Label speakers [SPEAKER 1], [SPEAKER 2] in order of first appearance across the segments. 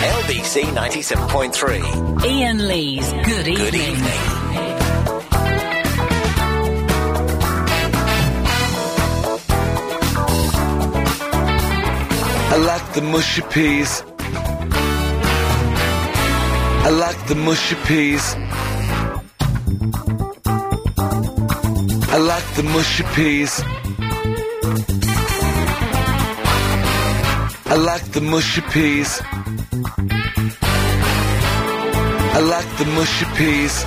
[SPEAKER 1] LBC 97.3.
[SPEAKER 2] Ian Lee's Good Evening.
[SPEAKER 1] Good evening.
[SPEAKER 3] I like the mushy peas. I like the mushy peas. I like the mushy peas. I like the mushy peas. I like the mushy peas.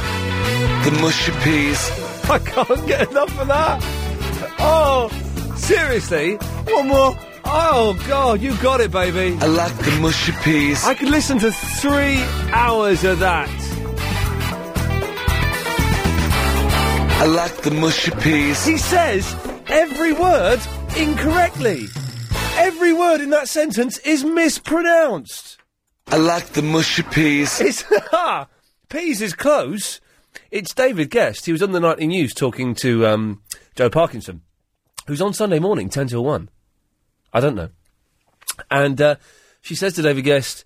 [SPEAKER 3] The mushy peas.
[SPEAKER 4] I can't get enough of that. Oh, seriously? One more. Oh, God, you got it, baby.
[SPEAKER 3] I like the mushy peas.
[SPEAKER 4] I could listen to three hours of that.
[SPEAKER 3] I like the mushy peas.
[SPEAKER 4] He says every word incorrectly. Every word in that sentence is mispronounced.
[SPEAKER 3] I like the mushy peas.
[SPEAKER 4] It's ha! Peas is close. It's David Guest. He was on the nightly news talking to um, Joe Parkinson, who's on Sunday morning, ten till one. I don't know. And uh, she says to David Guest,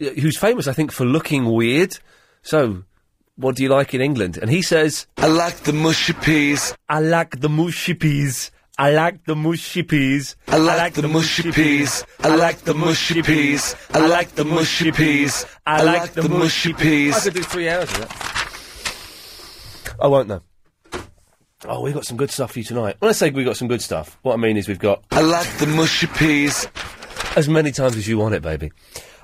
[SPEAKER 4] uh, who's famous, I think, for looking weird. So, what do you like in England? And he says,
[SPEAKER 3] I like the mushy peas.
[SPEAKER 4] I like the mushy peas. I like the mushy peas.
[SPEAKER 3] I like the mushy peas. I like the mushy peas. I like the mushy peas. I like the mushy
[SPEAKER 4] I
[SPEAKER 3] peas.
[SPEAKER 4] could do three hours of that. I won't though. Oh, we've got some good stuff for you tonight. When I say we've got some good stuff, what I mean is we've got
[SPEAKER 3] I like the mushy peas.
[SPEAKER 4] as many times as you want it, baby.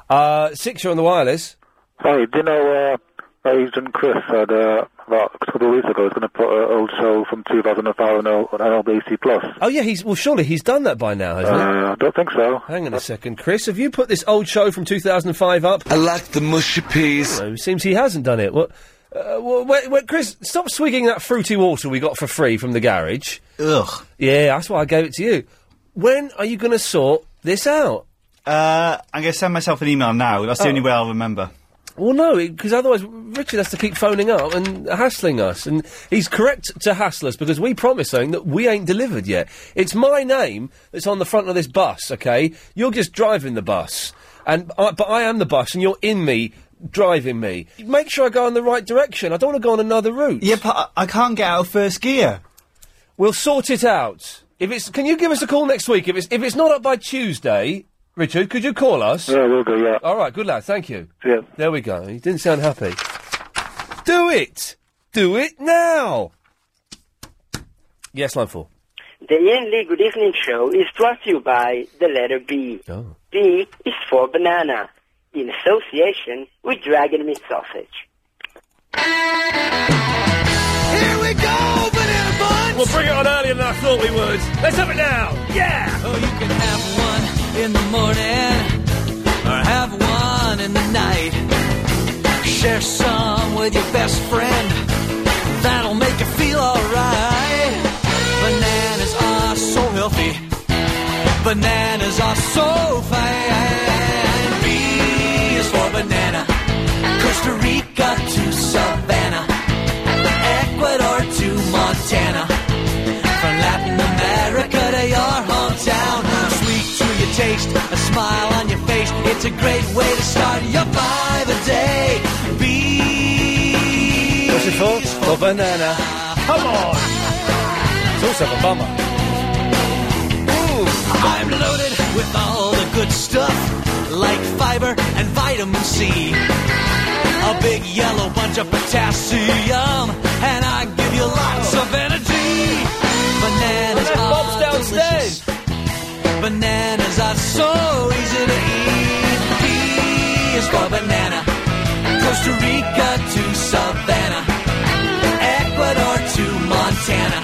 [SPEAKER 4] Uh, six, you're on the wireless.
[SPEAKER 5] Hey, do you know uh, Agent Chris said uh, about a couple of weeks ago he's going to put an old show from 2005 on L- on LBC Plus?
[SPEAKER 4] Oh yeah, he's well. Surely he's done that by now, hasn't he?
[SPEAKER 5] Uh, I don't think so.
[SPEAKER 4] Hang on a second, Chris. Have you put this old show from 2005 up?
[SPEAKER 3] I like the mushy peas.
[SPEAKER 4] No, it seems he hasn't done it. What? Uh, well, wait, wait, Chris, stop swigging that fruity water we got for free from the garage.
[SPEAKER 6] Ugh.
[SPEAKER 4] Yeah, that's why I gave it to you. When are you going to sort this out? Oh,
[SPEAKER 6] Uh, I'm going to send myself an email now. That's the only way I'll remember.
[SPEAKER 4] Well, no, because otherwise Richard has to keep phoning up and hassling us. And he's correct to hassle us because we promised something that we ain't delivered yet. It's my name that's on the front of this bus, okay? You're just driving the bus. And I, but I am the bus and you're in me, driving me. Make sure I go in the right direction. I don't want to go on another route.
[SPEAKER 6] Yeah, but I, I can't get out of first gear.
[SPEAKER 4] We'll sort it out. If it's, can you give us a call next week? If it's, if it's not up by Tuesday, Richard, could you call us?
[SPEAKER 5] Yeah, we'll do, yeah.
[SPEAKER 4] All right, good lad. Thank you.
[SPEAKER 5] Yeah.
[SPEAKER 4] There we go. He didn't sound happy. Do it. Do it now. Yes, line four.
[SPEAKER 7] The Ian Lee Good Evening Show is brought to you by the letter B.
[SPEAKER 4] Oh.
[SPEAKER 7] B is for banana, in association with dragon meat sausage.
[SPEAKER 3] Here we go, banana bun.
[SPEAKER 4] We'll bring it on earlier than I thought we would. Let's have it now. Yeah.
[SPEAKER 8] Oh, you can have one in the morning or have one in the night. Share some with your best friend. That'll make you feel alright. Bananas are so healthy. Bananas are so fine. B is for banana. Costa Rica to Savannah. Ecuador to Montana. From Latin America to your hometown. Sweet to your taste, a smile on your face. It's a great way to start your five a day. Be
[SPEAKER 4] What's it for? For banana. Come on. It's also a bummer.
[SPEAKER 8] I'm loaded with all the good stuff, like fiber and vitamin C. A big yellow bunch of potassium, and I give you lots of energy. Bananas
[SPEAKER 4] Well, there's Bob's
[SPEAKER 8] are
[SPEAKER 4] downstairs.
[SPEAKER 8] delicious. Bananas are so easy to eat. B is for banana. Costa Rica to Savannah. Ecuador to Montana.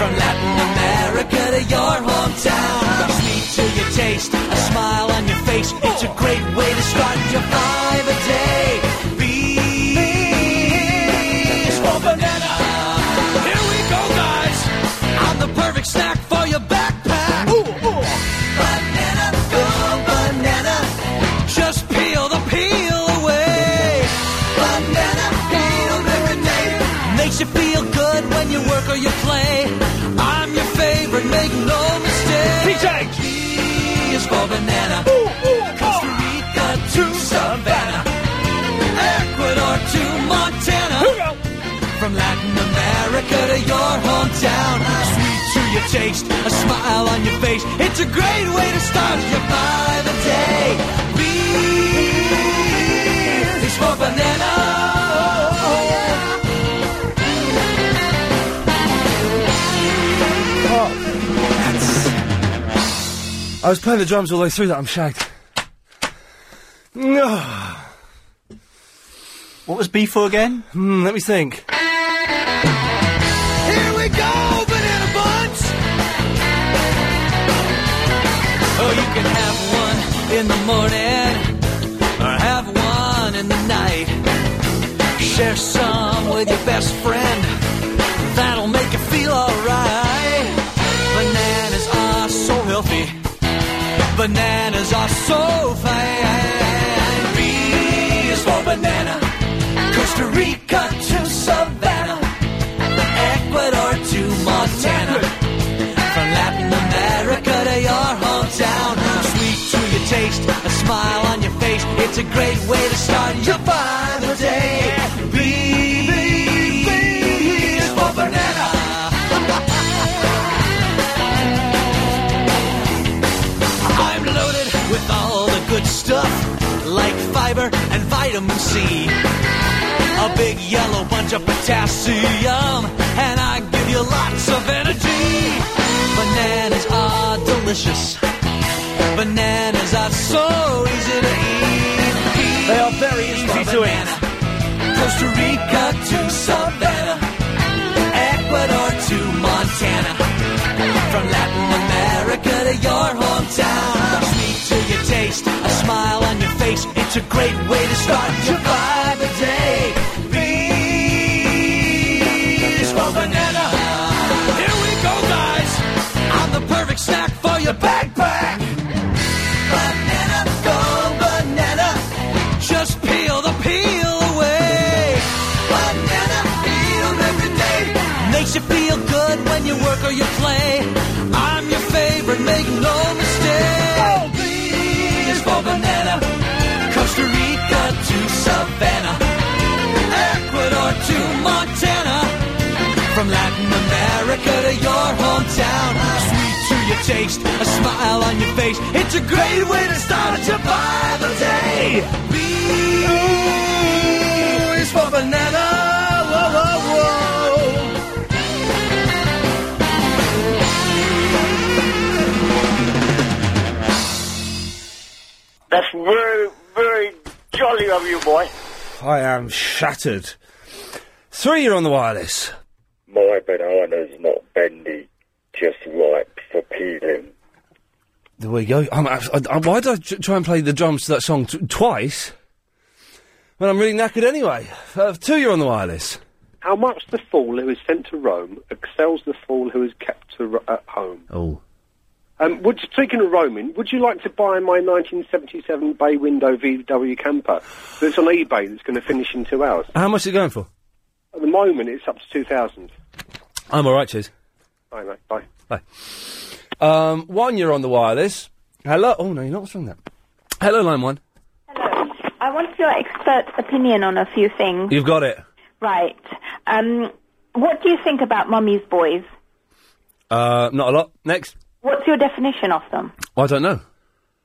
[SPEAKER 8] From Latin America to your hometown. Sweet to your taste, a smile on your face. It's a great way to start your five a day. B is for banana. Here we go, guys. I'm the perfect snack for your backpack. Banana, go banana. Just peel the peel away. Banana, peel every day. Makes you feel good when you work or you play. I'm your favorite, make no mistake.
[SPEAKER 4] PJ.
[SPEAKER 8] G is for banana. Costa Rica to Savannah. taste, a smile on your face. It's a great way to start your five a day. Beer is for banana.
[SPEAKER 4] I was playing the drums all the way through that. I'm shagged.
[SPEAKER 6] What was B for again?
[SPEAKER 4] Hmm, let me think.
[SPEAKER 8] Here we go, banana buns. Oh, you can have one in the morning or have one in the night. Share some with your best friend. That'll make you feel alright. Bananas are so healthy. Bananas are so fine. B is for banana. Costa Rica to Savannah. Ecuador to Montana. From Latin America to your hometown. Sweet to your taste, a smile on your face. It's a great way to start your final day. B is for banana. I'm loaded with all the good stuff, like fiber and vitamin C. A big yellow bunch of potassium, and I give you lots of energy. Bananas are delicious. Bananas are so easy to eat. They are very easy to eat. Costa Rica to Savannah, Ecuador to Montana. From Latin America to your hometown. Sweet to your taste, a smile on your face. It's a great way to start your vibe a day. Bees for banana. Here we go, guys. I'm the perfect snack for your backpack. Banana, go banana. Just peel the peel away. Banana peel every day. Makes you feel good when you work or you play. I'm your favorite, make no mistake. Oh, please for banana. Costa Rica to Savannah. Ecuador to Montana. From Latin America to your hometown. Sweet to your taste, a smile on your face. It's a great way to start your Bible day. B is for banana. Whoa, whoa, whoa.
[SPEAKER 9] That's very, very jolly of you, boy.
[SPEAKER 4] I am shattered. Three, you're on the wireless.
[SPEAKER 10] My banana's not bendy, just ripe for peeling.
[SPEAKER 4] There we go. I'm, abs- I, I, why did I tr- try and play the drums to that song t- twice? When I'm really knackered anyway. Uh, two, you're on the wireless.
[SPEAKER 11] How much the fool who is sent to Rome excels the fool who is kept to ro- at home?
[SPEAKER 4] Oh.
[SPEAKER 11] Um, would you, speaking of roaming, would you like to buy my 1977 bay window VW camper that's on eBay that's going to finish in two hours?
[SPEAKER 4] How much is it going for?
[SPEAKER 11] At the moment, it's up to 2,000.
[SPEAKER 4] I'm all right, cheers.
[SPEAKER 11] Bye, mate. Bye.
[SPEAKER 4] Bye. Um, one, you're on the wireless. Hello. Oh no, you're not on that. Hello, line one.
[SPEAKER 12] I want your expert opinion on a few things.
[SPEAKER 4] You've got it.
[SPEAKER 12] Right. Um, what do you think about mummy's boys?
[SPEAKER 4] Uh, not a lot. Next.
[SPEAKER 12] What's your definition of them?
[SPEAKER 4] I don't know.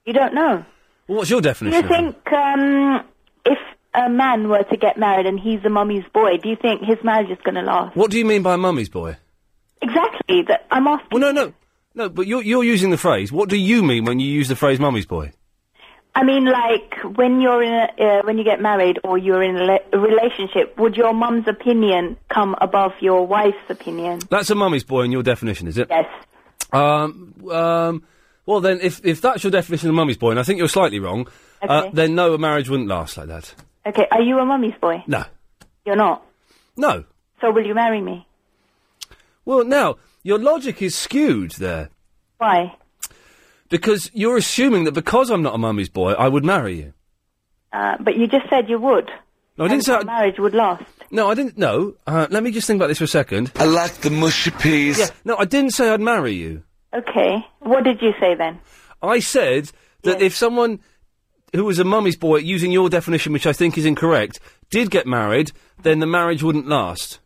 [SPEAKER 12] You don't know.
[SPEAKER 4] Well, what's your
[SPEAKER 12] Do you
[SPEAKER 4] definition? of
[SPEAKER 12] think um, if a man were to get married and he's a mummy's boy, do you think his marriage is going to last?
[SPEAKER 4] What do you mean by mummy's boy?
[SPEAKER 12] Exactly. That I'm asking.
[SPEAKER 4] Well, no, no, no. But you're you're using the phrase. What do you mean when you use the phrase mummy's boy?
[SPEAKER 12] I mean, like when you're in a, uh, when you get married or you're in a, le- a relationship, would your mum's opinion come above your wife's opinion?
[SPEAKER 4] That's a mummy's boy in your definition, is it?
[SPEAKER 12] Yes.
[SPEAKER 4] Um, um, well, then, if, if that's your definition of mummy's boy, and I think you're slightly wrong, uh,
[SPEAKER 12] Okay.
[SPEAKER 4] then no, a marriage wouldn't last like that.
[SPEAKER 12] Okay. Are you a mummy's boy?
[SPEAKER 4] No.
[SPEAKER 12] You're not.
[SPEAKER 4] No.
[SPEAKER 12] So will you marry me?
[SPEAKER 4] Well, now, your logic is skewed there.
[SPEAKER 12] Why?
[SPEAKER 4] Because you're assuming that because I'm not a mummy's boy, I would marry you.
[SPEAKER 12] Uh, but you just said you would.
[SPEAKER 4] No, I didn't say. I,
[SPEAKER 12] marriage would last.
[SPEAKER 4] no, I didn't. No. Uh, let me just think about this for a second. I like the mushy peas. Yeah, no, I didn't say I'd marry you.
[SPEAKER 12] Okay. What did you say then?
[SPEAKER 4] I said that if someone who was a mummy's boy, using your definition, which I think is incorrect, did get married, then the marriage wouldn't last.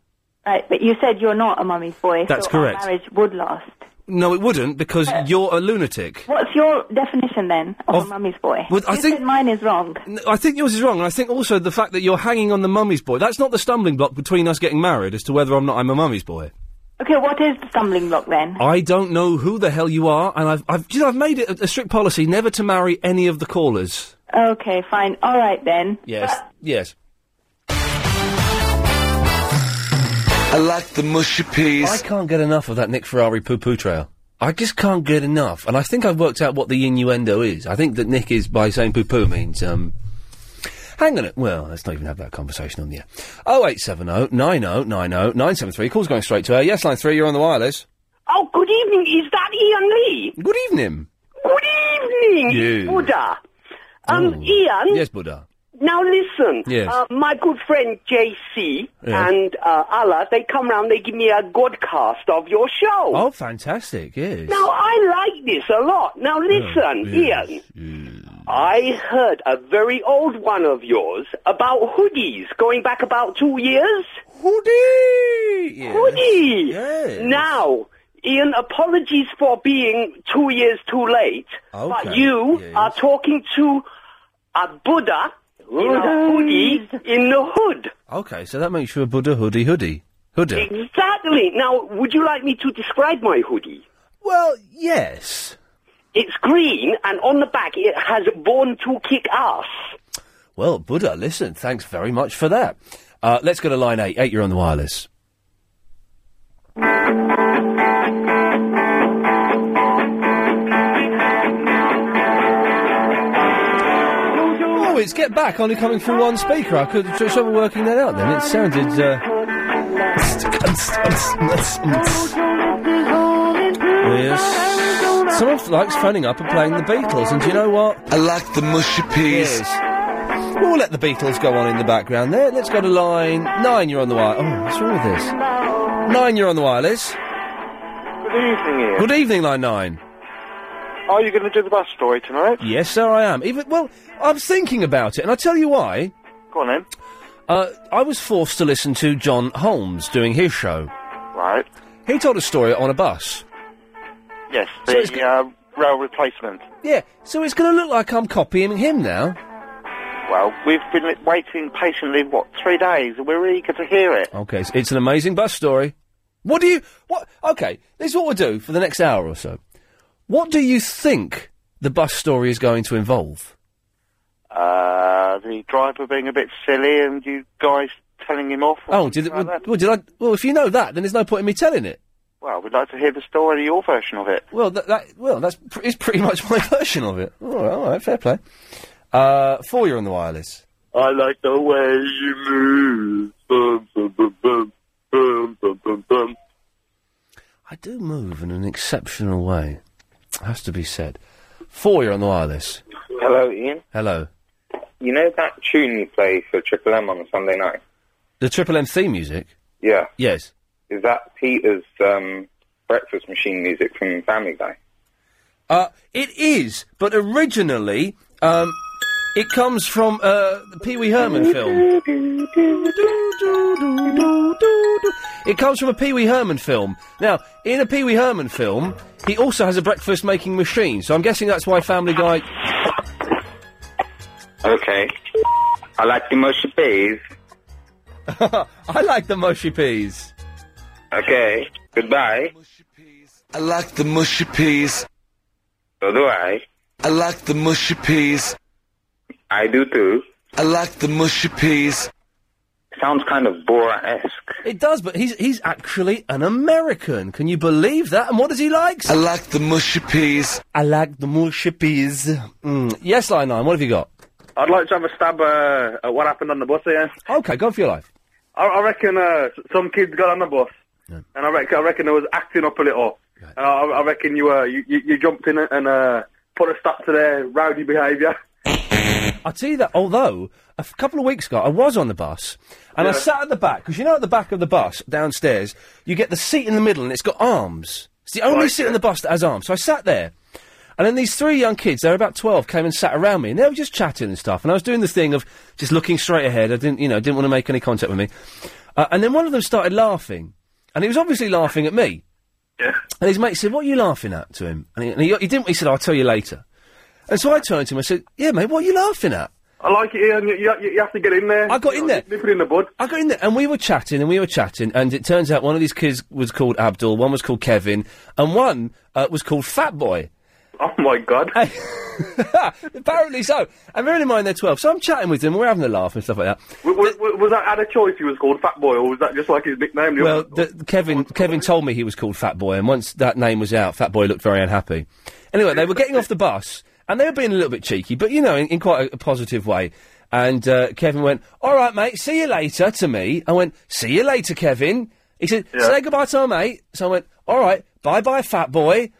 [SPEAKER 12] Right, but you said you're not a mummy's boy.
[SPEAKER 4] That's
[SPEAKER 12] so our
[SPEAKER 4] correct.
[SPEAKER 12] marriage would last.
[SPEAKER 4] No, it wouldn't because you're a lunatic.
[SPEAKER 12] What's your definition then of, a mummy's boy?
[SPEAKER 4] Well, I
[SPEAKER 12] You
[SPEAKER 4] think-
[SPEAKER 12] said mine is wrong.
[SPEAKER 4] N- I think yours is wrong, and I think also the fact that you're hanging on the mummy's boy. That's not the stumbling block between us getting married as to whether or not I'm a mummy's boy.
[SPEAKER 12] Okay, what is the stumbling block then?
[SPEAKER 4] I don't know who the hell you are, and I've, I've, do you know, I've made it a, a strict policy never to marry any of the callers.
[SPEAKER 12] Okay, fine. All right then.
[SPEAKER 4] Yes, yes.
[SPEAKER 3] I like the mushy peas.
[SPEAKER 4] I can't get enough of that Nick Ferrari poo poo trail. I just can't get enough, and I think I've worked out what the innuendo is. I think that Nick is by saying poo poo means um. Hang on it. Well, let's not even have that conversation on the air. Oh eight seven oh nine oh nine oh nine seven three. Call's going straight to air. Yes, line three. You're on the wireless.
[SPEAKER 13] Oh, good evening. Is that Ian Lee?
[SPEAKER 4] Good evening.
[SPEAKER 13] Good evening,
[SPEAKER 4] You.
[SPEAKER 13] Buddha. Um, Ian.
[SPEAKER 4] Yes, Buddha.
[SPEAKER 13] Now listen.
[SPEAKER 4] Yes.
[SPEAKER 13] Uh, my good friend JC
[SPEAKER 4] Yes.
[SPEAKER 13] and uh, Allah, they come round. They give me a godcast of your show.
[SPEAKER 4] Oh, fantastic! Yes. Oh,
[SPEAKER 13] Now I like this a lot. Now listen,
[SPEAKER 4] yes,
[SPEAKER 13] Ian. I heard a very old one of yours about hoodies going back about two years. Hoodie.
[SPEAKER 4] Hoodie.
[SPEAKER 13] Now, Ian, apologies for being two years too late,
[SPEAKER 14] Okay,
[SPEAKER 13] but you are talking to a Buddha in a hoodie in the hood.
[SPEAKER 4] Okay, so that makes you a Buddha hoodie hoodie hoodie.
[SPEAKER 13] Exactly. Now, would you like me to describe my hoodie?
[SPEAKER 4] Well, yes.
[SPEAKER 13] It's green, and on the back it has "Born to Kick Ass."
[SPEAKER 4] Well, Buddha, listen, thanks very much for that. Uh, let's go to line eight. Eight, you're on the wireless. Oh, it's Get Back only coming through one speaker. I could tr- trouble working that out then. It sounded. Uh... yes. Someone likes phoning up and playing the Beatles, and do you know what? I like the mushy peas. We'll let the Beatles go on in the background there. Let's go to line nine. You're on the wire. Oh, what's wrong with this? Nine, you're on the wireless.
[SPEAKER 9] Good evening, Ian.
[SPEAKER 4] Good evening, line nine.
[SPEAKER 9] Are you going to do the bus story tonight?
[SPEAKER 4] Yes, sir, I am. Even well, I'm thinking about it, and I tell you why.
[SPEAKER 9] Go on then.
[SPEAKER 4] Uh, I was forced to listen to John Holmes doing his show.
[SPEAKER 9] Right.
[SPEAKER 4] He told a story on a bus.
[SPEAKER 9] Yes, the uh, rail replacement.
[SPEAKER 4] Yeah, so it's going to look like I'm copying him now.
[SPEAKER 9] Well, we've been li- waiting patiently, what, three days, and we're eager to hear it.
[SPEAKER 4] Okay, so it's an amazing bus story. What do you what? Okay, this is what we'll do for the next hour or so. What do you think the bus story is going to involve?
[SPEAKER 9] Uh, the driver being a bit silly and you guys telling him off.
[SPEAKER 4] Oh, did it, well, well, did I? Well, if you know that, then there's no point in me telling it.
[SPEAKER 9] Well, we'd like to hear the story, your version of it.
[SPEAKER 4] Well, that, that well, that's pr- is pretty much my version of it. All right, all right fair play. Uh, four, you're on the wireless.
[SPEAKER 14] I like the way you move. Bum, bum, bum, bum, bum, bum, bum, bum.
[SPEAKER 4] I do move in an exceptional way. Has to be said. Four, you're on the wireless.
[SPEAKER 15] Hello, Ian.
[SPEAKER 4] Hello.
[SPEAKER 15] You know that tune you play for Triple M on a Sunday night?
[SPEAKER 4] The Triple M theme music.
[SPEAKER 15] Yeah.
[SPEAKER 4] Yes.
[SPEAKER 15] Is that Peter's um, breakfast machine music from Family Guy?
[SPEAKER 4] Uh, it is, but originally, um, it comes from uh, the Pee Wee Herman film. It comes from a Pee Wee Herman film. Now, in a Pee Wee Herman film, he also has a breakfast making machine, so I'm guessing that's why Family Guy.
[SPEAKER 15] Okay. I like the mushy peas.
[SPEAKER 4] I like the mushy peas.
[SPEAKER 15] Okay. Goodbye.
[SPEAKER 3] I like the mushy peas.
[SPEAKER 15] So do I.
[SPEAKER 3] I like the mushy peas.
[SPEAKER 15] I do too.
[SPEAKER 3] I like the mushy peas.
[SPEAKER 15] Sounds kind of Borat-esque.
[SPEAKER 4] It does, but he's he's actually an American. Can you believe that? And what does he like?
[SPEAKER 3] I like the mushy peas.
[SPEAKER 4] I like the mushy peas. Mm. Yes, line nine. What have you got?
[SPEAKER 11] I'd like to have a stab uh, at what happened on the bus here.
[SPEAKER 4] Okay, go for your life.
[SPEAKER 11] I, I reckon uh, s- some kids got on the bus, and I reckon I reckon they was acting up a little. And I, I reckon you uh, you, you you jumped in and uh, put a stop to their rowdy behaviour.
[SPEAKER 4] I tell you that, although a f- couple of weeks ago I was on the bus and I sat at the back because you know at the back of the bus downstairs you get the seat in the middle and it's got arms. It's the only seat in the bus that has arms. So I sat there, and then these three young kids, they were about twelve, came and sat around me and they were just chatting and stuff. And I was doing the thing of just looking straight ahead. I didn't, you know, didn't want to make any contact with me. Uh, and then one of them started laughing, and he was obviously laughing at me. And his mate said, "What are you laughing at?" to him, and he, and he, he didn't. He said, "I'll tell you later." And so I turned to him. I said, "Yeah, mate, what are you laughing at?"
[SPEAKER 16] I like it, Ian. You, you, you have to get in there. I got in there. Nip it in the bud.
[SPEAKER 4] I got in there, and we were chatting, and we were chatting, and it turns out one of these kids was called Abdul, one was called Kevin, and one uh, was called Fat Boy.
[SPEAKER 16] Oh my god!
[SPEAKER 4] Apparently so. And bearing in mind they're twelve, so I'm chatting with them, we're having a laugh and stuff like that.
[SPEAKER 16] Was, was that had a choice? He was called Fat Boy, or was that just like his nickname? The
[SPEAKER 4] Well,
[SPEAKER 16] other-
[SPEAKER 4] the, Kevin Kevin told me he was called Fat Boy, and once that name was out, Fat Boy looked very unhappy. Anyway, they were getting off the bus, and they were being a little bit cheeky, but you know, in, in quite a, a positive way. And uh, Kevin went, "All right, mate, see you later." To me, I went, "See you later, Kevin." He said, "Say goodbye to our mate." So I went, "All right, bye, bye, Fat Boy."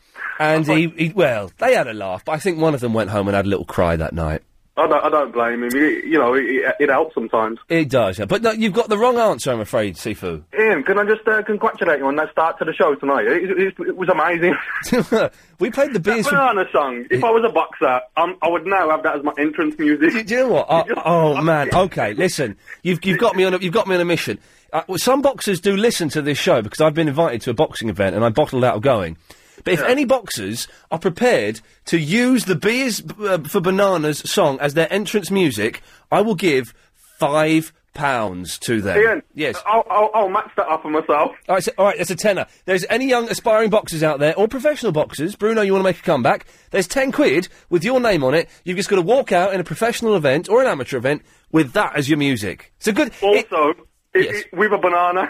[SPEAKER 4] And he, he, well, they had a laugh, but I think one of them went home and had a little cry that night.
[SPEAKER 16] I don't, I don't blame him. He- you know, it, it helps sometimes.
[SPEAKER 4] It does, yeah. but no, you've got the wrong answer, I'm afraid, Sifu.
[SPEAKER 16] Ian, can I just uh, congratulate you on that start to the show tonight? It, it, it was amazing.
[SPEAKER 4] we played the beers.
[SPEAKER 16] That banana song. If I was a boxer, um, I would now have that as my entrance music.
[SPEAKER 4] Do you know what? Oh, oh man. Okay, listen. You've you've got me on a, you've got me on a mission. Uh, well, some boxers do listen to this show because I've been invited to a boxing event and I bottled out of going. But if any boxers are prepared to use the Beers B- uh, for Bananas song as their entrance music, I will give five pounds to them.
[SPEAKER 16] Ian,
[SPEAKER 4] yes.
[SPEAKER 16] I'll, I'll, I'll match that up for myself.
[SPEAKER 4] All right, so, all right, that's a tenner. There's any young aspiring boxers out there, or professional boxers, Bruno, you want to make a comeback? There's ten quid with your name on it. You've just got to walk out in a professional event or an amateur event with that as your music. It's a good.
[SPEAKER 16] Also, i- i- with a banana.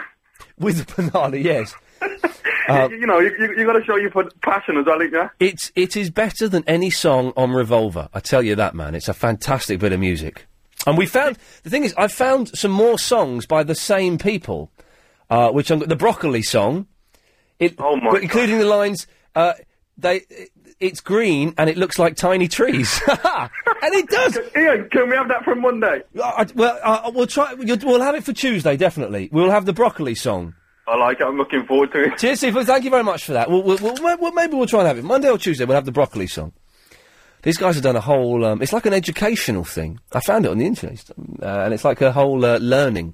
[SPEAKER 4] With a banana, yes.
[SPEAKER 11] Uh,
[SPEAKER 4] Um,
[SPEAKER 16] you know, you, you, you got to show your p- passion as well, yeah?
[SPEAKER 4] It's it is better than any song on Revolver. I tell you that, man. It's a fantastic bit of music. And we found the thing is, I found some more songs by the same people, uh, which I'm, the broccoli song, it, oh my including the lines. Uh, they, it's green and it looks like tiny trees. and it does.
[SPEAKER 16] Ian, can we have that for Monday?
[SPEAKER 4] I, well, I, we'll try. You'll, we'll have it for Tuesday, definitely. We'll have the broccoli song.
[SPEAKER 16] I like it. I'm looking forward to it.
[SPEAKER 4] Cheers, Steve. Thank you very much for that. We'll, we'll, we'll, we'll- maybe we'll try and have it Monday or Tuesday. We'll have the broccoli song. These guys have done a whole. Um, it's like an educational thing. I found it on the internet, uh, and it's like a whole uh, learning.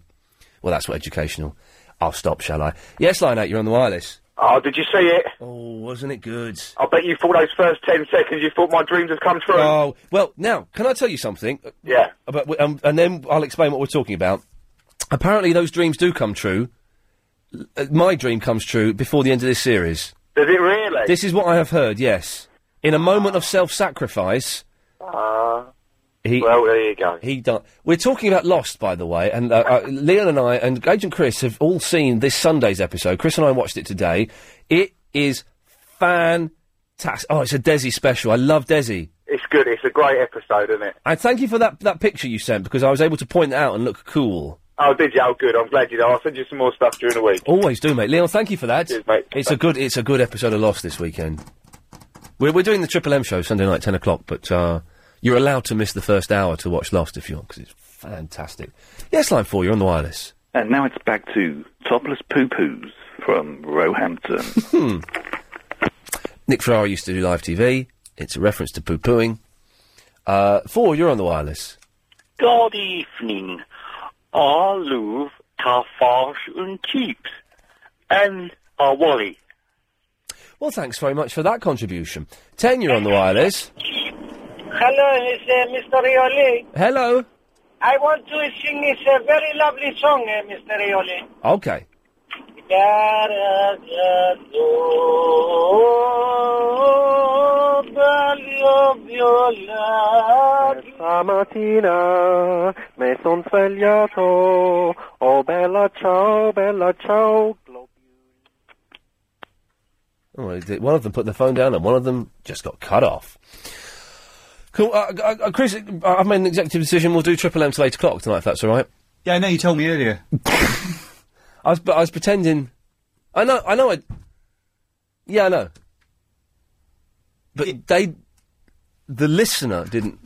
[SPEAKER 4] Well, that's what educational. I'll stop, shall I? Yes, line eight. You're on the wireless.
[SPEAKER 13] Oh, did you see it?
[SPEAKER 4] Oh, wasn't it good?
[SPEAKER 13] I bet you thought those first ten seconds you thought my dreams had come true.
[SPEAKER 4] Oh well, now can I tell you something? Yeah. About, um, and then I'll explain what we're talking about. Apparently, those dreams do come true. L- uh, my dream comes true before the end of this series.
[SPEAKER 13] Does it really?
[SPEAKER 4] This is what I have heard, yes. In a moment of self sacrifice,
[SPEAKER 13] Ah.
[SPEAKER 4] he.
[SPEAKER 13] well, there you go.
[SPEAKER 4] He di- We're talking about Lost, by the way, and uh, uh, Leon and I and Agent Chris have all seen this Sunday's episode. Chris and I watched it today. It is fantastic. Oh, it's a Desi special. I love Desi.
[SPEAKER 13] It's good. It's a great episode, isn't it?
[SPEAKER 4] And thank you for that, that picture you sent because I was able to point it out and look cool.
[SPEAKER 13] Oh, did you? Oh, good. I'm glad you did. I'll send you some more stuff during the week.
[SPEAKER 4] Always do, mate. Leon, thank you for that.
[SPEAKER 13] Cheers, mate.
[SPEAKER 4] It's a good it's a good episode of Lost this weekend. We're we're doing the Triple M show Sunday night, ten o'clock, but uh, you're allowed to miss the first hour to watch Lost if you want because it's fantastic. Yes, line four. You're on the wireless.
[SPEAKER 17] And now it's back to topless poo poos from Roehampton.
[SPEAKER 4] Hmm. Nick Ferrara used to do live TV. It's a reference to poo pooing. Uh, four. You're on the wireless.
[SPEAKER 18] God evening. I love Carfash and Cheeps. And I worry.
[SPEAKER 4] Well, thanks very much for that contribution. Ten. You're on the wireless.
[SPEAKER 15] Hello, it's uh, Mr. Rioli.
[SPEAKER 4] Hello.
[SPEAKER 15] I want to sing this uh, very lovely song, uh, Mr. Rioli.
[SPEAKER 4] Okay.
[SPEAKER 19] Stamattina mi son svegliato, oh bella ciao, bella ciao.
[SPEAKER 4] Oh, it- it- one of them put their phone down, and one of them just got cut off. Cool, uh, uh, uh, Chris. uh, I've made an executive decision. We'll do Triple M till eight o'clock tonight, if that's all right.
[SPEAKER 6] Yeah, I know you told me earlier.
[SPEAKER 4] I was, but I was pretending. I know, I know. I. Yeah, I know. But they, the listener didn't.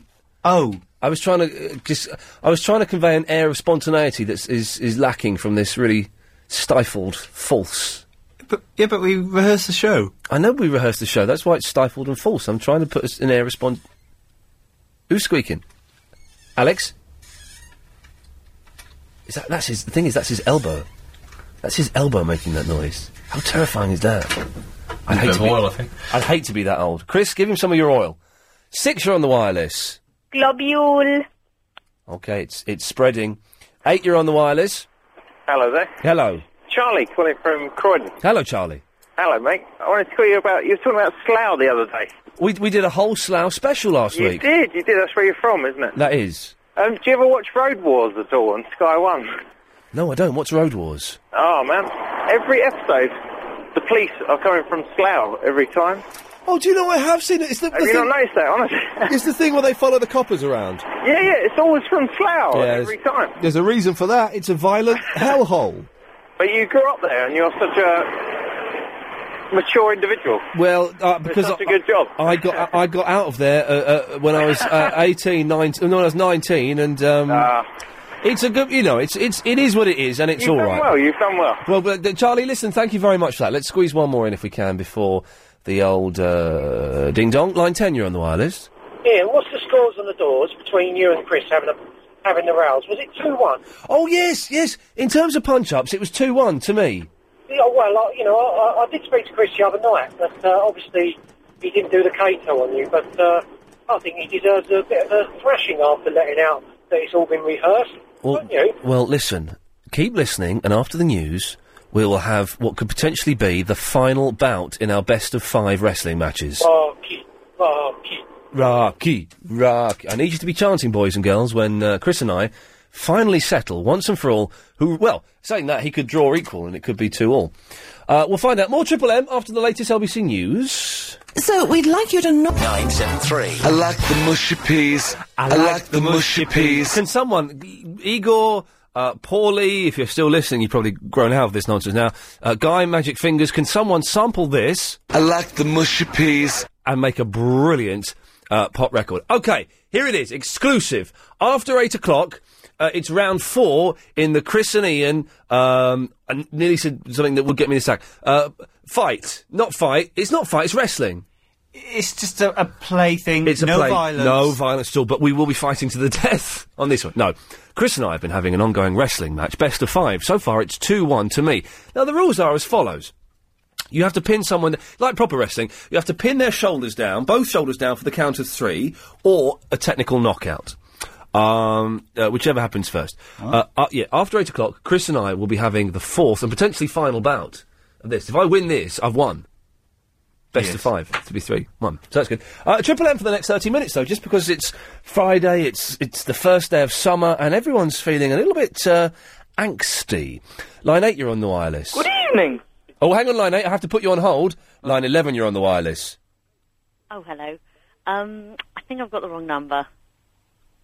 [SPEAKER 6] Oh.
[SPEAKER 4] I was trying to uh, just. I was trying to convey an air of spontaneity that is is lacking from this really stifled, false.
[SPEAKER 6] But yeah, but we rehearsed the show.
[SPEAKER 4] I know we rehearsed the show. That's why it's stifled and false. I'm trying to put us an air of spont. Who's squeaking? Alex. Is that that's his? The thing is, that's his elbow. That's his elbow making that noise. How terrifying is that? I'd hate
[SPEAKER 2] Bit
[SPEAKER 4] to
[SPEAKER 2] of
[SPEAKER 4] be,
[SPEAKER 2] oil, I think.
[SPEAKER 4] I'd hate to be that old. Chris, give him some of your oil. Six, you're on the wireless.
[SPEAKER 12] Globule.
[SPEAKER 4] Okay, it's it's spreading. Eight, you're on the wireless.
[SPEAKER 11] Hello there.
[SPEAKER 4] Hello.
[SPEAKER 11] Charlie calling from Croydon.
[SPEAKER 4] Hello, Charlie.
[SPEAKER 11] Hello, mate. I wanted to call you about. You were talking about Slough the other day.
[SPEAKER 4] We we did a whole Slough special last
[SPEAKER 11] you
[SPEAKER 4] week.
[SPEAKER 11] did, you did. That's where you're from, isn't it?
[SPEAKER 4] That is.
[SPEAKER 11] Um, do you ever watch Road Wars at all on Sky One?
[SPEAKER 4] No, I don't. What's Road Wars?
[SPEAKER 11] Oh, man. Every episode, the police are coming from Slough every time.
[SPEAKER 4] Oh, do you know I have seen it? It's the,
[SPEAKER 11] Have you not noticed that, honestly?
[SPEAKER 4] it's the thing where they follow the coppers around.
[SPEAKER 11] yeah, yeah, it's always from Slough Oh,
[SPEAKER 4] Yeah,
[SPEAKER 11] every time.
[SPEAKER 4] There's a reason for that. It's a violent hellhole.
[SPEAKER 11] But you grew up there and you're such a mature individual.
[SPEAKER 4] Well, uh, because
[SPEAKER 11] such a
[SPEAKER 4] I-
[SPEAKER 11] good job.
[SPEAKER 4] I got I got out of there uh, uh, when I was uh, 18, 19, no, when I was nineteen, and um,
[SPEAKER 11] Ah.
[SPEAKER 4] it's a good, you know, it's it's it is what it is, and it's
[SPEAKER 11] you've
[SPEAKER 4] all
[SPEAKER 11] done
[SPEAKER 4] right.
[SPEAKER 11] well, you've done well.
[SPEAKER 4] Well, but, uh, Charlie, listen, thank you very much for that. Let's squeeze one more in if we can before the old uh, ding dong. Line ten, you're on the wireless.
[SPEAKER 15] Ian, what's the scores on the doors between you and Chris having a, having the rows? Was it 2-1?
[SPEAKER 4] Oh yes, yes. In terms of punch ups, it was two one to me.
[SPEAKER 15] Yeah, well, I, you know, I, I- I did speak to Chris the other night, but uh, obviously he didn't do the Cato on you, but uh, I think he deserves a bit of a thrashing after letting out that it's all been rehearsed.
[SPEAKER 4] Well,
[SPEAKER 15] Don't you?
[SPEAKER 4] well, listen, keep listening, and after the news, we will have what could potentially be the final bout in our best of five wrestling matches.
[SPEAKER 15] Rocky, Rocky.
[SPEAKER 4] Rocky, Rocky. I need you to be chanting, boys and girls, when uh, Chris and I finally settle once and for all who, well, saying that, he could draw equal and it could be two all. Uh, we'll find out more Triple M after the latest LBC News.
[SPEAKER 3] So we'd like you to know. Nine seven three. I like the mushy peas. I like the mushy peas.
[SPEAKER 4] Can someone, Igor, uh, Paulie, if you're still listening, you've probably grown out of this nonsense now. Uh, Guy, Magic Fingers, can someone sample this? I like the mushy peas. And make a brilliant uh, pop record. Okay, here it is, exclusive. After eight o'clock, uh, it's round four in the Chris and Ian. Um, I nearly said something that would get me the sack. Uh, fight, not fight. It's not fight. It's wrestling.
[SPEAKER 6] It's just a, a play thing.
[SPEAKER 4] It's a
[SPEAKER 6] no
[SPEAKER 4] play.
[SPEAKER 6] violence.
[SPEAKER 4] No violence at all, but we will be fighting to the death on this one. No. Chris and I have been having an ongoing wrestling match, best of five. So far, it's 2 1 to me. Now, the rules are as follows. You have to pin someone, like proper wrestling, you have to pin their shoulders down, both shoulders down for the count of three, or a technical knockout. Um, uh, whichever happens first. Uh, uh, yeah, after eight o'clock, Chris and I will be having the fourth and potentially final bout of this. If I win this, I've won. Best of five to be three one. So that's good. Uh, Triple M for the next thirty minutes though, just because it's Friday, it's it's the first day of summer, and everyone's feeling a little bit uh, angsty. Line eight, you're on the wireless. Good
[SPEAKER 20] evening.
[SPEAKER 4] Oh, hang on, line eight. I have to put you on hold. Line eleven, you're on the wireless.
[SPEAKER 20] Oh, hello. Um, I think I've got the wrong number.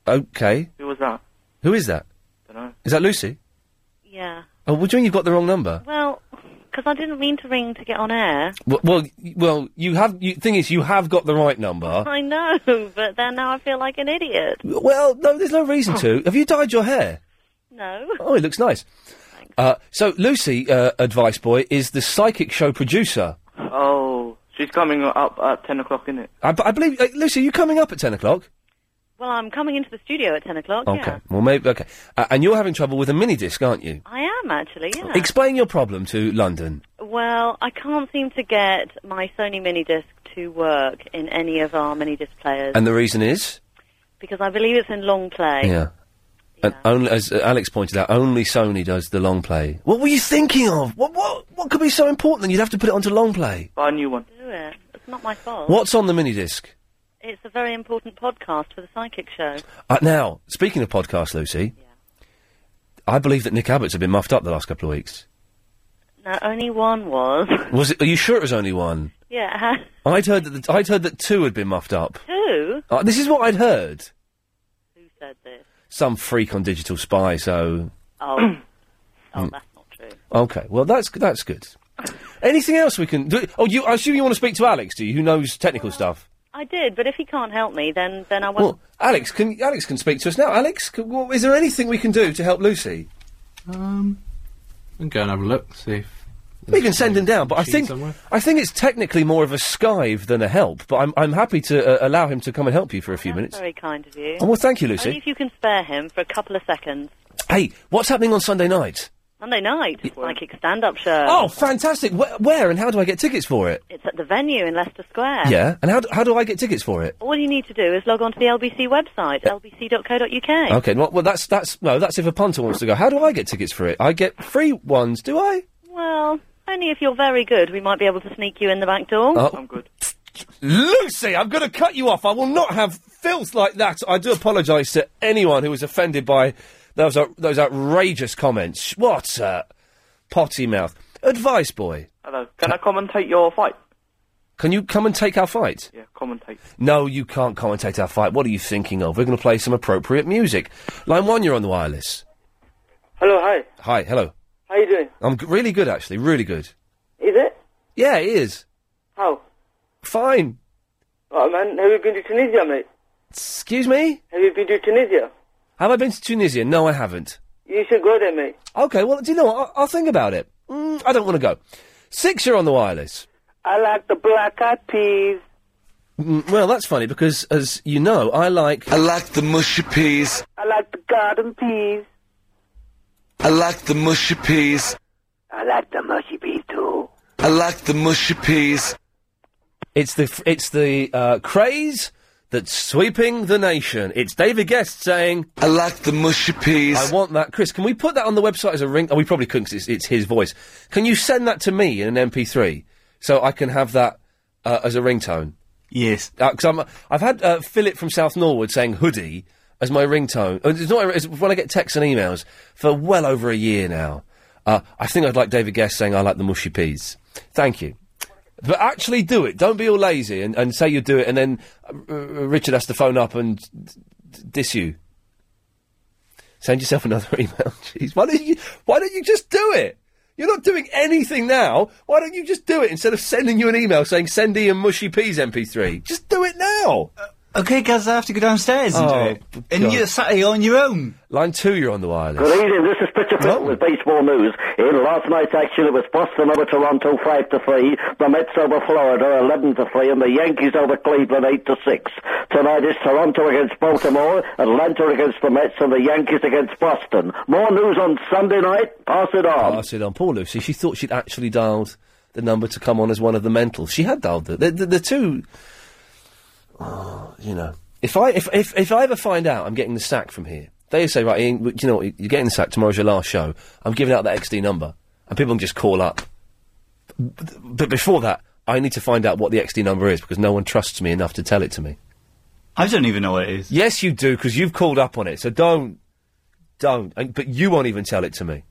[SPEAKER 4] Okay.
[SPEAKER 20] Who was that?
[SPEAKER 4] Who is that?
[SPEAKER 20] Dunno.
[SPEAKER 4] Is that Lucy?
[SPEAKER 20] Yeah.
[SPEAKER 4] Oh, what do you mean you've got the wrong number?
[SPEAKER 20] Well, because I didn't mean to ring to get on air.
[SPEAKER 4] Well, well, y- well you have. You, thing is, you have got the right number.
[SPEAKER 20] I know, but then now I feel like an idiot.
[SPEAKER 4] Well, no, there's no reason
[SPEAKER 20] Oh.
[SPEAKER 4] to. Have you dyed your hair?
[SPEAKER 20] No.
[SPEAKER 4] Oh, it looks nice. Uh, so, Lucy, uh, advice boy, is the psychic show producer.
[SPEAKER 21] Oh, she's coming up at 10 o'clock, isn't it?
[SPEAKER 4] I, b- I believe, uh, Lucy, are you coming up at 10 o'clock?
[SPEAKER 20] Well, I'm coming into the studio at 10 o'clock,
[SPEAKER 4] Okay.
[SPEAKER 20] Oh, yeah.
[SPEAKER 4] Well, maybe, okay. Uh, and you're having trouble with a mini disc, aren't you?
[SPEAKER 20] I am, actually, yeah.
[SPEAKER 4] Explain your problem to London.
[SPEAKER 20] well, I can't seem to get my Sony mini disc to work in any of our mini disc players
[SPEAKER 4] And the reason is?
[SPEAKER 20] because I believe it's in long play.
[SPEAKER 4] Yeah. And only, as uh, Alex pointed out, only Sony does the long play. What were you thinking of? What, what, what could be so important that you'd have to put it onto long play?
[SPEAKER 21] Buy a new one.
[SPEAKER 20] Do it. It's not my fault.
[SPEAKER 4] What's on the mini disc?
[SPEAKER 20] It's a very important podcast for the psychic show.
[SPEAKER 4] Uh, now, speaking of podcasts, Lucy, I believe that Nick Abbott's have been muffed up the last couple of weeks.
[SPEAKER 20] No, only one was.
[SPEAKER 4] Was it? Are you sure it was only one?
[SPEAKER 20] yeah.
[SPEAKER 4] I'd heard that. The, I'd heard that two had been muffed up.
[SPEAKER 20] Who?
[SPEAKER 4] Uh, this is what I'd heard.
[SPEAKER 20] Who said this?
[SPEAKER 4] Some freak on Digital Spy. So,
[SPEAKER 20] Oh. oh,
[SPEAKER 4] Mm.
[SPEAKER 20] that's not true.
[SPEAKER 4] okay. Well, that's that's good. Anything else we can do? Oh, you. I assume you want to speak to Alex, do you? Who knows technical stuff?
[SPEAKER 20] I did, but if he can't help me, then then I won't.
[SPEAKER 4] Well, Alex can. Alex can speak to us now. Alex, can, well, is there anything we can do to help Lucy?
[SPEAKER 2] Um, and go and have a look, see if.
[SPEAKER 4] We can send him down, but I
[SPEAKER 2] Cheese
[SPEAKER 4] think
[SPEAKER 2] somewhere?
[SPEAKER 4] I think it's technically more of a skive than a help. But I'm I'm happy to uh, allow him to come and help you for a few minutes.
[SPEAKER 20] Very kind of you.
[SPEAKER 4] Oh, well, thank you, Lucy.
[SPEAKER 20] Only if you can spare him for a couple of seconds.
[SPEAKER 4] Hey, what's happening on Sunday night?
[SPEAKER 20] Monday night, psychic stand-up show.
[SPEAKER 4] Oh, fantastic! Where, where and how do I get tickets for it?
[SPEAKER 20] It's at the venue in Leicester Square.
[SPEAKER 4] Yeah, and how do, how do I get tickets for it?
[SPEAKER 20] All you need to do is log on to the LBC website, lbc.co.uk.
[SPEAKER 4] Okay, well, well that's that's no, that's if a punter wants to go. How do I get tickets for it? I get free ones, do I?
[SPEAKER 20] Well, only if you're very good, we might be able to sneak you in the back door.
[SPEAKER 4] Oh. I'm
[SPEAKER 20] good.
[SPEAKER 4] Lucy, I'm going to cut you off. I will not have filth like that. I do apologise to anyone who was offended by those out- those outrageous comments. What a potty mouth advice, boy.
[SPEAKER 11] Hello. Can I commentate your fight?
[SPEAKER 4] Can you come and take our fight?
[SPEAKER 11] Yeah, commentate.
[SPEAKER 4] No, you can't commentate our fight. What are you thinking of? We're going to play some appropriate music. Line one, you're on the wireless.
[SPEAKER 9] Hello, hi.
[SPEAKER 4] Hi, hello.
[SPEAKER 9] How you doing?
[SPEAKER 4] I'm g- really good, actually. Really good.
[SPEAKER 9] Is it?
[SPEAKER 4] Yeah, it is.
[SPEAKER 9] How?
[SPEAKER 4] Fine.
[SPEAKER 9] Oh man, have you been to Tunisia, mate?
[SPEAKER 4] Excuse me?
[SPEAKER 9] Have you been to Tunisia?
[SPEAKER 4] Have I been to Tunisia? No, I haven't.
[SPEAKER 9] You should go there, mate.
[SPEAKER 4] Okay, well, do you know what? I'll, I'll think about it. Mm, I don't want to go. Six, you're on the wireless.
[SPEAKER 9] I like the black eyed peas.
[SPEAKER 4] Mm, well, that's funny because, as you know, I like. I like the mushy peas.
[SPEAKER 9] I like the garden peas.
[SPEAKER 3] I like the mushy peas.
[SPEAKER 9] I like the mushy peas too.
[SPEAKER 3] I like the mushy peas.
[SPEAKER 4] It's the f- it's the uh, craze that's sweeping the nation. It's David Guest saying, "I like the mushy peas." I want that, Chris. Can we put that on the website as a ring? Oh, we probably couldn't. 'cause it's, it's his voice. Can you send that to me in an MP3 so I can have that uh, as a ringtone? Yes, because I'm. I've had uh, Philip from South Norwood saying hoodie as my ringtone. Uh, It's not. It's when I get texts and emails for well over a year now. Uh, I think I'd like David Guest saying I like the mushy peas. Thank you. But actually do it. Don't be all lazy and, and say you do it, and then uh, R- R- Richard has to phone up and d- d- diss you. Send yourself another email. Jeez, why don't you? Why don't you just do it? You're not doing anything now. Why don't you just do it instead of sending you an email saying send Ian mushy peas MP3? Just do it now.
[SPEAKER 6] Uh, Okay, guys, I have to go downstairs and
[SPEAKER 4] Oh,
[SPEAKER 6] do it.
[SPEAKER 4] for
[SPEAKER 6] And
[SPEAKER 4] God.
[SPEAKER 6] you're sat here on your own.
[SPEAKER 4] Line two, you're on the wireless.
[SPEAKER 13] Good evening. This is Peter Fitton with baseball news. In last night's action, it was Boston over Toronto five to three, the Mets over Florida eleven to three, and the Yankees over Cleveland eight to six. Tonight is Toronto against Baltimore, Atlanta against the Mets, and the Yankees against Boston. More news on Sunday night. Pass it on.
[SPEAKER 4] I said on poor Lucy. She thought she'd actually dialed the number to come on as one of the mentals. She had dialed the the, the, the two. Oh, you know, if I if, if if I ever find out I'm getting the sack from here, they say right, Ian, w- do you know what? You're getting the sack tomorrow's your last show. I'm giving out that XD number, and people can just call up. But- But before that, I need to find out what the XD number is because no one trusts me enough to tell it to me.
[SPEAKER 6] I don't even know what it is.
[SPEAKER 4] Yes, you do, because you've called up on it. So don't, don't. And, but you won't even tell it to me.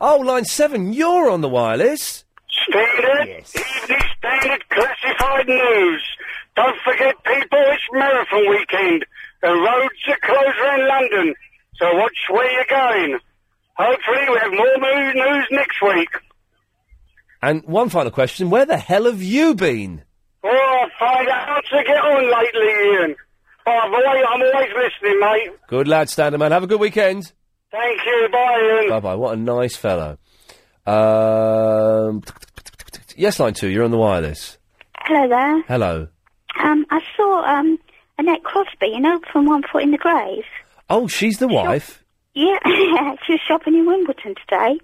[SPEAKER 4] Oh, line seven, you're on the wireless.
[SPEAKER 22] Standard, evening standard classified news. Don't forget, people, it's marathon weekend. The roads are closing in London, so watch where you're going. Hopefully, we have more mo- news next week.
[SPEAKER 4] And one final question: Where the hell have you been?
[SPEAKER 22] Oh, I find out how to get on lately, Ian. Oh, I'm always, I'm always listening, mate.
[SPEAKER 4] Good lad, Standard Man. Have a good weekend.
[SPEAKER 22] Thank you, bye, Ian.
[SPEAKER 4] Bye bye. What a nice fellow. Um, yes, line two, you're on the wireless.
[SPEAKER 23] Hello there.
[SPEAKER 4] Hello.
[SPEAKER 23] Um, I saw um, Annette Crosby, you know, from One Foot in the Grave.
[SPEAKER 4] Oh, she's the wife.
[SPEAKER 23] Yeah, she was shopping in Wimbledon today.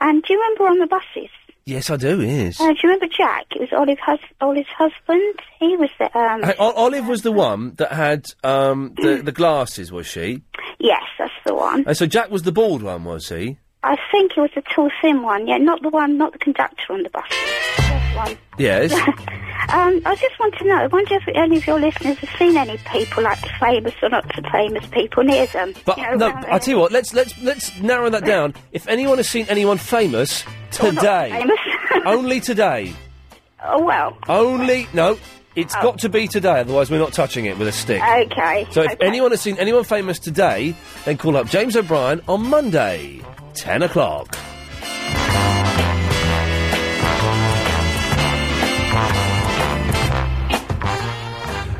[SPEAKER 23] And do you remember on the buses?
[SPEAKER 4] Yes, I do. Yes.
[SPEAKER 23] Uh, do you remember Jack? It was Olive hus- Olive's husband. He was the. Um,
[SPEAKER 4] Hey, O- Olive was the one that had um, the, the glasses, was she?
[SPEAKER 23] yes, that's the one.
[SPEAKER 4] And so Jack was the bald one, was he?
[SPEAKER 23] I think it was the tall, thin one. Yeah, not the one, not the conductor on the bus. This one.
[SPEAKER 4] Yes.
[SPEAKER 23] Um, I just want to know. I wonder if any of your listeners have seen any people like famous or not so famous people near them.
[SPEAKER 4] But
[SPEAKER 23] you know,
[SPEAKER 4] no,
[SPEAKER 23] around
[SPEAKER 4] I tell you what. Let's let's let's narrow that down. If anyone has seen anyone famous
[SPEAKER 23] Well, not
[SPEAKER 4] today,
[SPEAKER 23] famous.
[SPEAKER 4] only today,
[SPEAKER 23] Oh well.
[SPEAKER 4] only no, it's
[SPEAKER 23] Oh.
[SPEAKER 4] got to be today. Otherwise, we're not touching it with a stick.
[SPEAKER 23] Okay.
[SPEAKER 4] So if
[SPEAKER 23] okay.
[SPEAKER 4] anyone has seen anyone famous today, then call up James O'Brien on Monday, ten o'clock.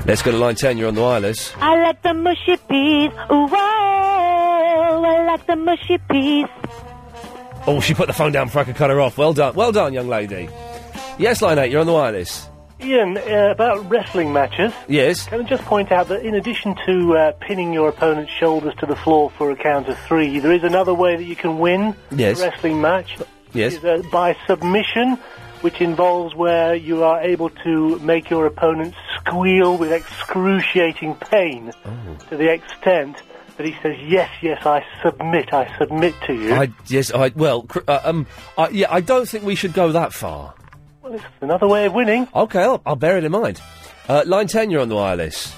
[SPEAKER 4] Let's go to line ten. You're on the wireless.
[SPEAKER 24] I like the mushy peas. Ooh, wow. I like the mushy peas.
[SPEAKER 4] Oh, she put the phone down before I could cut her off. Well done, well done, young lady. Yes, line eight. You're on the wireless.
[SPEAKER 9] Ian, uh, about wrestling matches.
[SPEAKER 4] Yes.
[SPEAKER 9] Can I just point out that in addition to uh, pinning your opponent's shoulders to the floor for a count of three, there is another way that you can win
[SPEAKER 4] Yes.
[SPEAKER 9] a wrestling match.
[SPEAKER 4] Yes.
[SPEAKER 9] Is, uh, by submission, which involves where you are able to make your opponent squeal with excruciating pain to the extent that he says, "Yes, yes, I submit, I submit to you."
[SPEAKER 4] I yes I well cr- uh, um I, yeah I don't think we should go that far.
[SPEAKER 9] Well, it's another way of winning.
[SPEAKER 4] Okay, I'll, I'll bear it in mind. Uh, line ten, you're on the wireless.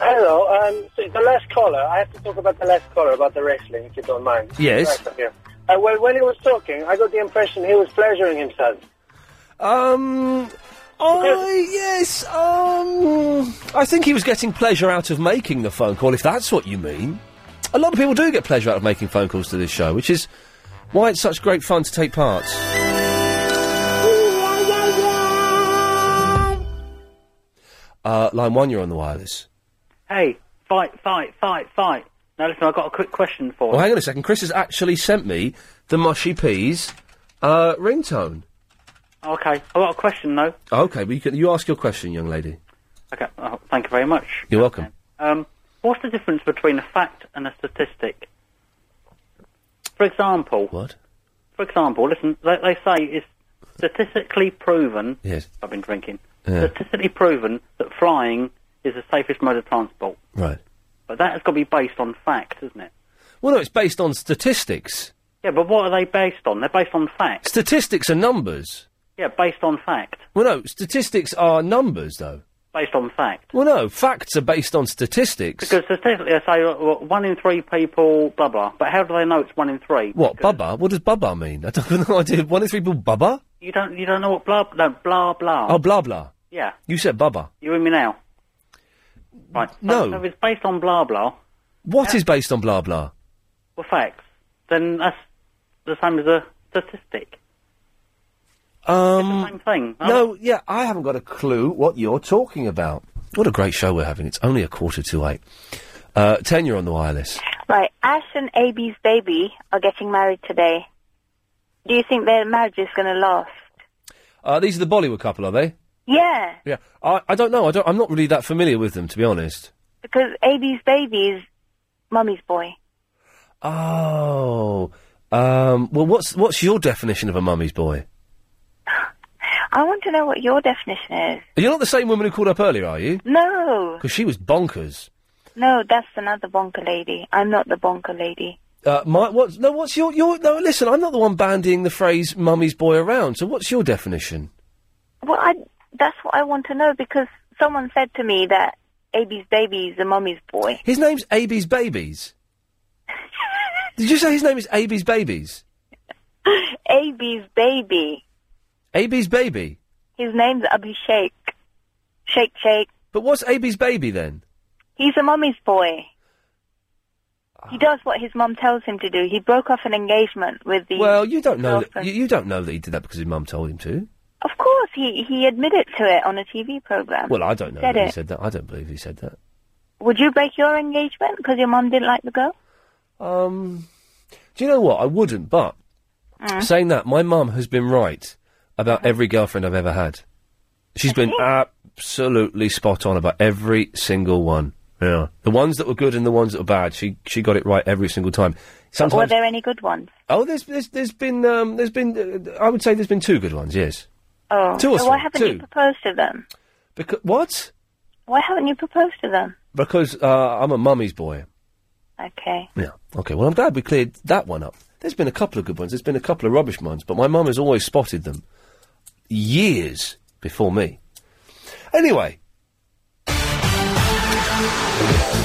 [SPEAKER 15] Hello. Um, so the last caller. I have to talk about the last caller about the wrestling, if you don't mind.
[SPEAKER 4] Yes.
[SPEAKER 15] Right, yeah. Uh, well, when he was talking, I got the impression he was pleasuring himself.
[SPEAKER 4] Um. I yes. Um. I think he was getting pleasure out of making the phone call, if that's what you mean. A lot of people do get pleasure out of making phone calls to this show, which is why it's such great fun to take part. Uh, line one, you're on the wireless.
[SPEAKER 25] Hey, fight, fight, fight, fight. Now listen, I've got a quick question for
[SPEAKER 4] Well, Oh, hang on a second. Chris has actually sent me the Mushy Peas uh, ringtone.
[SPEAKER 25] you. Okay, I've got a question though.
[SPEAKER 4] Okay, but you, can, you ask your question, young lady.
[SPEAKER 25] Okay, oh, thank you very much.
[SPEAKER 4] You're welcome.
[SPEAKER 25] Um, what's the difference between a fact and a statistic? For example.
[SPEAKER 4] What?
[SPEAKER 25] For example, listen, they, they say it's statistically proven.
[SPEAKER 4] Yes. Uh,
[SPEAKER 25] I've been drinking.
[SPEAKER 4] Yeah.
[SPEAKER 25] Statistically proven that flying is the safest mode of transport.
[SPEAKER 4] Right.
[SPEAKER 25] But that has got to be based on fact, isn't it?
[SPEAKER 4] Well, no, it's based on statistics.
[SPEAKER 25] Yeah, but what are they based on? They're based on fact.
[SPEAKER 4] Statistics are numbers.
[SPEAKER 25] Yeah, based on fact.
[SPEAKER 4] Well, no, statistics are numbers, though.
[SPEAKER 25] Based on fact.
[SPEAKER 4] Well, no, facts are based on statistics.
[SPEAKER 25] Because statistically, I say uh, well, one in three people, blah blah. But how do they know it's one in three?
[SPEAKER 4] What, bubba? What does bubba mean? I don't have no idea. One in three people, bubba?
[SPEAKER 25] You don't, you don't know what blah no, blah blah.
[SPEAKER 4] Oh, blah, blah.
[SPEAKER 25] yeah,
[SPEAKER 4] You said bubba.
[SPEAKER 25] you with me now? Right. so-
[SPEAKER 4] No.
[SPEAKER 25] So if it's based on blah blah,
[SPEAKER 4] What is based on blah, blah?
[SPEAKER 25] well, facts. Then that's the same as a statistic.
[SPEAKER 4] Um,
[SPEAKER 25] Same thing.
[SPEAKER 4] No, yeah, I haven't got a clue what you're talking about. What a great show we're having. It's only a quarter to eight. Uh, ten, you're on the wireless.
[SPEAKER 12] Right, Ash and AB's baby are getting married today. Do you think their marriage is going to last?
[SPEAKER 4] Uh, these are the Bollywood couple, are they?
[SPEAKER 12] Yeah,
[SPEAKER 4] Yeah. I, I don't know. I don't, I'm not really that familiar with them, to be honest.
[SPEAKER 12] because AB's baby is mummy's boy.
[SPEAKER 4] Oh. Um, well, what's, what's your definition of a mummy's boy?
[SPEAKER 12] I want to know what your definition is.
[SPEAKER 4] You're not the same woman who called up earlier, are you?
[SPEAKER 12] No,
[SPEAKER 4] Because she was bonkers.
[SPEAKER 12] no, that's another bonker lady. I'm not the bonker lady.
[SPEAKER 4] Uh, my, what, no, what's your, your, no, listen, I'm not the one bandying the phrase mummy's boy around, so what's your definition?
[SPEAKER 12] Well, I, that's what I want to know because someone said to me that AB's baby is the mummy's boy.
[SPEAKER 4] His name's AB's Babies. Did you say his name is AB's Babies?
[SPEAKER 12] AB's baby.
[SPEAKER 4] AB's Baby?
[SPEAKER 12] His name's Abhishek. Shake, shake.
[SPEAKER 4] But what's AB's Baby then?
[SPEAKER 12] He's a mummy's boy.
[SPEAKER 4] Ah.
[SPEAKER 12] He does what his mum tells him to do. He broke off an engagement with the.
[SPEAKER 4] Well, you don't know. That,
[SPEAKER 12] girlfriend.
[SPEAKER 4] you, you don't know that he did that because his mum told him to.
[SPEAKER 12] Of course, he he admitted to it on a TV program.
[SPEAKER 4] Well, I don't know
[SPEAKER 12] Uh, Said
[SPEAKER 4] that he
[SPEAKER 12] it.
[SPEAKER 4] said that. I don't believe he said that.
[SPEAKER 12] Would you break your engagement because your mum didn't like the girl?
[SPEAKER 4] Um, do you know what? I wouldn't. But
[SPEAKER 12] Mm.
[SPEAKER 4] saying that, my mum has been right about every girlfriend I've ever had. She's been absolutely spot on about every single one. Yeah, the ones that were good and the ones that were bad. She she got it right every single time. Sometimes
[SPEAKER 12] Were there any good ones?
[SPEAKER 4] Oh, there's there's, there's been um, there's been uh, I would say there's been two good ones. Yes.
[SPEAKER 12] Oh,
[SPEAKER 4] Two or
[SPEAKER 12] so why
[SPEAKER 4] three?
[SPEAKER 12] haven't you
[SPEAKER 4] Two.
[SPEAKER 12] proposed to them?
[SPEAKER 4] Because what?
[SPEAKER 12] Why haven't you proposed to them?
[SPEAKER 4] Because uh, I'm a mummy's boy.
[SPEAKER 12] Okay.
[SPEAKER 4] Yeah. Okay. Well, I'm glad we cleared that one up. There's been a couple of good ones. There's been a couple of rubbish ones, but my mum has always spotted them years before me. Anyway.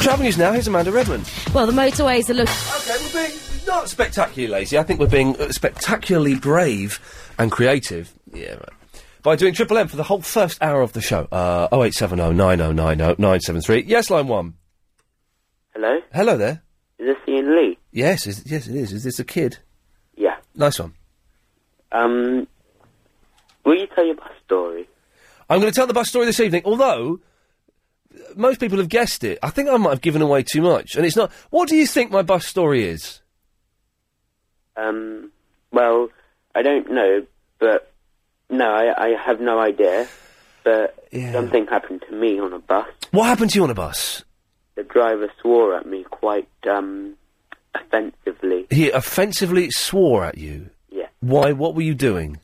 [SPEAKER 4] Travel news now. Here's Amanda Redmond.
[SPEAKER 26] Well, the motorways are looking.
[SPEAKER 4] Okay, we're being not spectacularly lazy. I think we're being uh, spectacularly brave and creative. Yeah, right. By doing Triple M for the whole first hour of the show. Uh, 0870 9090 973. Yes, line one.
[SPEAKER 10] Hello? Is
[SPEAKER 4] Hello there.
[SPEAKER 10] this Ian Lee?
[SPEAKER 4] Yes, is, yes, it is. Is this a kid?
[SPEAKER 10] Yeah.
[SPEAKER 4] Nice one.
[SPEAKER 10] Um, will you tell your bus story?
[SPEAKER 4] I'm going to tell the bus story this evening, although uh, most people have guessed it. I think I might have given away too much, and it's not. What do you think my bus story is?
[SPEAKER 10] Um, well, I don't know, but no, I, I have no idea. but something happened to me on a bus.
[SPEAKER 4] What happened to you on a bus?
[SPEAKER 10] The driver swore at me quite um, offensively.
[SPEAKER 4] He offensively swore at you.
[SPEAKER 10] Yeah.
[SPEAKER 4] Why? What were you doing?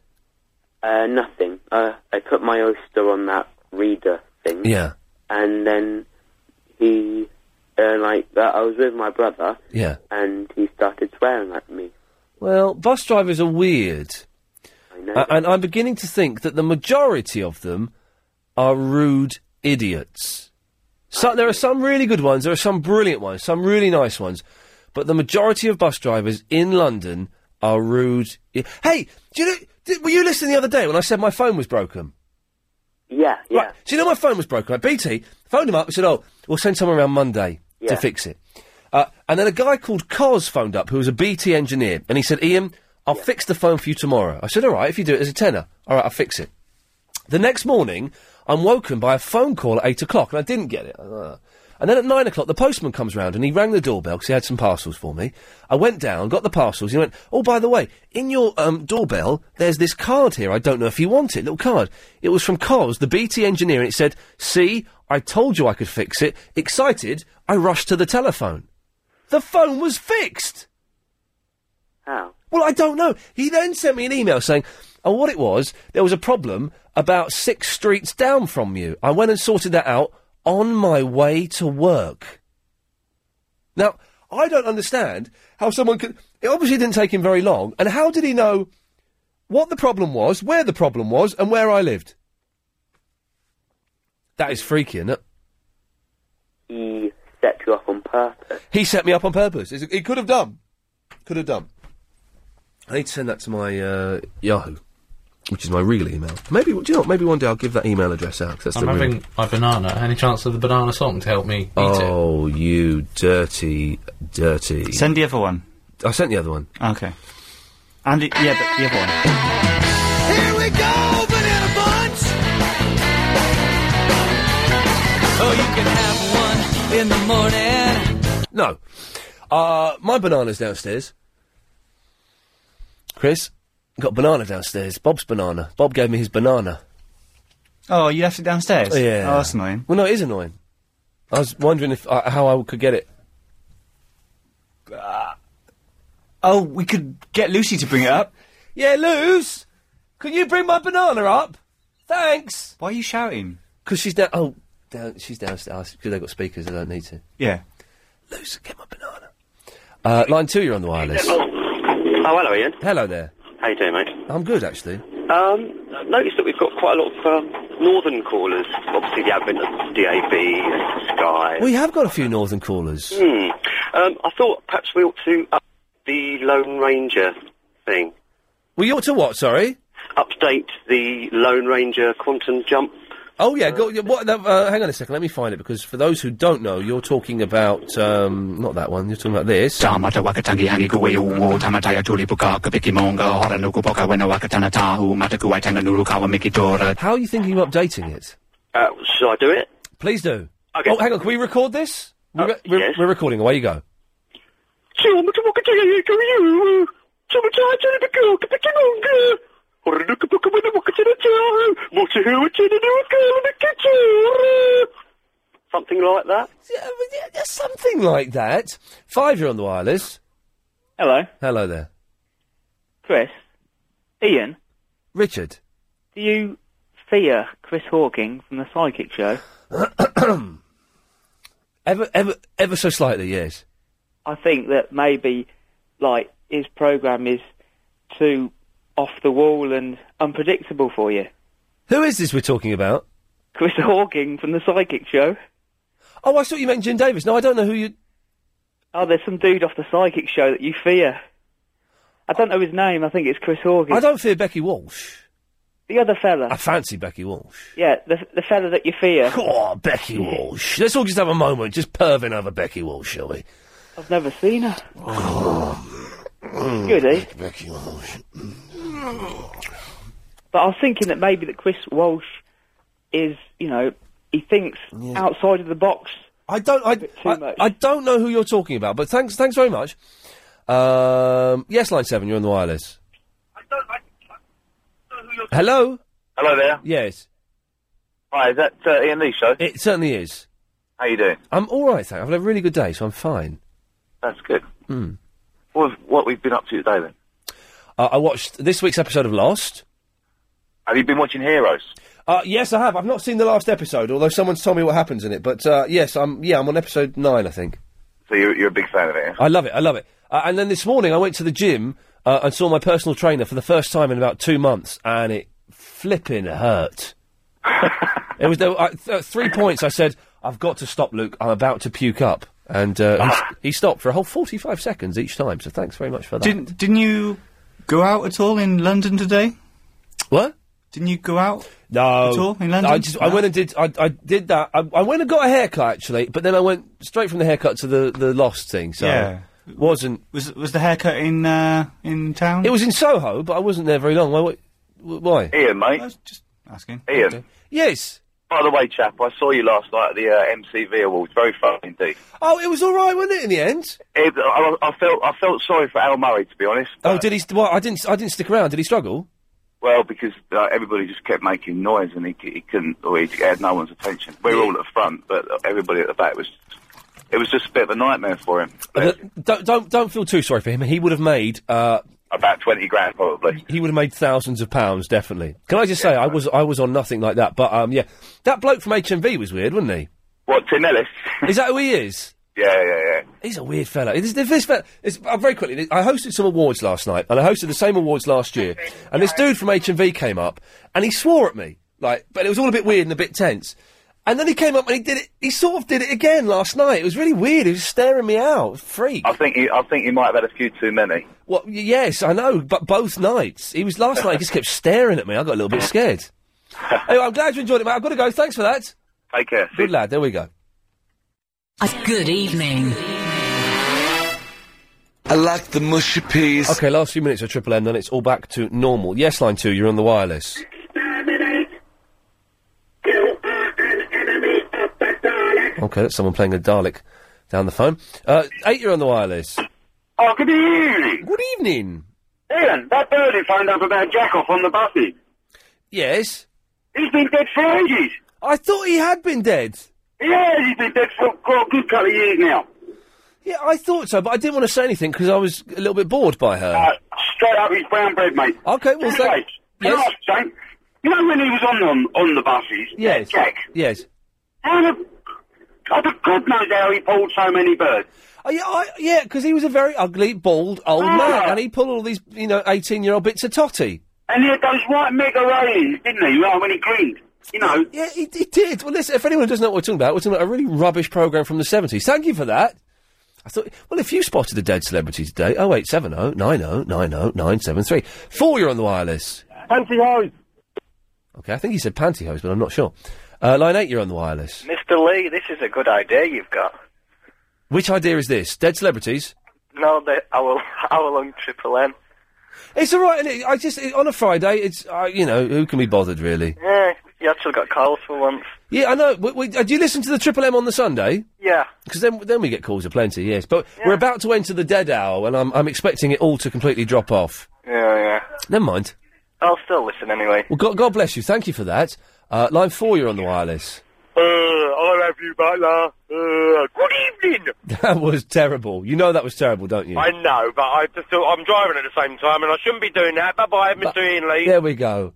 [SPEAKER 10] Uh, nothing. Uh, I put my oyster on that reader thing.
[SPEAKER 4] Yeah.
[SPEAKER 10] And then he, uh, like, uh, I was with my brother,
[SPEAKER 4] Yeah.
[SPEAKER 10] and he started swearing at me.
[SPEAKER 4] Well, bus drivers are weird. I
[SPEAKER 10] know.
[SPEAKER 4] and I'm beginning to think that the majority of them are rude idiots. So, there are some really good ones, there are some brilliant ones, some really nice ones, but the majority of bus drivers in London are rude. I- hey, do you know, did, were you listening the other day when I said my phone was broken?
[SPEAKER 10] Yeah,
[SPEAKER 4] yeah. Right. So you know my phone was broken. Like BT phoned him up and said, "Oh, we'll send someone around Monday
[SPEAKER 10] Yeah.
[SPEAKER 4] to fix it." Uh, and then a guy called Cos phoned up, who was a BT engineer, and he said, "Ian, I'll fix the phone for you tomorrow." I said, "All right, if you do it as a tenner, all right, I'll fix it." The next morning, I'm woken by a phone call at eight o'clock, and I didn't get it. Uh, And then at nine o'clock, the postman comes round and he rang the doorbell because he had some parcels for me. I went down, got the parcels. He went, "Oh, by the way, in your um, doorbell, there's this card here. I don't know if you want it. Little card. It was from Cos, the BT engineer, and it said, "See, I told you I could fix it." Excited, I rushed to the telephone. The phone was fixed.
[SPEAKER 10] How?
[SPEAKER 4] Well, I don't know. He then sent me an email saying, "Oh, what it was? There was a problem about six streets down from you. I went and sorted that out on my way to work." Now, I don't understand how someone could. It obviously didn't take him very long. And how did he know what the problem was, where the problem was, and where I lived? That is freaky, isn't it?
[SPEAKER 10] He set you up on purpose.
[SPEAKER 4] He set me up on purpose. It's- He could have done. Could have done. I need to send that to my uh, Yahoo, which is my real email. Maybe do you know? what, Maybe one day I'll give that email address out. 'cause that's
[SPEAKER 2] I'm
[SPEAKER 4] the real-
[SPEAKER 2] having my banana. Any chance of the banana song to help me eat it?
[SPEAKER 4] Oh, you dirty, dirty. Send the other one. I sent the other one. Okay.
[SPEAKER 6] And it, yeah, but the other one.
[SPEAKER 3] Here we go, banana buns.
[SPEAKER 4] Oh, you can have one in the morning. No. Uh, my banana's downstairs. Chris, got banana downstairs. Bob's banana. Bob gave me his banana.
[SPEAKER 6] Oh, you left it downstairs?
[SPEAKER 4] Yeah.
[SPEAKER 6] Oh, that's annoying.
[SPEAKER 4] Well, no, it is annoying. I was wondering if uh, how I could get it.
[SPEAKER 6] Uh, Oh, we could get Lucy to bring it up.
[SPEAKER 4] yeah, Luz, can you bring my banana up? Thanks.
[SPEAKER 6] Why are you shouting?
[SPEAKER 4] Because she's down. Oh, down, she's downstairs. Because they've got speakers, I don't need to.
[SPEAKER 6] Yeah.
[SPEAKER 4] Luz, get my banana. Uh, line two, you're on the wireless.
[SPEAKER 27] Oh, hello, Ian.
[SPEAKER 4] Hello there.
[SPEAKER 27] How you doing, mate?
[SPEAKER 4] I'm good, actually.
[SPEAKER 27] Um, I've noticed that we've got quite a lot of um, northern callers. Obviously, the advent of DAB and Sky.
[SPEAKER 4] We have got a few northern callers.
[SPEAKER 27] Hmm. Um, I thought perhaps we ought to up the Lone Ranger thing.
[SPEAKER 4] We ought to what? Sorry.
[SPEAKER 27] Update the Lone Ranger quantum jump.
[SPEAKER 4] Oh yeah, go, yeah, what, uh, hang on a second. Let me find it because for those who don't know, you're talking about um, not that one. You're talking about this.
[SPEAKER 27] Uh,
[SPEAKER 4] How are you thinking of updating it?
[SPEAKER 27] Uh, shall I do it?
[SPEAKER 4] Please do.
[SPEAKER 27] Okay. Uh,
[SPEAKER 4] Oh, hang on. Can we record this? We're, re- we're, we're recording. Away you go.
[SPEAKER 27] Something like that.
[SPEAKER 4] Something like that. Five, you're on the wireless.
[SPEAKER 27] Hello.
[SPEAKER 4] Hello there.
[SPEAKER 27] Chris, Ian,
[SPEAKER 4] Richard.
[SPEAKER 27] do you fear Chris Hawking from the Psychic Show?
[SPEAKER 4] ever, ever, ever so slightly, yes.
[SPEAKER 27] I think that maybe, like, his program is too off the wall and unpredictable for you.
[SPEAKER 4] Who is this we're talking about?
[SPEAKER 27] Chris Hawking from the Psychic Show.
[SPEAKER 4] Oh, I thought you meant Jim Davis. No, I don't know who you.
[SPEAKER 27] Oh, there's some dude off the Psychic Show that you fear. I don't know his name. I think it's Chris Hawking.
[SPEAKER 4] I don't fear Becky Walsh.
[SPEAKER 27] The other fella.
[SPEAKER 4] I fancy Becky Walsh.
[SPEAKER 27] Yeah, the the fella that you fear.
[SPEAKER 4] Oh, Becky Walsh. Let's all just have a moment, just perving over Becky Walsh, shall we?
[SPEAKER 27] I've never seen her. Good, eh?
[SPEAKER 4] Mm. Becky Walsh.
[SPEAKER 27] But I was thinking that maybe that Chris Walsh is, you know, he thinks outside of the box.
[SPEAKER 4] I don't. I, I, I don't know who you're talking about, but thanks, thanks very much. Um, yes, line seven, you're on the wireless. Hello.
[SPEAKER 26] Hello there.
[SPEAKER 4] Yes.
[SPEAKER 11] Hi, is that uh, Ian Lee show?
[SPEAKER 4] It certainly is.
[SPEAKER 11] How you doing?
[SPEAKER 4] I'm all right, thank. I've had a really good day, so I'm fine.
[SPEAKER 11] That's good.
[SPEAKER 4] Hmm.
[SPEAKER 11] What, what we've been up to today then?
[SPEAKER 4] Uh, I watched this week's episode of Lost.
[SPEAKER 11] Have you been watching Heroes?
[SPEAKER 4] Uh, yes, I have. I've not seen the last episode, although someone's told me what happens in it. But uh, yes, I'm yeah, I'm on episode nine, I think.
[SPEAKER 11] So you're, you're a big fan of it.
[SPEAKER 4] I love it. I love it. Uh, and then this morning, I went to the gym uh, and saw my personal trainer for the first time in about two months, and it flipping hurt. it was there, were, uh, th- uh, three points. I said, "I've got to stop, Luke. I'm about to puke up." And uh, he, s- he stopped for a whole 45 seconds each time. So thanks very much for that.
[SPEAKER 6] Didn't didn't you go out at all in London today?
[SPEAKER 4] What?
[SPEAKER 6] Didn't you go out?
[SPEAKER 4] No,
[SPEAKER 6] At all in London?
[SPEAKER 4] Oh, I just I
[SPEAKER 6] No.
[SPEAKER 4] went and did I, I did that. I, I went and got a haircut actually, but then I went straight from the haircut to the the lost thing. So
[SPEAKER 6] Yeah.
[SPEAKER 4] wasn't
[SPEAKER 6] was was the haircut in uh, in town?
[SPEAKER 4] It was in Soho, but I wasn't there very long. Why? wh- Why?
[SPEAKER 11] Ian, mate.
[SPEAKER 6] just asking.
[SPEAKER 11] Ian.
[SPEAKER 4] Yes.
[SPEAKER 11] By the way, chap, I saw you last night at the uh, MCV Awards. Very fun indeed.
[SPEAKER 4] Oh, it was all right, wasn't it? In the end.
[SPEAKER 11] It, I, I felt I felt sorry for Al Murray, to be honest.
[SPEAKER 4] Oh, did he? st- Well, I didn't. I didn't stick around. Did he struggle?
[SPEAKER 11] Well, because uh, everybody just kept making noise and he, c- he couldn't, or he had no one's attention. We were all at the front, but everybody at the back was. It was just a bit of a nightmare for him.
[SPEAKER 4] Uh, Don't don't don't feel too sorry for him. He would have made uh,
[SPEAKER 11] About twenty grand, probably.
[SPEAKER 4] He would have made thousands of pounds, definitely. Can I just say, I was I was on nothing like that. But um, yeah, that bloke from HMV was weird, wasn't he?
[SPEAKER 11] What, Tim Ellis?
[SPEAKER 4] Is that who he is?
[SPEAKER 11] Yeah, yeah, yeah.
[SPEAKER 4] He's a weird fella. This, this fella this, uh, very quickly, I hosted some awards last night, and I hosted the same awards last year. And this dude from HMV came up, and he swore at me, like, but it was all a bit weird and a bit tense. And then he came up and he did it. He sort of did it again last night. It was really weird. He was staring me out, freak.
[SPEAKER 11] I think he, I think he might have had a few too many.
[SPEAKER 4] Well, y- yes, I know, but both nights. He was last night, he just kept staring at me. I got a little bit scared. anyway, I'm glad you enjoyed it, mate. I've got to go. Thanks for that.
[SPEAKER 11] Take care.
[SPEAKER 4] Good lad. There we go.
[SPEAKER 26] Good evening.
[SPEAKER 4] I like the mushy peas. Okay, last few minutes of Triple M, then it's all back to normal. Yes, line two, you're on the wireless. Okay, that's someone playing a Dalek down the phone. Uh, eight, you're on the wireless.
[SPEAKER 22] Oh, good evening.
[SPEAKER 4] Good evening.
[SPEAKER 22] Ian, that birdie found out about Jackoff on the buses.
[SPEAKER 4] Yes?
[SPEAKER 22] He's been dead for ages.
[SPEAKER 4] I thought he had been dead.
[SPEAKER 22] Yeah, he's been dead for a good couple of years now.
[SPEAKER 4] Yeah, I thought so, but I didn't want to say anything because I was a little bit bored by her.
[SPEAKER 22] Straight up, he's brown bread, mate.
[SPEAKER 4] Okay, well,
[SPEAKER 22] anyway, can I ask you something? You know when he was on them on the buses?
[SPEAKER 4] yes.
[SPEAKER 22] Jack.
[SPEAKER 4] Yes.
[SPEAKER 22] How the, how the God knows how he pulled so many birds.
[SPEAKER 4] Oh, yeah, I, yeah, because he was a very ugly, bald old
[SPEAKER 22] Ah.
[SPEAKER 4] man, and he pulled all these, you know, eighteen-year-old bits of totty.
[SPEAKER 22] And he had those white mega railings, didn't he? Right when he grinned, you know.
[SPEAKER 4] Yeah, he, he did. Well, listen, if anyone doesn't know what we're talking about, we're talking about a really rubbish program from the seventies. Thank you for that. I thought, well, if you spotted a dead celebrity today, oh eight seven oh nine oh nine oh nine seven three four, you're on the wireless.
[SPEAKER 16] Pantyhose.
[SPEAKER 4] Okay, I think he said pantyhose, but I'm not sure. Uh, line eight, you're on the wireless.
[SPEAKER 16] Mr. Lee, this is a good idea you've got.
[SPEAKER 4] Which idea is this? Dead celebrities?
[SPEAKER 16] No, the hour, hour long Triple M.
[SPEAKER 4] It's all right. Isn't it? I just it, on a Friday, it's uh, you know who can be bothered really.
[SPEAKER 16] Yeah, you actually got calls for once.
[SPEAKER 4] Yeah, I know. We, we, uh, do you listen to the Triple M on the Sunday?
[SPEAKER 16] Yeah.
[SPEAKER 4] Because then, then we get calls aplenty, yes. But we're about to enter the dead hour, and I'm, I'm expecting it all to completely drop off.
[SPEAKER 16] Yeah, yeah.
[SPEAKER 4] Never mind.
[SPEAKER 16] I'll still listen anyway.
[SPEAKER 4] Well, God, God bless you. Thank you for that. Uh, line four, you're on the wireless.
[SPEAKER 13] Uh, I'll have you back there. Uh, good evening.
[SPEAKER 4] that was terrible. You know that was terrible, don't you?
[SPEAKER 13] I know, but I just thought I'm driving at the same time, and I shouldn't be doing that. Bye bye, Mr. Ian Lee.
[SPEAKER 4] There we go.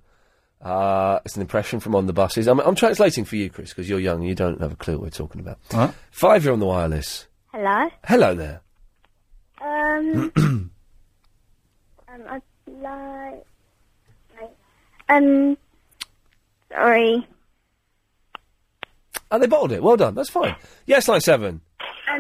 [SPEAKER 4] Uh, it's an impression from on the buses. I'm, I'm translating for you, Chris, because you're young and you don't have a clue what we're talking about. Five, you're on the wireless.
[SPEAKER 17] Hello.
[SPEAKER 4] Hello there.
[SPEAKER 17] Um. um. I'd like. Um. Sorry.
[SPEAKER 4] Oh, they bottled it. Well done. That's fine. Yes, line seven.
[SPEAKER 28] Uh,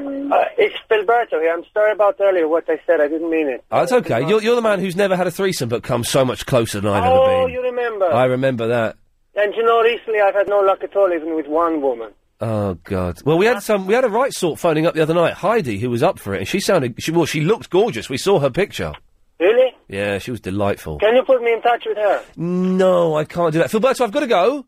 [SPEAKER 28] it's Filberto here. I'm sorry about earlier what I said. I didn't mean it.
[SPEAKER 4] Oh, that's okay. You're, you're the man who's never had a threesome but comes so much closer than I've
[SPEAKER 28] oh,
[SPEAKER 4] ever been.
[SPEAKER 28] you remember.
[SPEAKER 4] I remember that.
[SPEAKER 28] and you know, recently I've had no luck at all, even with one woman.
[SPEAKER 4] Oh God! Well, we had some. We had a right sort phoning up the other night. Heidi, who was up for it, and she sounded. She well, she looked gorgeous. We saw her picture.
[SPEAKER 28] Really?
[SPEAKER 4] Yeah, she was delightful.
[SPEAKER 28] Can you put me in touch with her?
[SPEAKER 4] No, I can't do that. Philberto, I've got to go.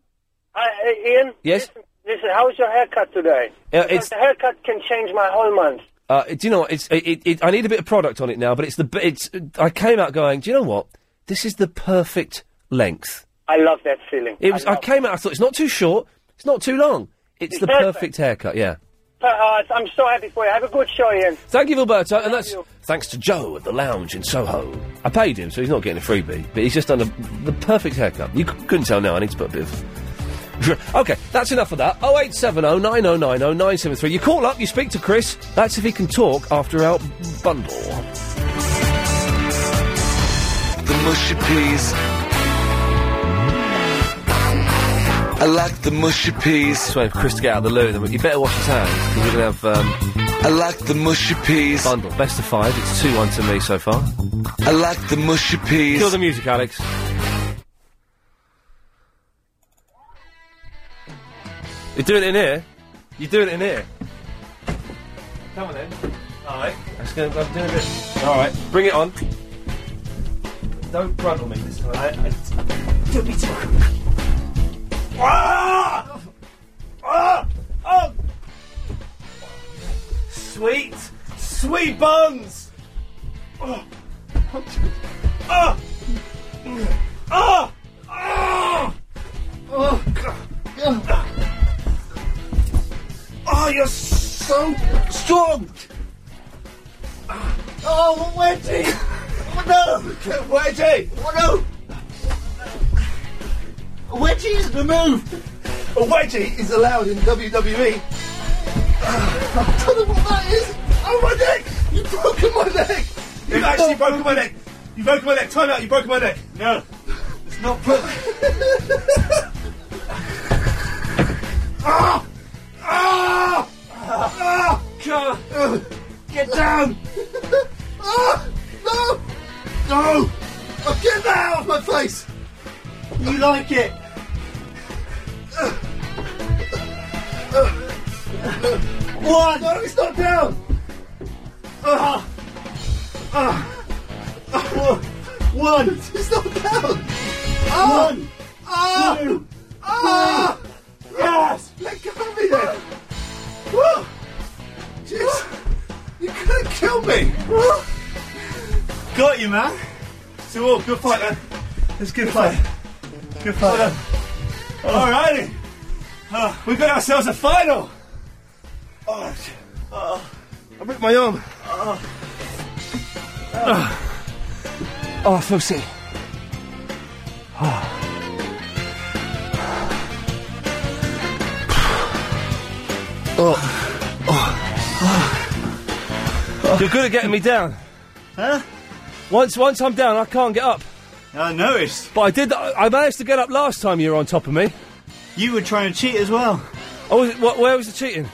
[SPEAKER 28] Hi, uh, Ian?
[SPEAKER 4] Yes.
[SPEAKER 28] Listen, how's your haircut today?
[SPEAKER 4] Yeah,
[SPEAKER 28] Because
[SPEAKER 4] it's-
[SPEAKER 28] the haircut can change my whole month.
[SPEAKER 4] Uh, do you know what? It's. It, it, it, I need a bit of product on it now, but it's the. b- It's. I came out going. Do you know what? This is the perfect length.
[SPEAKER 28] I love that feeling.
[SPEAKER 4] It was. I, came out. I thought it's not too short. It's not too long. It's,
[SPEAKER 28] It's
[SPEAKER 4] the
[SPEAKER 28] perfect.
[SPEAKER 4] perfect haircut. Yeah.
[SPEAKER 28] But, uh, I'm so happy for you. Have a good show, Ian.
[SPEAKER 4] Thank you, Alberto, and that's thanks to Joe at the lounge in Soho. I paid him, so he's not getting a freebie, but he's just done a, the perfect haircut. You c- couldn't tell now. I need to put a bit of. Okay, that's enough of that. 0870 9090 973. You call up, you speak to Chris. That's if he can talk after our bundle.
[SPEAKER 3] The mushy peas. I like the mushy peas.
[SPEAKER 4] This way, for Chris to get out of the loo, then you better wash his hands, because we're going to have. Um,
[SPEAKER 3] I like the mushy peas.
[SPEAKER 4] Bundle, best of five. It's 2 1 to me so far.
[SPEAKER 3] I like the mushy peas.
[SPEAKER 4] Kill the music, Alex. You're doing it in here? You're doing it in here? Come on then. Alright. I'm just gonna, I'm doing a bit. Alright. Bring it on. Don't run on me this time. I, I, don't be talking. Ah! Ah! Oh! Sweet, sweet buns! Oh! Ah! Ah! Ah! Oh, God. Oh, you're so strong! Oh, Wendy! Oh, no! Wendy! Oh, no! Wedgie is the move! A wedgie is allowed in E. WWE. I don't know what that is! Oh, my neck! You've broken my neck! You've actually broken my neck! You've broken my neck! Time out, you've broken my neck! No! It's not broken! ah! Ah! Ah! God! Get down! ah! No! No! Oh, get that out of my face! You like it? One! No, it's not down! Ah! Ah! Ah! One! It's not down! Ah! One! Ah! Two! Ah! Yes! Let go of me then! Woo! Jeez! You could have killed me! Got you, man! So, all good fight, man. It's a good fight. Good fight. Alrighty! Uh, we got ourselves a final! Oh, uh, I ripped my arm. Oh, I feel sick. Oh. You're good at getting me down. Huh? Once, once I'm down, I can't get up. I noticed. But I did. I I managed to get up last time you were on top of me. You were trying to cheat as well. Oh, was it, what, where was the cheating?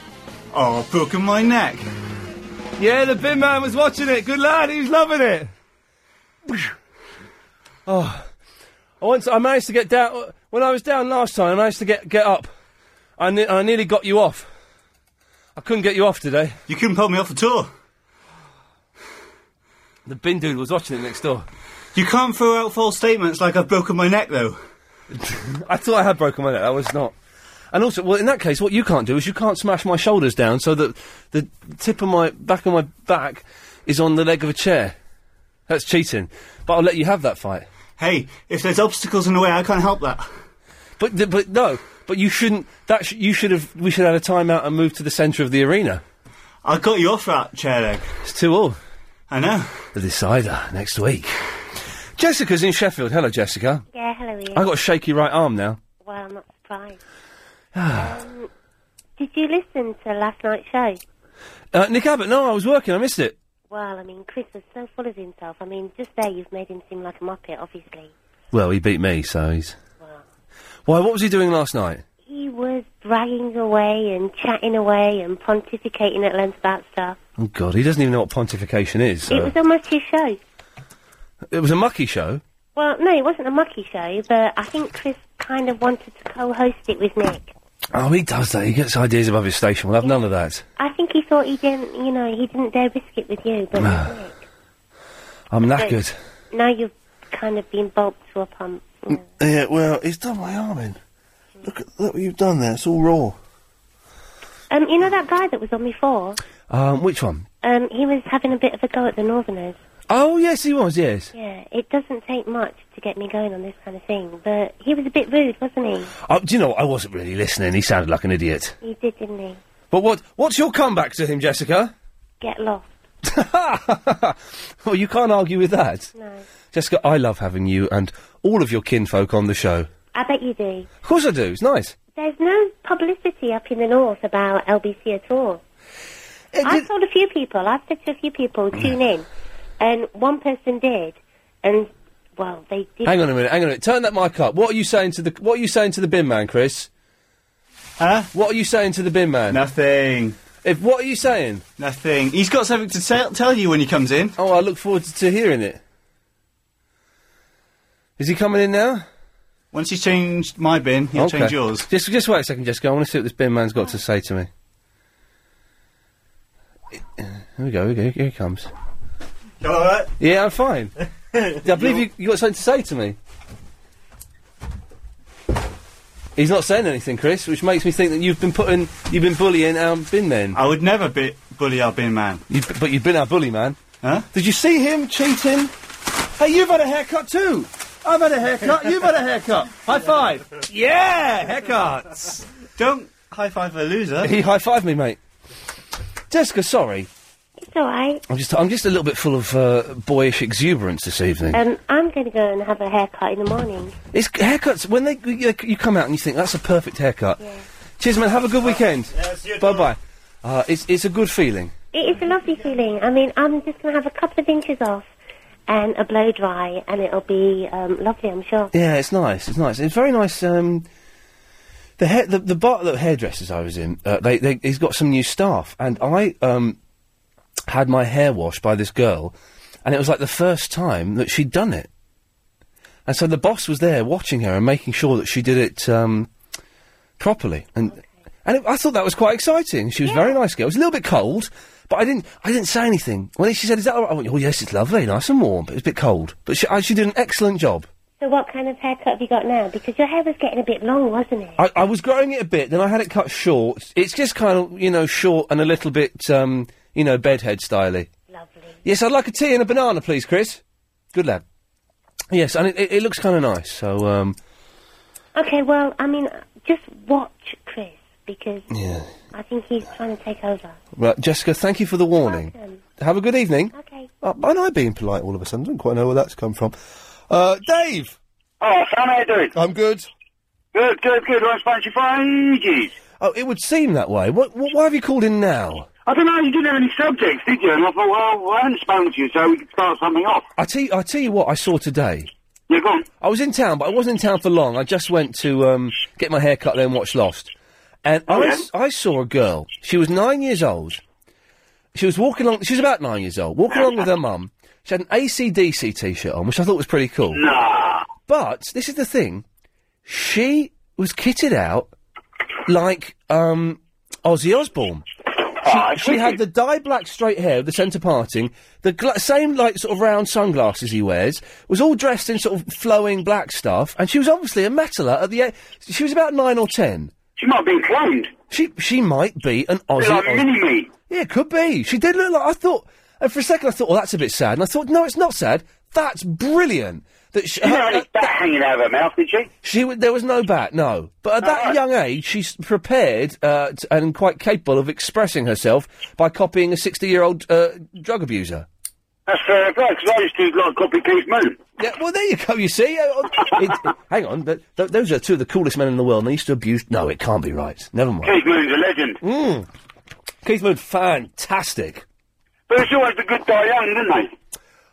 [SPEAKER 4] Oh, I've broken my neck. Yeah, the bin man was watching it. Good lad, he was loving it. Oh, I once I managed to get down. When I was down last time, I managed to get get up. I ne- I nearly got you off. I couldn't get you off today. You couldn't pull me off at all. The bin dude was watching it next door.
[SPEAKER 6] You can't throw out false statements like I've broken my neck, though.
[SPEAKER 4] I thought I had broken my neck. I was not. And also, well, in that case, what you can't do is you can't smash my shoulders down so that the tip of my back of my back is on the leg of a chair. That's cheating. But I'll let you have that fight. Hey, if there's obstacles in the way, I can't help that. But th- but no, but you shouldn't. That sh- you should have. We should have had a timeout and moved to the centre of the arena. I got you off that chair leg. It's too all. I know. The decider next week. Jessica's in Sheffield. Hello, Jessica.
[SPEAKER 17] Yeah, hello, Ian.
[SPEAKER 4] I got a shaky right arm now.
[SPEAKER 17] Well, I'm not surprised. um, did you listen to last night's show?
[SPEAKER 4] Uh, Nick Abbott, no, I was working. I missed it.
[SPEAKER 17] Well, I mean, Chris was so full of himself. I mean, just there, you've made him seem like a muppet, obviously.
[SPEAKER 4] Well, he beat me, so he's. Why? What was he doing last night?
[SPEAKER 17] He was bragging away and chatting away and pontificating at length about stuff.
[SPEAKER 4] Oh God, he doesn't even know what pontification is. So.
[SPEAKER 17] It was almost his show.
[SPEAKER 4] It was a mucky show.
[SPEAKER 17] Well, no, it wasn't a mucky show, but I think Chris kind of wanted to co-host it with Nick.
[SPEAKER 4] Oh, he does that. He gets ideas above his station. We'll have none of that.
[SPEAKER 17] I think he thought he didn't, you know, he didn't dare risk it with you, but with Nick.
[SPEAKER 4] I'm
[SPEAKER 17] But
[SPEAKER 4] knackered.
[SPEAKER 17] Now you've kind of been bulked to a pump.
[SPEAKER 1] Yeah, well, he's done my arm in. Look at look what you've done there. It's all raw.
[SPEAKER 17] Um, you know that guy that was on before?
[SPEAKER 4] Um, which one?
[SPEAKER 17] Um, he was having a bit of a go at the Northerners.
[SPEAKER 4] Oh, yes, he was, yes.
[SPEAKER 17] Yeah, it doesn't take much to get me going on this kind of thing, but he was a bit rude, wasn't he?
[SPEAKER 4] Oh, do you know, what? I wasn't really listening. He sounded like an idiot.
[SPEAKER 17] He did, didn't he?
[SPEAKER 4] But what, what's your comeback to him, Jessica?
[SPEAKER 17] Get lost.
[SPEAKER 4] Well, you can't argue with that.
[SPEAKER 17] No.
[SPEAKER 4] Jessica, I love having you and all of your kinfolk on the show.
[SPEAKER 17] I bet you do.
[SPEAKER 4] Of course I do, it's nice.
[SPEAKER 17] There's no publicity up in the north about LBC at all. I've told a few people, I've said to a few people,
[SPEAKER 4] Mm.
[SPEAKER 17] tune in. And one person did. And, well, they did.
[SPEAKER 4] Hang on a minute, hang on a minute. Turn that mic up. What are you saying to the What are you saying to the bin man, Chris? Huh? What are you saying to the bin man? Nothing. If what are you saying? Nothing. He's got something to tell, tell you when he comes in. Oh, I look forward to, to hearing it. Is he coming in now?
[SPEAKER 6] Once he's changed my bin, he'll
[SPEAKER 4] Okay.
[SPEAKER 6] change yours.
[SPEAKER 4] Just, just wait a second, Jessica. I want to see what this bin man's got to say to me. Here we go. Here, we go, here he comes.
[SPEAKER 6] You all right?
[SPEAKER 4] Yeah, I'm fine. I believe you, you got something to say to me. He's not saying anything, Chris, which makes me think that you've been putting, you've been bullying our bin men. I would never be- bully our bin man. You, but you've been our bully man. Huh? Did you see him cheating? Hey, you've had a haircut too. I've had a haircut. you've had a haircut. High five. Yeah, haircuts. Don't high five a loser. He high fived me, mate. Jessica, sorry.
[SPEAKER 17] It's all right.
[SPEAKER 4] I'm just, I'm just a little bit full of uh, boyish exuberance this evening.
[SPEAKER 17] Um, I'm going to go and have a haircut in the morning.
[SPEAKER 4] It's haircuts when they you, you come out and you think that's a perfect haircut. Cheers, man. Have a good weekend. bye bye. Uh, it's it's a good feeling.
[SPEAKER 17] It is a lovely feeling. I mean, I'm just going to have a couple of inches off and a blow dry, and it'll be um, lovely, I'm sure.
[SPEAKER 4] Yeah, it's nice. It's nice. It's very nice. Um, the hair, the the bar, the hairdressers I was in, uh, they they he's got some new staff, and I um had my hair washed by this girl, and it was like the first time that she'd done it, and so the boss was there watching her and making sure that she did it um properly, and and it, I thought that was quite exciting. She was a very nice girl. It was a little bit cold. But I didn't. I didn't say anything. When she said, "Is that all right?" I went, "Oh yes, it's lovely, nice and warm." But it was a bit cold. But she, I, she did an excellent job.
[SPEAKER 17] So, what kind of haircut have you got now? Because your hair was getting a bit long, wasn't it?
[SPEAKER 4] I, I was growing it a bit, then I had it cut short. It's just kind of, you know, short and a little bit, um, you know, bedhead styly. Lovely. Yes, I'd like a tea and a banana, please, Chris. Good lad. Yes, and it, it, it looks kind of nice. So, um,
[SPEAKER 17] Okay, well, I mean, just watch Chris because I think he's trying to take over.
[SPEAKER 4] right, Jessica, thank you for the warning.
[SPEAKER 17] welcome.
[SPEAKER 4] Have a good evening.
[SPEAKER 17] Okay.
[SPEAKER 1] Uh, and I being polite all of a sudden. Don't quite know where that's come from. Uh, Dave.
[SPEAKER 22] Oh, Sam, how you doing?
[SPEAKER 1] I'm good.
[SPEAKER 22] Good, good, good. I haven't spoken to you for ages.
[SPEAKER 4] Oh, it would seem that way. What, what, why have you called in now?
[SPEAKER 22] I don't know, you didn't have any subjects, did you? And I thought, well, I haven't spoken to you, so we could start something off.
[SPEAKER 4] I tell you, I tell you what I saw today.
[SPEAKER 22] Yeah, go on.
[SPEAKER 4] I was in town, but I wasn't in town for long. I just went to um, get my hair cut there and watch Lost. And
[SPEAKER 22] Oh,
[SPEAKER 4] I, s- I saw a girl. She was nine years old. She was walking along. She was about nine years old, walking along with her mum. She had an ACDC t-shirt on, which I thought was pretty cool. But this is the thing: she was kitted out like um, Ozzy Osbourne.
[SPEAKER 22] Ah,
[SPEAKER 4] She, she had the dye black straight hair with the centre parting, the gla- same like sort of round sunglasses he wears, was all dressed in sort of flowing black stuff, and she was obviously a metaller at the age. She was about nine or ten.
[SPEAKER 22] She might have been cloned.
[SPEAKER 4] She she might be an Aussie.
[SPEAKER 22] like
[SPEAKER 4] Oz-
[SPEAKER 22] Mini-Me.
[SPEAKER 4] Yeah, could be. She did look like I thought, and for a second I thought, well, that's a bit sad, and I thought, no, it's not sad. That's brilliant. That
[SPEAKER 22] She
[SPEAKER 4] she,
[SPEAKER 22] didn't have any fat hanging out of her mouth, did she?
[SPEAKER 4] she w- there was no bat, no. But at that young age, she's prepared uh, t- and quite capable of expressing herself by copying a sixty-year-old uh, drug abuser.
[SPEAKER 22] That's fair play, because I used to like copy Keith Moon.
[SPEAKER 4] Yeah, well, there you go, you see. Uh, it- hang on, th- th- those are two of the coolest men in the world, and they used to abuse. No, it can't be right. Never mind.
[SPEAKER 22] Keith Moon's a legend.
[SPEAKER 4] Mm. Keith Moon, fantastic.
[SPEAKER 22] But it's always the good die young, isn't they?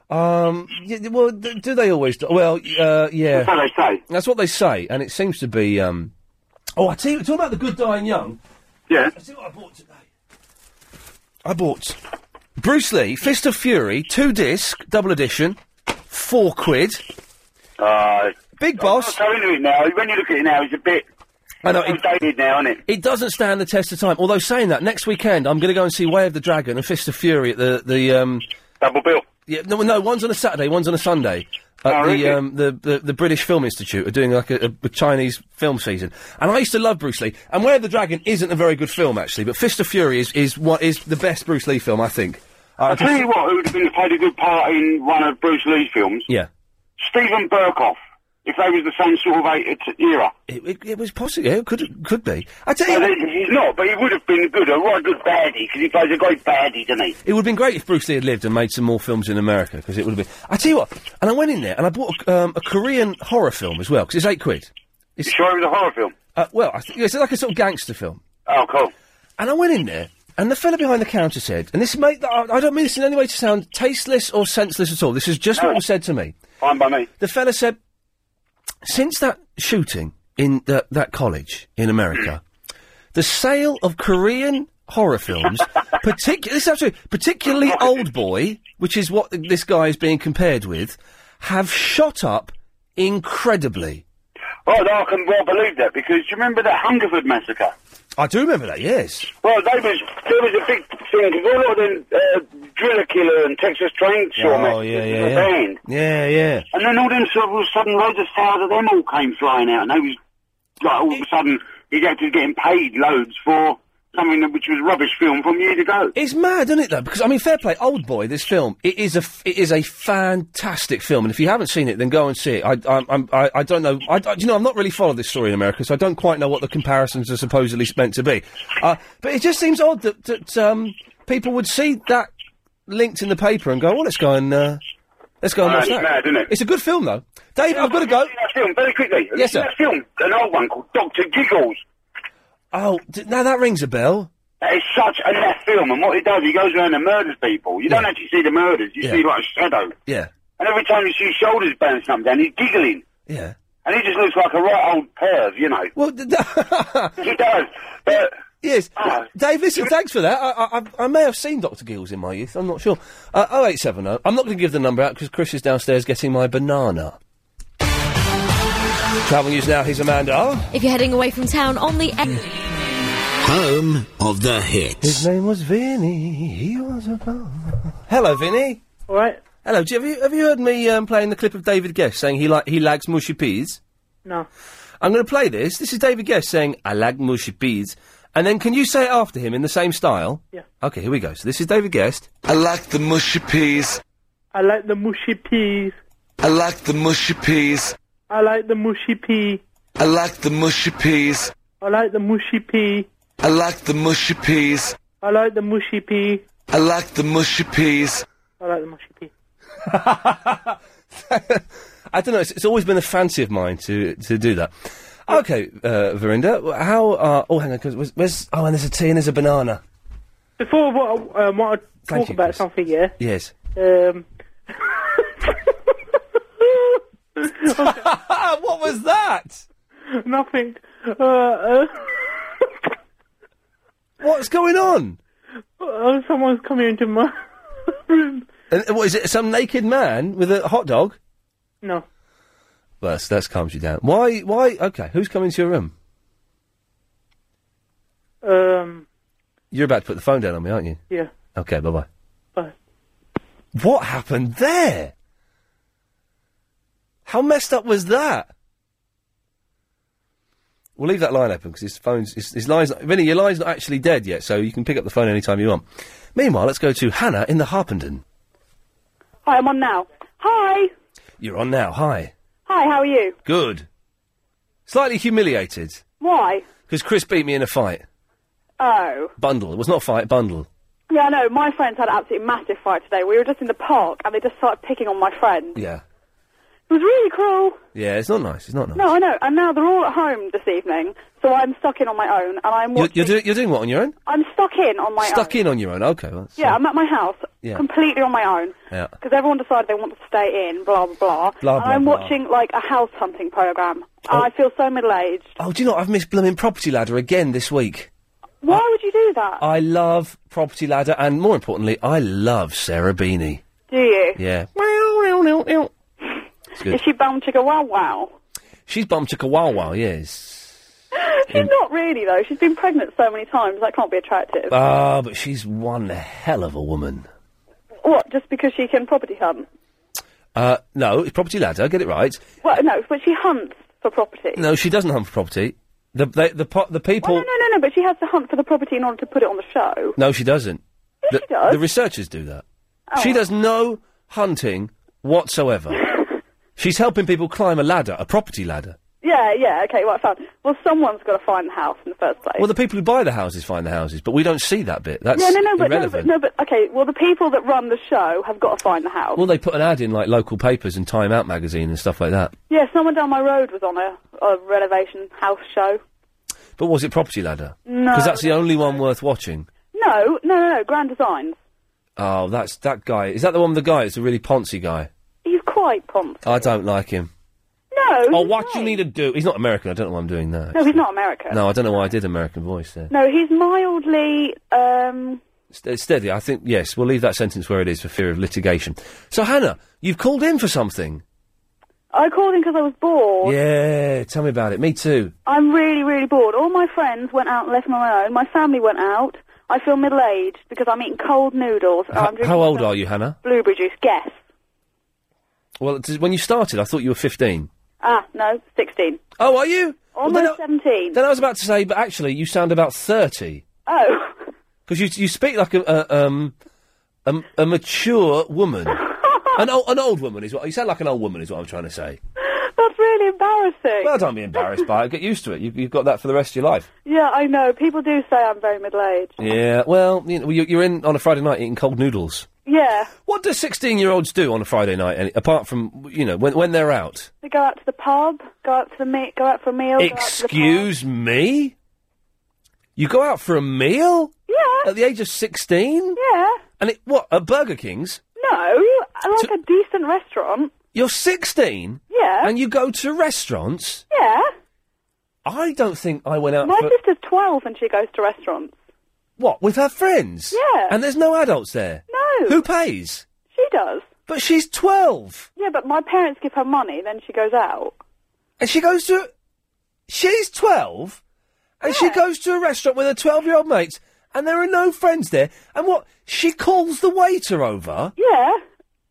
[SPEAKER 4] Um, y- well, d- do they always? Do- well, y- uh, yeah.
[SPEAKER 22] That's what they say.
[SPEAKER 4] That's what they say, and it seems to be. Um, oh, I tell you, talking about the good dying young.
[SPEAKER 22] Yeah.
[SPEAKER 4] I see what I bought today. I bought Bruce Lee, Fist of Fury, two disc, double edition, four quid.
[SPEAKER 22] Uh,
[SPEAKER 4] Big boss.
[SPEAKER 22] I'm not so into it now. When you look at it now, it's a bit
[SPEAKER 4] I know,
[SPEAKER 22] it's dated now, isn't it?
[SPEAKER 4] It doesn't stand the test of time. Although saying that, next weekend I'm going to go and see Way of the Dragon and Fist of Fury at the the um,
[SPEAKER 22] double bill.
[SPEAKER 4] Yeah, no, no, one's on a Saturday, one's on a Sunday. At
[SPEAKER 22] Oh,
[SPEAKER 4] the,
[SPEAKER 22] really?
[SPEAKER 4] um, the, the the British Film Institute are doing like a, a, a Chinese film season, and I used to love Bruce Lee. And Way of the Dragon isn't a very good film actually, but Fist of Fury is is what is the best Bruce Lee film I think.
[SPEAKER 22] I tell you what, who would have been played a good part in one of Bruce Lee's films?
[SPEAKER 4] Yeah.
[SPEAKER 22] Stephen Burkoff, if they was the same sort of eight- t- era.
[SPEAKER 4] It, it, it was possible. It could could be. I tell
[SPEAKER 22] you, he's not, but he would have been good. A right good baddie because he plays a great baddie, doesn't he?
[SPEAKER 4] It would have been great if Bruce Lee had lived and made some more films in America because it would have been. I tell you what, and I went in there and I bought a, um, a Korean horror film as well because it's eight quid. It's
[SPEAKER 22] sure it was a horror film.
[SPEAKER 4] Uh, well, I th- it's like a sort of gangster film.
[SPEAKER 22] Oh, cool.
[SPEAKER 4] And I went in there. And the fella behind the counter said, and this mate, I I don't mean this in any way to sound tasteless or senseless at all. This is just what was said to me.
[SPEAKER 22] Fine by me.
[SPEAKER 4] The fella said, since that shooting in that that college in America, the sale of Korean horror films, particu- this is absolutely, particularly Old Boy, which is what this guy is being compared with, have shot up incredibly.
[SPEAKER 22] Well, no, I can well believe that because do you remember that Hungerford massacre?
[SPEAKER 4] I do remember that, yes.
[SPEAKER 22] Well, they was there was a big thing because all of them uh, driller killer and Texas Chainsaw
[SPEAKER 4] Oh,
[SPEAKER 22] Massacre
[SPEAKER 4] yeah,
[SPEAKER 22] was
[SPEAKER 4] yeah,
[SPEAKER 22] a
[SPEAKER 4] yeah.
[SPEAKER 22] band,
[SPEAKER 4] Yeah, yeah.
[SPEAKER 22] and then all them sort of sudden loads of sales of them all came flying out, and they was like all of a sudden these actors getting paid loads for something that, which was rubbish film from years ago.
[SPEAKER 4] It's mad, isn't it? Though, because I mean, fair play, Old Boy. This film, it is a, f- it is a fantastic film, and if you haven't seen it, then go and see it. I, I'm, I'm, I, I don't know. I, I- you know, I've not really followed this story in America, so I don't quite know what the comparisons are supposedly meant to be. Uh, but it just seems odd that, that um, people would see that linked in the paper and go, "Well, let's go and uh, let's go and
[SPEAKER 22] Uh,
[SPEAKER 4] watch
[SPEAKER 22] it's
[SPEAKER 4] that."
[SPEAKER 22] mad, isn't it?
[SPEAKER 4] It's a good film, though. Dave, I've got to go.
[SPEAKER 22] That film very quickly.
[SPEAKER 4] Yes, sir.
[SPEAKER 22] That film, an old one called Doctor Giggles.
[SPEAKER 4] Oh, d- now that rings a bell.
[SPEAKER 22] That is such a naff film, and what it does, he goes around and murders people. You don't actually see the murders; you
[SPEAKER 4] Yeah.
[SPEAKER 22] see like a shadow.
[SPEAKER 4] Yeah.
[SPEAKER 22] And every time you see shoulders bouncing up and down, he's giggling.
[SPEAKER 4] Yeah.
[SPEAKER 22] And he just looks like a right old perv, you know.
[SPEAKER 4] Well,
[SPEAKER 22] he does. But
[SPEAKER 4] Yes.
[SPEAKER 18] Uh,
[SPEAKER 4] Dave, listen, thanks for that. I, I, I- I may have seen Dr. Gills in my youth. I'm not sure. Uh, 0870. I'm not going to give the number out because Chris is downstairs getting my banana. Travel news now. Here's Amanda.
[SPEAKER 5] If you're heading away from town on the. e-
[SPEAKER 4] Home of the hits. His name was Vinny. He was a bar. Hello, Vinny.
[SPEAKER 18] All right.
[SPEAKER 4] Hello. Do you, have you have you heard me um, playing the clip of David Guest saying he like he likes mushy peas?
[SPEAKER 18] No.
[SPEAKER 4] I'm going to play this. This is David Guest saying I like mushy peas, and then can you say it after him in the same style?
[SPEAKER 18] Yeah.
[SPEAKER 4] Okay. Here we go. So this is David Guest.
[SPEAKER 3] I like the mushy peas.
[SPEAKER 18] I like the mushy peas.
[SPEAKER 3] I like the mushy peas.
[SPEAKER 18] I like the mushy pea.
[SPEAKER 3] I like the mushy peas.
[SPEAKER 18] I like the mushy pea.
[SPEAKER 3] I like the mushy peas.
[SPEAKER 18] I like the mushy pea.
[SPEAKER 3] I like the mushy peas.
[SPEAKER 18] I like the mushy pea.
[SPEAKER 4] I don't know. It's, it's always been a fancy of mine to to do that. Okay, uh, Verinda. wh- How are? Oh, hang on. 'cause where's, where's? Oh, and there's a tea and there's a banana.
[SPEAKER 18] Before what I um, want to talk
[SPEAKER 4] Thank you,
[SPEAKER 18] about
[SPEAKER 4] Chris.
[SPEAKER 18] something, yeah.
[SPEAKER 4] Yes.
[SPEAKER 18] Um.
[SPEAKER 4] what was that?
[SPEAKER 18] Nothing. Uh, uh,
[SPEAKER 4] What's going on?
[SPEAKER 18] uh, someone's coming into my room.
[SPEAKER 4] And uh, what is it? Some naked man with a hot dog?
[SPEAKER 18] No.
[SPEAKER 4] Well, that's, that's calms you down. Why? Why? Okay. Who's coming to your room?
[SPEAKER 18] Um.
[SPEAKER 4] You're about to put the phone down on me, aren't you?
[SPEAKER 18] Yeah.
[SPEAKER 4] Okay. Bye bye.
[SPEAKER 18] Bye.
[SPEAKER 4] What happened there? How messed up was that? We'll leave that line open because his phone's his, his line's not, Vinny, your line's not actually dead yet, so you can pick up the phone anytime you want. Meanwhile, let's go to Hannah in the Harpenden.
[SPEAKER 19] Hi, I'm on now. Hi.
[SPEAKER 4] You're on now. Hi.
[SPEAKER 19] Hi, how are you?
[SPEAKER 4] Good. Slightly humiliated
[SPEAKER 19] Why?
[SPEAKER 4] because Chris beat me in a fight.
[SPEAKER 19] Oh.
[SPEAKER 4] Bundle. It was not a fight. Bundle.
[SPEAKER 19] Yeah, I know. My friends had an absolutely massive fight today. We were just in the park and they just started picking on my friend.
[SPEAKER 4] Yeah.
[SPEAKER 19] It was really cruel.
[SPEAKER 4] Yeah. It's not nice. It's not nice.
[SPEAKER 19] No, I know. And now they're all at home this evening, so I'm stuck in on my own and I'm
[SPEAKER 4] You're,
[SPEAKER 19] watching.
[SPEAKER 4] you're, doing, you're doing what on your own?
[SPEAKER 19] I'm stuck in on my
[SPEAKER 4] Stuck
[SPEAKER 19] own.
[SPEAKER 4] in on your own. Okay. Well, that's-
[SPEAKER 19] Yeah, I'm at my house,
[SPEAKER 4] Yeah.
[SPEAKER 19] completely on my own,
[SPEAKER 4] yeah.
[SPEAKER 19] because everyone decided they wanted to stay in, blah, blah, blah.
[SPEAKER 4] Blah,
[SPEAKER 19] and
[SPEAKER 4] blah,
[SPEAKER 19] I'm
[SPEAKER 4] blah.
[SPEAKER 19] watching, like, a house hunting programme. And I feel so middle-aged.
[SPEAKER 4] Oh, do you know what? I've missed blooming Property Ladder again this week.
[SPEAKER 19] Why
[SPEAKER 4] Oh.
[SPEAKER 19] would you do that?
[SPEAKER 4] I love Property Ladder, and more importantly, I love Sarah Beanie.
[SPEAKER 19] Do you?
[SPEAKER 4] Yeah, it's
[SPEAKER 19] Is
[SPEAKER 4] good.
[SPEAKER 19] she bound to go, wow, wow?
[SPEAKER 4] She's bum chicka wow wow, yes.
[SPEAKER 19] She's not really though. She's been pregnant so many times. That can't be attractive.
[SPEAKER 4] Ah, but she's one hell of a woman.
[SPEAKER 19] what? Just because she can property hunt?
[SPEAKER 4] Uh, no, it's Property Ladder, get it right.
[SPEAKER 19] Well, no, but she hunts for property.
[SPEAKER 4] No, she doesn't hunt for property. The, the, the, po- the people...
[SPEAKER 19] No, no, no, no. But she has to hunt for the property in order to put it on the show.
[SPEAKER 4] No, she doesn't. The,
[SPEAKER 19] she does. Oh,
[SPEAKER 4] the researchers do that. She does no hunting whatsoever. She's helping people climb a ladder, a property ladder.
[SPEAKER 19] Yeah, yeah, okay, well, fine. Well, someone's got to find the house in the first place.
[SPEAKER 4] Well, the people who buy the houses find the houses, but we don't see that bit. That's
[SPEAKER 19] no, no, no, but, no,
[SPEAKER 4] irrelevant.
[SPEAKER 19] but, no, but, okay, well, the people that run the show have got to find the house.
[SPEAKER 4] Well, they put an ad in like local papers and Time Out magazine and stuff like that.
[SPEAKER 19] yeah, someone down my road was on a, a renovation house show.
[SPEAKER 4] But was it Property Ladder?
[SPEAKER 19] No,
[SPEAKER 4] because that's the only one worth watching.
[SPEAKER 19] No, no, no, no, Grand Designs.
[SPEAKER 4] Oh, that's that guy. Is that the one with the guy? It's a really poncy guy.
[SPEAKER 19] He's quite pomp.
[SPEAKER 4] I don't like him.
[SPEAKER 19] No.
[SPEAKER 4] oh, what you need to do? He's not American. I don't know why I'm doing that.
[SPEAKER 19] No, he's not American.
[SPEAKER 4] No, I don't know why I did American voice there.
[SPEAKER 19] No, he's mildly. Um,
[SPEAKER 4] Ste- steady. I think yes. We'll leave that sentence where it is for fear of litigation. So Hannah, you've called in for something.
[SPEAKER 19] I called in because I was bored.
[SPEAKER 4] Yeah, tell me about it. Me too.
[SPEAKER 19] I'm really, really bored. All my friends went out and left me on my own. My family went out. I feel middle aged because I'm eating cold noodles. and Oh, I'm
[SPEAKER 4] H-
[SPEAKER 19] drinking
[SPEAKER 4] how old are you, Hannah?
[SPEAKER 19] Blueberry juice. Guess.
[SPEAKER 4] Well, t- when you started, I thought you were 15.
[SPEAKER 19] Ah, no, 16.
[SPEAKER 4] Oh, are you?
[SPEAKER 19] Almost 17.
[SPEAKER 4] Then I was about to say, but actually, you sound about 30
[SPEAKER 19] Oh.
[SPEAKER 4] because you you speak like a, a um a, a mature woman, an old an old woman is what you sound like. An old woman is what I'm trying to say.
[SPEAKER 19] That's really embarrassing.
[SPEAKER 4] Well, don't be embarrassed by it. Get used to it. You, you've got that for the rest of your life.
[SPEAKER 19] Yeah, I know. People do say I'm very middle aged.
[SPEAKER 4] Yeah. Well, you know, you- you're in on a Friday night eating cold noodles.
[SPEAKER 19] Yeah.
[SPEAKER 4] What do 16 year olds do on a Friday night, any- apart from, you know, when, when they're out?
[SPEAKER 19] They go out to the pub, go out to the me- go out for a meal. go out to the-
[SPEAKER 4] Excuse me? You go out for a meal?
[SPEAKER 19] Yeah.
[SPEAKER 4] At the age of 16?
[SPEAKER 19] Yeah.
[SPEAKER 4] And it, what, at Burger King's?
[SPEAKER 19] No, I like a decent restaurant.
[SPEAKER 4] You're 16?
[SPEAKER 19] Yeah.
[SPEAKER 4] And you go to restaurants?
[SPEAKER 19] Yeah.
[SPEAKER 4] I don't think I went out
[SPEAKER 19] My
[SPEAKER 4] for.
[SPEAKER 19] sister's 12 and she goes to restaurants.
[SPEAKER 4] What, with her friends?
[SPEAKER 19] Yeah.
[SPEAKER 4] And there's no adults there?
[SPEAKER 19] No.
[SPEAKER 4] Who pays?
[SPEAKER 19] She does.
[SPEAKER 4] But she's 12.
[SPEAKER 19] Yeah, but my parents give her money, then she goes out.
[SPEAKER 4] And she goes to. She's 12, and she goes to a restaurant with her 12 year old mates, and there are no friends there. And what? She calls the waiter over?
[SPEAKER 19] Yeah.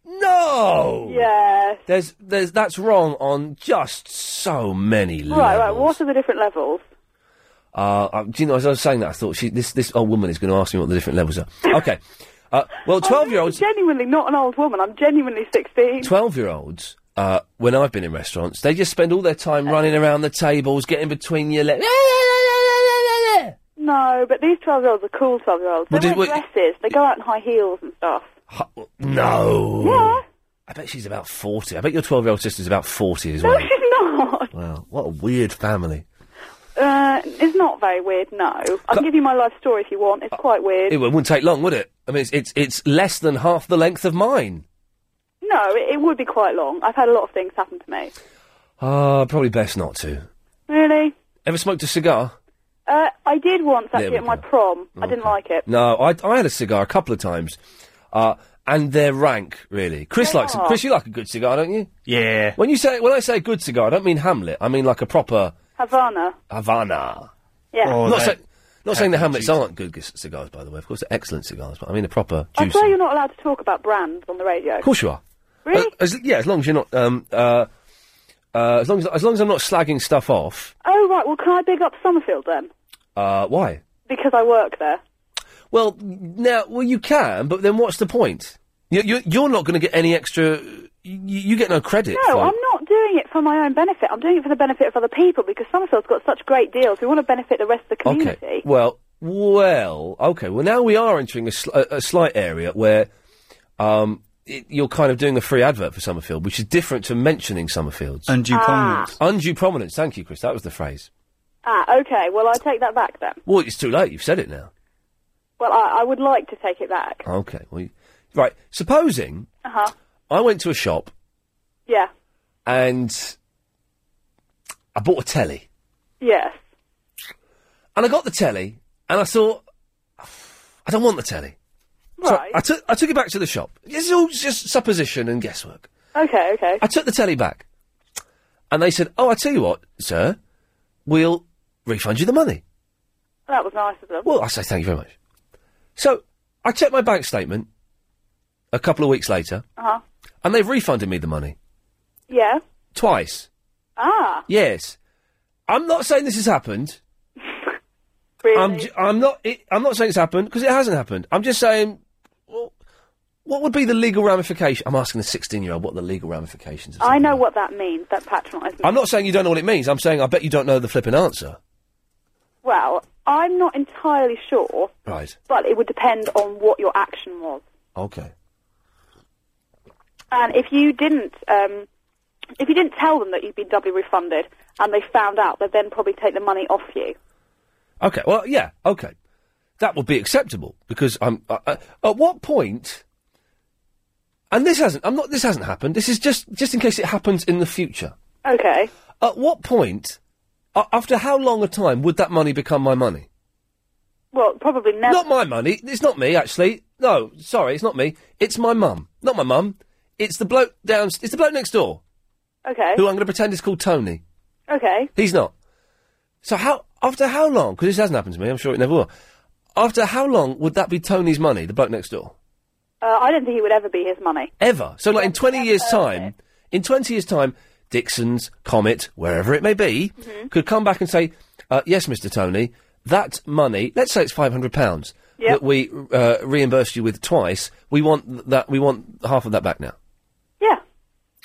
[SPEAKER 4] No!
[SPEAKER 19] Yeah.
[SPEAKER 4] There's, there's, that's wrong on just so many levels.
[SPEAKER 19] Right, right. What are the different levels?
[SPEAKER 4] Uh, I- do you know, as I was saying that, I thought she, this, this old woman is going to ask me what the different levels are. Okay.
[SPEAKER 19] Oh,
[SPEAKER 4] Uh, well, 12 year olds,
[SPEAKER 19] Genuinely not an old woman. I'm genuinely 16.
[SPEAKER 4] 12 year olds, uh, when I've been in restaurants, they just spend all their
[SPEAKER 19] Uh.
[SPEAKER 4] time running around the tables, getting between your legs.
[SPEAKER 19] No, but these 12 year olds are cool 12 year olds. They
[SPEAKER 4] Well, did-
[SPEAKER 19] wear dresses, they go out in high heels and stuff.
[SPEAKER 4] No. I bet she's about 40. I bet your 12 year old sister's about 40 as
[SPEAKER 19] No,
[SPEAKER 4] well.
[SPEAKER 19] she's not.
[SPEAKER 4] Wow. What a weird family.
[SPEAKER 19] Uh, it's not very weird, no. I can give you my life story if you want. It's quite weird.
[SPEAKER 4] It wouldn't take long, would it? I mean, it's, it's, it's less than half the length of mine.
[SPEAKER 19] No, it, it would be quite long. I've had a lot of things happen to me.
[SPEAKER 4] Uh, probably best not to.
[SPEAKER 19] Really?
[SPEAKER 4] Ever smoked a cigar?
[SPEAKER 19] Uh, I did once
[SPEAKER 4] There we
[SPEAKER 19] actually at my prom. I didn't like it.
[SPEAKER 4] No, I, I had a cigar a couple of times. Uh, and they're rank, really. Chris
[SPEAKER 19] They
[SPEAKER 4] likes
[SPEAKER 19] are.
[SPEAKER 4] Chris, you like a good cigar, don't you?
[SPEAKER 6] Yeah.
[SPEAKER 4] When you say when I say good cigar, I don't mean Hamlet. I mean like a proper
[SPEAKER 19] Havana.
[SPEAKER 4] Havana.
[SPEAKER 19] Yeah.
[SPEAKER 4] I'm not, say- not saying the Hamlets aren't good g- cigars, by the way. Of course, they're excellent cigars, but I mean a proper
[SPEAKER 19] I
[SPEAKER 4] juice.
[SPEAKER 19] swear you're not allowed to talk about brands on the radio.
[SPEAKER 4] Of course you are.
[SPEAKER 19] Really?
[SPEAKER 4] Uh, as, yeah, as long as you're not. Um, uh, uh, as long as as long as I'm not slagging stuff off.
[SPEAKER 19] Oh, right. Well, can I big up Summerfield then?
[SPEAKER 4] Uh, why?
[SPEAKER 19] Because I work there.
[SPEAKER 4] Well, now, well, you can, but then what's the point? You, you, you're not going to get any extra. You, you get no credit.
[SPEAKER 19] No,
[SPEAKER 4] for-
[SPEAKER 19] I'm not doing it for my own benefit. I'm doing it for the benefit of other people because Summerfield's got such great deals. We want to benefit the rest of the community.
[SPEAKER 4] Okay. Well, well, okay. Well, now we are entering a, sl- a, a slight area where um, it, you're kind of doing a free advert for Summerfield, which is different to mentioning Summerfield's
[SPEAKER 19] Undue Ah. prominence.
[SPEAKER 4] Undue prominence. Thank you, Chris. That was the phrase.
[SPEAKER 19] Ah, okay. Well, I take that back then.
[SPEAKER 4] Well, it's too late. You've said it now.
[SPEAKER 19] Well, I, I would like to take it back.
[SPEAKER 4] Okay. Well, you, right. Supposing
[SPEAKER 19] Uh huh.
[SPEAKER 4] I went to a shop
[SPEAKER 19] Yeah.
[SPEAKER 4] and I bought a telly,
[SPEAKER 19] Yes.
[SPEAKER 4] and I got the telly, and I thought, I don't want the telly.
[SPEAKER 19] Right.
[SPEAKER 4] So I took I took it back to the shop. This is all just supposition and guesswork.
[SPEAKER 19] Okay. Okay.
[SPEAKER 4] I took the telly back. And they said, Oh, I tell you what, sir, we'll refund you the money.
[SPEAKER 19] That was nice of them.
[SPEAKER 4] Well, I say, Thank you very much. So I checked my bank statement a couple of weeks later,
[SPEAKER 19] Uh huh.
[SPEAKER 4] and they've refunded me the money
[SPEAKER 19] Yeah.
[SPEAKER 4] twice.
[SPEAKER 19] Ah.
[SPEAKER 4] Yes. I'm not saying this has happened. I'm, j- I'm not. It, I'm not saying it's happened because it hasn't happened. I'm just saying What would be the legal ramification? I'm asking the 16 year old what the legal ramifications. Of
[SPEAKER 19] I know what that means, that patronising.
[SPEAKER 4] I'm not saying you don't know what it means. I'm saying I bet you don't know the flipping answer.
[SPEAKER 19] Well, I'm not entirely sure,
[SPEAKER 4] Right.
[SPEAKER 19] but it would depend on what your action was.
[SPEAKER 4] Okay.
[SPEAKER 19] And if you didn't, um, if you didn't tell them that you'd been doubly refunded, and they found out, they'd then probably take the money off you.
[SPEAKER 4] Okay. Well, yeah. Okay. That would be acceptable because I'm. Uh, uh, at what point? And this hasn't. I'm not. This hasn't happened. This is just just in case it happens in the future.
[SPEAKER 19] Okay.
[SPEAKER 4] At what point? a- after how long a time would that money become my money?
[SPEAKER 19] Well, probably never.
[SPEAKER 4] Not my money. It's not me, actually. No, sorry, it's not me. It's my mum. Not my mum. It's the bloke down. It's the bloke next door
[SPEAKER 19] Okay.
[SPEAKER 4] who I'm going to pretend is called Tony.
[SPEAKER 19] Okay.
[SPEAKER 4] He's not. So how after how long? Because this hasn't happened to me. I'm sure it never will. After how long would that be Tony's money? The bloke next door
[SPEAKER 19] Uh, I don't think it would ever be his money.
[SPEAKER 4] ever. So like in 20 years' time, in 20 years' time, Dixon's Comet, wherever it may be, could come back and say, uh, "Yes, Mr. Tony, that money. Let's say it's 500 pounds
[SPEAKER 19] Yep.
[SPEAKER 4] that we uh, reimbursed you with twice. We want th- that. We want half of that back now.
[SPEAKER 19] Yeah.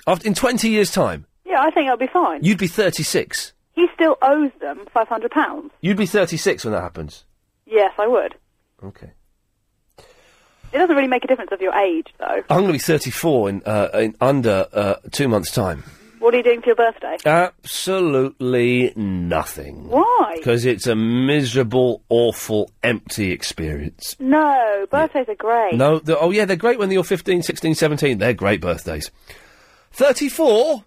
[SPEAKER 4] After in 20 years' time,
[SPEAKER 19] Yeah, I think it'll be fine.
[SPEAKER 4] you'd be 36.
[SPEAKER 19] He still owes them five hundred pounds.
[SPEAKER 4] You'd be 36 when that happens.
[SPEAKER 19] Yes, I would.
[SPEAKER 4] Okay.
[SPEAKER 19] It doesn't really make a difference of your age, though.
[SPEAKER 4] I'm going to be 34 in uh, in under uh, two months' time.
[SPEAKER 19] What are you doing for your birthday?
[SPEAKER 4] Uh, Absolutely nothing.
[SPEAKER 19] Why?
[SPEAKER 4] Because it's a miserable, awful, empty experience.
[SPEAKER 19] No, birthdays are great.
[SPEAKER 4] No, the, oh yeah, they're great when you're 15, 16, 17. They're great birthdays. 34?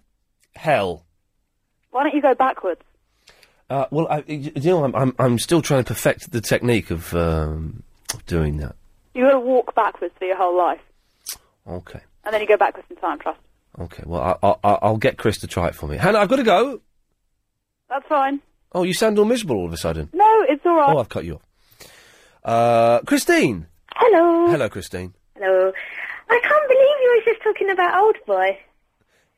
[SPEAKER 4] Hell.
[SPEAKER 19] Why don't you go backwards?
[SPEAKER 4] Uh, well, I, y- you know, I'm, I'm, I'm still trying to perfect the technique of, um, of doing that.
[SPEAKER 19] You got to walk backwards for your whole life,
[SPEAKER 4] Okay.
[SPEAKER 19] and then you go backwards in time. Trust.
[SPEAKER 4] Okay, well, I, I, I'll get Chris to try it for me. Hannah, I've got to go.
[SPEAKER 19] That's fine.
[SPEAKER 4] Oh, you sound all miserable all of a sudden.
[SPEAKER 19] No, it's all right.
[SPEAKER 4] Oh, I've cut you off. Uh, Christine.
[SPEAKER 5] Hello.
[SPEAKER 4] Hello, Christine.
[SPEAKER 5] Hello. I can't believe you were just talking about Old Boy.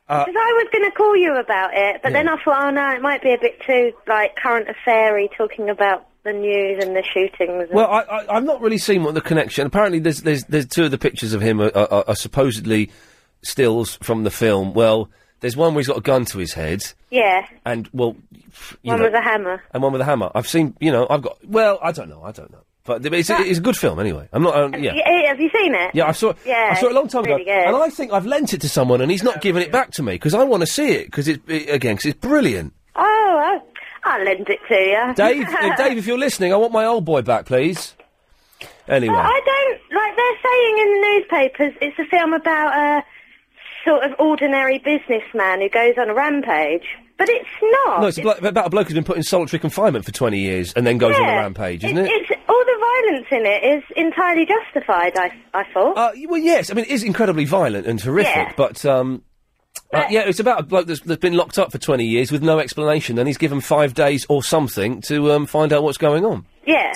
[SPEAKER 4] Uh,
[SPEAKER 5] Because I was going to call you about it, but then I thought, oh no, it might be a bit too, like, current affair talking about the news and the shootings. And...
[SPEAKER 4] Well, I, I, I've not really seen what the connection. Apparently, there's there's, there's two of the pictures of him are, are, are supposedly stills from the film. Well, there's one where he's got a gun to his head,
[SPEAKER 5] yeah,
[SPEAKER 4] and well, f- you
[SPEAKER 5] one
[SPEAKER 4] know,
[SPEAKER 5] with a hammer.
[SPEAKER 4] and one with a hammer. I've seen, you know, I've got. Well, I don't know, I don't know, but th- it's, it's a good film anyway. I'm not, um, yeah.
[SPEAKER 5] Y- eh, Have you seen it?
[SPEAKER 4] Yeah, I saw it.
[SPEAKER 5] Yeah,
[SPEAKER 4] I saw it a long time
[SPEAKER 5] really
[SPEAKER 4] ago,
[SPEAKER 5] good. Oh,
[SPEAKER 4] and I think I've lent it to someone, and he's not giving it back to me because I want to see it because it's it, again 'cause it's brilliant.
[SPEAKER 5] Oh, I, will lend it to you.
[SPEAKER 4] Dave, uh, Dave, if you're listening, I want my old boy back, please. Anyway,
[SPEAKER 5] I don't like they're saying in the newspapers it's a film about a sort of ordinary businessman who goes on a rampage, but it's not.
[SPEAKER 4] No, it's a blo- about a bloke who's been put in solitary confinement for 20 years and then goes on a
[SPEAKER 5] Yeah.
[SPEAKER 4] rampage, isn't it?
[SPEAKER 5] It's all the violence in it is entirely justified. I I thought.
[SPEAKER 4] Uh, well, yes. I mean, it is incredibly violent and horrific,
[SPEAKER 5] Yeah.
[SPEAKER 4] but, um... uh, yeah, it's about a bloke that's, that's been locked up for 20 years with no explanation, and he's given five days or something to um, find out what's going on.
[SPEAKER 5] yeah.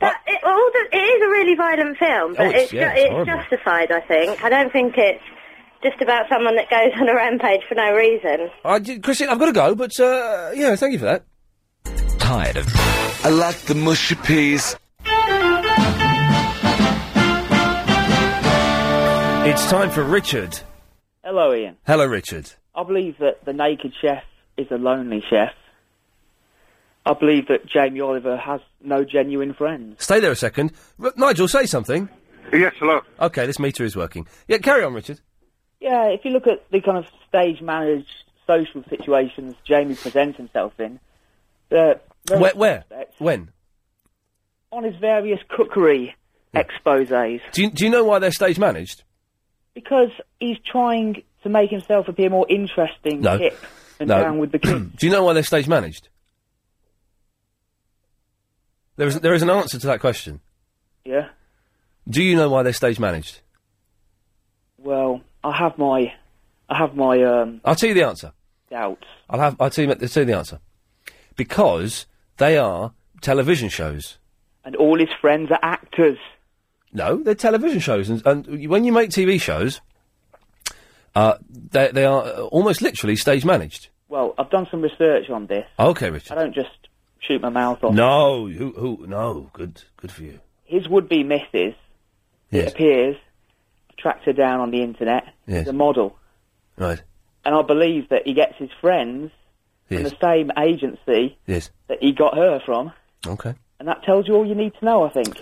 [SPEAKER 5] That, it, all the, it is a really violent film, but
[SPEAKER 4] Oh, it's-
[SPEAKER 5] it's, ju-
[SPEAKER 4] yeah, it's horrible.
[SPEAKER 5] it's justified. I think. I don't think it's just about someone that goes on a rampage for no reason.
[SPEAKER 4] I, j- Christine, I've got to go, but, uh, yeah, thank you for that.
[SPEAKER 3] Tired of. I like the mushy peas.
[SPEAKER 4] It's time for Richard.
[SPEAKER 27] Hello, Ian.
[SPEAKER 4] Hello, Richard.
[SPEAKER 27] I believe that the naked chef is a lonely chef. I believe that Jamie Oliver has no genuine friends.
[SPEAKER 4] Stay there a second. R- Nigel, say something.
[SPEAKER 27] Yes, hello.
[SPEAKER 4] Okay, this meter is working. Yeah, carry on, Richard.
[SPEAKER 27] Yeah, if you look at the kind of stage managed social situations Jamie presents himself in, uh, very
[SPEAKER 4] Where? Where?
[SPEAKER 27] suspect
[SPEAKER 4] When?
[SPEAKER 27] on his various cookery exposes.
[SPEAKER 4] Do you, do you know why they're stage managed?
[SPEAKER 27] because he's trying to make himself appear more interesting,
[SPEAKER 4] No.
[SPEAKER 27] hip, and
[SPEAKER 4] No.
[SPEAKER 27] down with the kids.
[SPEAKER 4] Do you know why they're stage managed? There is there is an answer to that question.
[SPEAKER 27] yeah.
[SPEAKER 4] Do you know why they're stage managed?
[SPEAKER 27] Well, I have my, I have my um,
[SPEAKER 4] I'll tell you the answer.
[SPEAKER 27] doubts.
[SPEAKER 4] I'll have I'll tell you, I'll tell you the answer. Because they are television shows.
[SPEAKER 27] And all his friends are actors.
[SPEAKER 4] No, they're television shows, and, and when you make TV shows, uh, they they are uh, almost literally stage managed.
[SPEAKER 27] Well, I've done some research on this.
[SPEAKER 4] Okay, Richard.
[SPEAKER 27] I don't just shoot my mouth off.
[SPEAKER 4] No, who who no, good good for you.
[SPEAKER 27] His would-be missus, it appears, tracked her down on the internet
[SPEAKER 4] Yes.
[SPEAKER 27] as a model.
[SPEAKER 4] Right.
[SPEAKER 27] And I believe that he gets his friends from
[SPEAKER 4] Yes.
[SPEAKER 27] the same agency
[SPEAKER 4] Yes.
[SPEAKER 27] that he got her from.
[SPEAKER 4] Okay.
[SPEAKER 27] And that tells you all you need to know, I think.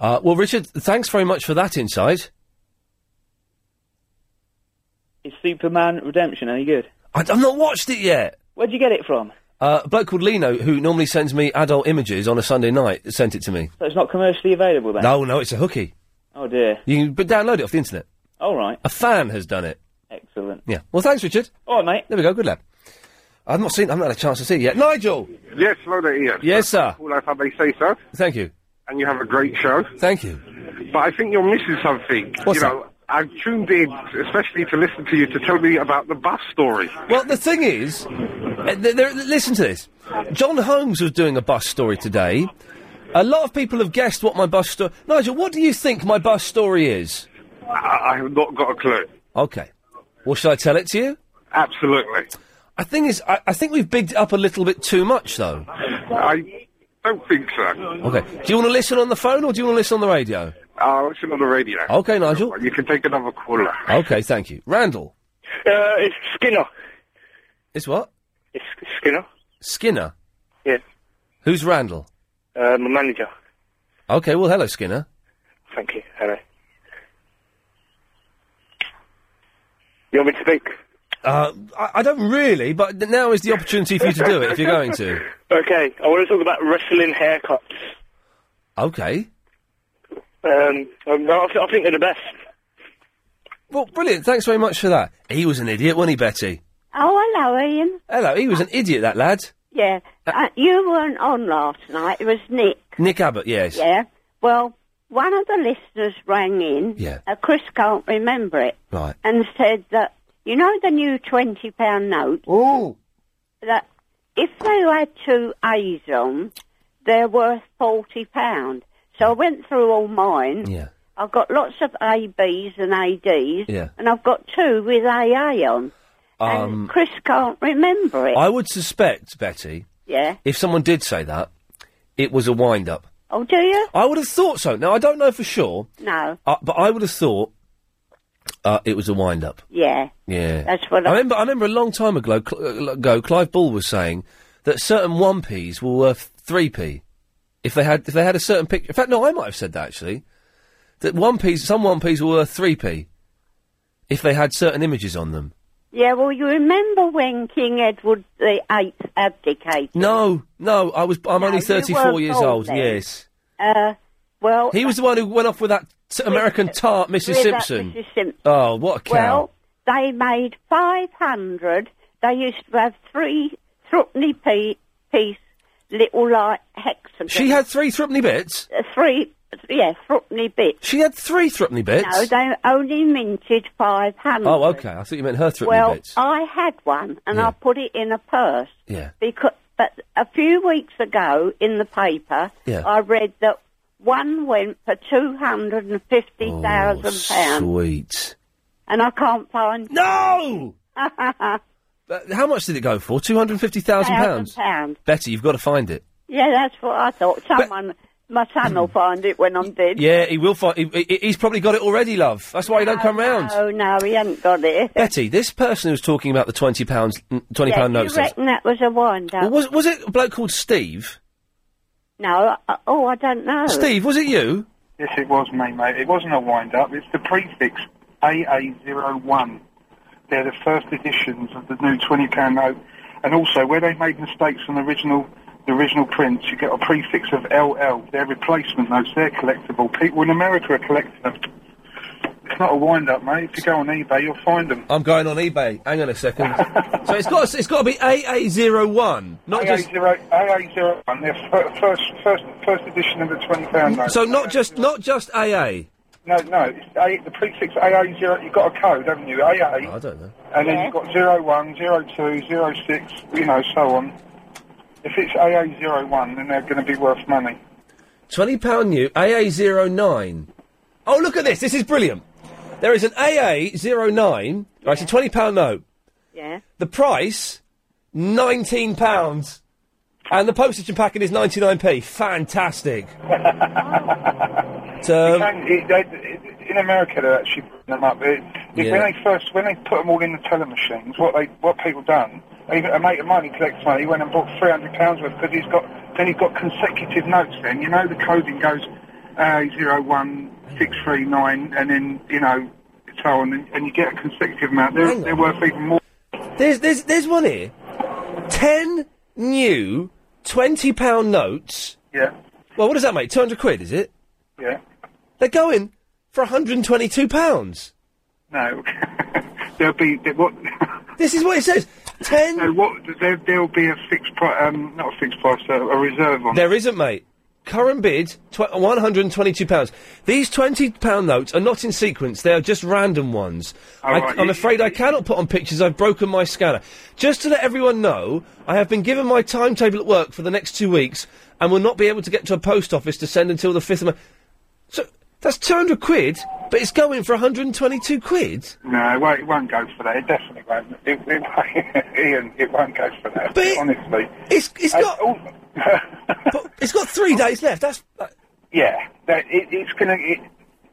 [SPEAKER 4] Uh, well, Richard, thanks very much for that insight.
[SPEAKER 27] Is Superman Redemption any good?
[SPEAKER 4] I, I've not watched it yet.
[SPEAKER 27] Where'd you get it from?
[SPEAKER 4] Uh, a bloke called Lino, who normally sends me adult images on a Sunday night, sent it to me.
[SPEAKER 27] So it's not commercially available then?
[SPEAKER 4] No, no, it's a hooky.
[SPEAKER 27] Oh dear.
[SPEAKER 4] You can but download it off the internet.
[SPEAKER 27] All right.
[SPEAKER 4] A fan has done it.
[SPEAKER 27] Excellent.
[SPEAKER 4] Yeah. Well, thanks, Richard.
[SPEAKER 27] All right, mate.
[SPEAKER 4] There we go. Good lad. I've not seen. I've not had a chance to see it yet. Nigel.
[SPEAKER 22] Yes, hello there, Ian.
[SPEAKER 4] Yes, sir.
[SPEAKER 22] All if I may say so.
[SPEAKER 4] Thank you.
[SPEAKER 22] And you have a great show.
[SPEAKER 4] Thank you.
[SPEAKER 22] But I think you're missing something.
[SPEAKER 4] What's
[SPEAKER 22] you know, I've tuned in especially to listen to you to tell me about the bus story.
[SPEAKER 4] Well, the thing is, uh, th- there, listen to this. John Holmes was doing a bus story today. A lot of people have guessed what my bus story. Nigel, what do you think my bus story is?
[SPEAKER 22] I, I have not got a clue.
[SPEAKER 4] Okay. Well, should I tell it to you?
[SPEAKER 22] Absolutely.
[SPEAKER 4] I think is I, I think we've bigged it up a little bit too much, though.
[SPEAKER 22] I don't think so.
[SPEAKER 4] Okay. Do you want to listen on the phone or do you want to listen on the radio?
[SPEAKER 22] I'll listen on the radio.
[SPEAKER 4] Okay, Nigel.
[SPEAKER 22] You can take another caller.
[SPEAKER 4] Okay, thank you. Randall.
[SPEAKER 9] Uh, it's Skinner.
[SPEAKER 4] It's what?
[SPEAKER 9] It's Skinner.
[SPEAKER 4] Skinner.
[SPEAKER 9] Yes.
[SPEAKER 4] Who's Randall?
[SPEAKER 9] Uh, my manager.
[SPEAKER 4] Okay, well, hello, Skinner.
[SPEAKER 9] Thank you. Hello. You want me to speak?
[SPEAKER 4] Uh, I, I don't really, but th- now is the opportunity for you to do it if you're going to.
[SPEAKER 9] Okay. I want to talk about wrestling haircuts.
[SPEAKER 4] Okay.
[SPEAKER 9] Um, um, no, I, th- I think they're the best.
[SPEAKER 4] Well, brilliant. Thanks very much for that. He was an idiot, wasn't he, Betty?
[SPEAKER 25] Oh, hello, Ian.
[SPEAKER 4] Hello, he was an idiot, that lad.
[SPEAKER 25] Yeah, uh, you weren't on last night. It was Nick.
[SPEAKER 4] Nick Abbott, yes.
[SPEAKER 25] Yeah. Well, one of the listeners rang in.
[SPEAKER 4] Yeah.
[SPEAKER 25] Uh, Chris can't remember it,
[SPEAKER 4] Right.
[SPEAKER 25] and said that you know the new twenty pound note.
[SPEAKER 4] Oh.
[SPEAKER 25] That if you had two A's on, they're worth forty pound. So I went through all mine.
[SPEAKER 4] Yeah.
[SPEAKER 25] I've got lots of ABs and ADs,
[SPEAKER 4] Yeah.
[SPEAKER 25] and I've got two with AA on.
[SPEAKER 4] Um,
[SPEAKER 25] Chris can't remember it.
[SPEAKER 4] I would suspect, Betty,
[SPEAKER 25] Yeah.
[SPEAKER 4] if someone did say that, it was a wind up.
[SPEAKER 25] Oh, do you?
[SPEAKER 4] I would have thought so. Now, I don't know for sure,
[SPEAKER 25] No.
[SPEAKER 4] uh, but I would have thought uh, it was a wind up.
[SPEAKER 25] Yeah.
[SPEAKER 4] Yeah.
[SPEAKER 25] That's what
[SPEAKER 4] I
[SPEAKER 25] I-
[SPEAKER 4] remember. I remember a long time ago, Cl- uh, ago Clive Bull was saying that certain one p's were worth three p if they had if they had a certain picture. In fact, no, I might have said that actually. That one p's, some one p's were worth three p if they had certain images on them.
[SPEAKER 25] Yeah, well, you remember when King Edward the Eighth abdicated?
[SPEAKER 4] No, no, I was. I'm
[SPEAKER 25] No,
[SPEAKER 4] only
[SPEAKER 25] you
[SPEAKER 4] thirty-four
[SPEAKER 25] weren't
[SPEAKER 4] years
[SPEAKER 25] born
[SPEAKER 4] old.
[SPEAKER 25] then.
[SPEAKER 4] Yes,
[SPEAKER 25] Uh, well,
[SPEAKER 4] he was the one who went off with that t- American tart, Mrs.
[SPEAKER 25] with that
[SPEAKER 4] Simpson.
[SPEAKER 25] Mrs. Simpson.
[SPEAKER 4] Oh, what a cow!
[SPEAKER 25] Well, they made five hundred. They used to have three threepenny pe- piece little like hexagons.
[SPEAKER 4] she had three threepenny bits.
[SPEAKER 25] Uh, three, yeah, threepenny bits.
[SPEAKER 4] She had three threepenny bits.
[SPEAKER 25] No, they only minted five hundred.
[SPEAKER 4] oh, okay. I thought you meant her threepenny
[SPEAKER 25] Well,
[SPEAKER 4] bits.
[SPEAKER 25] I had one, and I put it in a purse.
[SPEAKER 4] Yeah.
[SPEAKER 25] Because, but a few weeks ago in the paper,
[SPEAKER 4] Yeah.
[SPEAKER 25] I read that one went for two hundred and fifty
[SPEAKER 4] Oh,
[SPEAKER 25] thousand pounds,
[SPEAKER 4] Sweet.
[SPEAKER 25] and I can't find.
[SPEAKER 4] No. But how much did it go for? Two hundred fifty thousand pounds.
[SPEAKER 25] pounds.
[SPEAKER 4] Betty, you've got to find it.
[SPEAKER 25] Yeah, that's what I thought. Someone, my son will find it when I'm dead.
[SPEAKER 4] Hmm. Yeah, he will find. He, he- he's probably got it already, love. That's why he don't come round.
[SPEAKER 25] Oh no, he hasn't got it.
[SPEAKER 4] Betty, this person who's talking about the twenty pounds, twenty
[SPEAKER 25] yeah,
[SPEAKER 4] pound
[SPEAKER 25] do
[SPEAKER 4] note.
[SPEAKER 25] You reckon that was a wind up?
[SPEAKER 4] Well, was was it a bloke called Steve?
[SPEAKER 25] No. I, oh, I don't know.
[SPEAKER 4] Steve, was it you?
[SPEAKER 15] Yes, it was me, mate. It wasn't a wind-up. It's the prefix AA01. They're the first editions of the new £20 note. And also, where they made mistakes on the original the original prints, you get a prefix of LL. They're replacement notes. They're collectible. People in America are collecting them. It's not a wind-up, mate. If you go on eBay, you'll find them.
[SPEAKER 4] I'm going on eBay. Hang on a second. so it's got it's got to be AA zero one, not just
[SPEAKER 15] AA0, AA01. They're fir- first, first, first edition of the £20 note.
[SPEAKER 4] so not just not just AA.
[SPEAKER 15] No, no. It's A, the prefix AA0, you've got a code, haven't you? AA.
[SPEAKER 4] Oh, I don't know.
[SPEAKER 15] And then you've got 01, 02, 06, you know, so on. If it's AA01, then they're going to be worth money.
[SPEAKER 4] Twenty pound new AA 09 Oh, look at this! This is brilliant. There is an AA 09 Right, it's a twenty pound note.
[SPEAKER 25] Yeah.
[SPEAKER 4] The price nineteen pounds, and the postage and packing is ninety nine p. Fantastic. But, um,
[SPEAKER 15] It- it- it- in America they're actually putting them up. It, it-
[SPEAKER 2] Yeah.
[SPEAKER 15] When they first, when they put them all in the teller machines, what they, what people done, even a mate of mine, he collects money, he went and bought three hundred pounds worth because he's got, then he's got consecutive notes. Then you know the coding goes A zero one six three nine, and then you know so on, and, and you get a consecutive amount. They're, they're worth even more.
[SPEAKER 4] There's there's there's one here. Ten new twenty pound notes.
[SPEAKER 15] Yeah.
[SPEAKER 4] Well, what does that make? Two hundred quid, is it?
[SPEAKER 15] Yeah.
[SPEAKER 4] They're going for hundred and twenty-two pounds.
[SPEAKER 15] No, there'll be there, what.
[SPEAKER 4] this is what it says. Ten.
[SPEAKER 15] No, what there, there'll be a fixed price, um, not a fixed price, a, a reserve on.
[SPEAKER 4] There isn't, mate. Current bid, tw- £122. These £20 notes are not in sequence, they are just random ones. I,
[SPEAKER 12] right,
[SPEAKER 4] I'm
[SPEAKER 12] you-
[SPEAKER 4] afraid I cannot put on pictures, I've broken my scanner. Just to let everyone know, I have been given my timetable at work for the next two weeks and will not be able to get to a post office to send until the 5th of May. So, that's 200 quid, but it's going for 122 quid?
[SPEAKER 15] No, it won't, it won't go for that. It definitely won't. It, it won't. Ian, it won't go for that. honestly,
[SPEAKER 4] it's it's
[SPEAKER 15] got.
[SPEAKER 4] it's got three days left. That's.
[SPEAKER 15] yeah, that, it, it's gonna. It,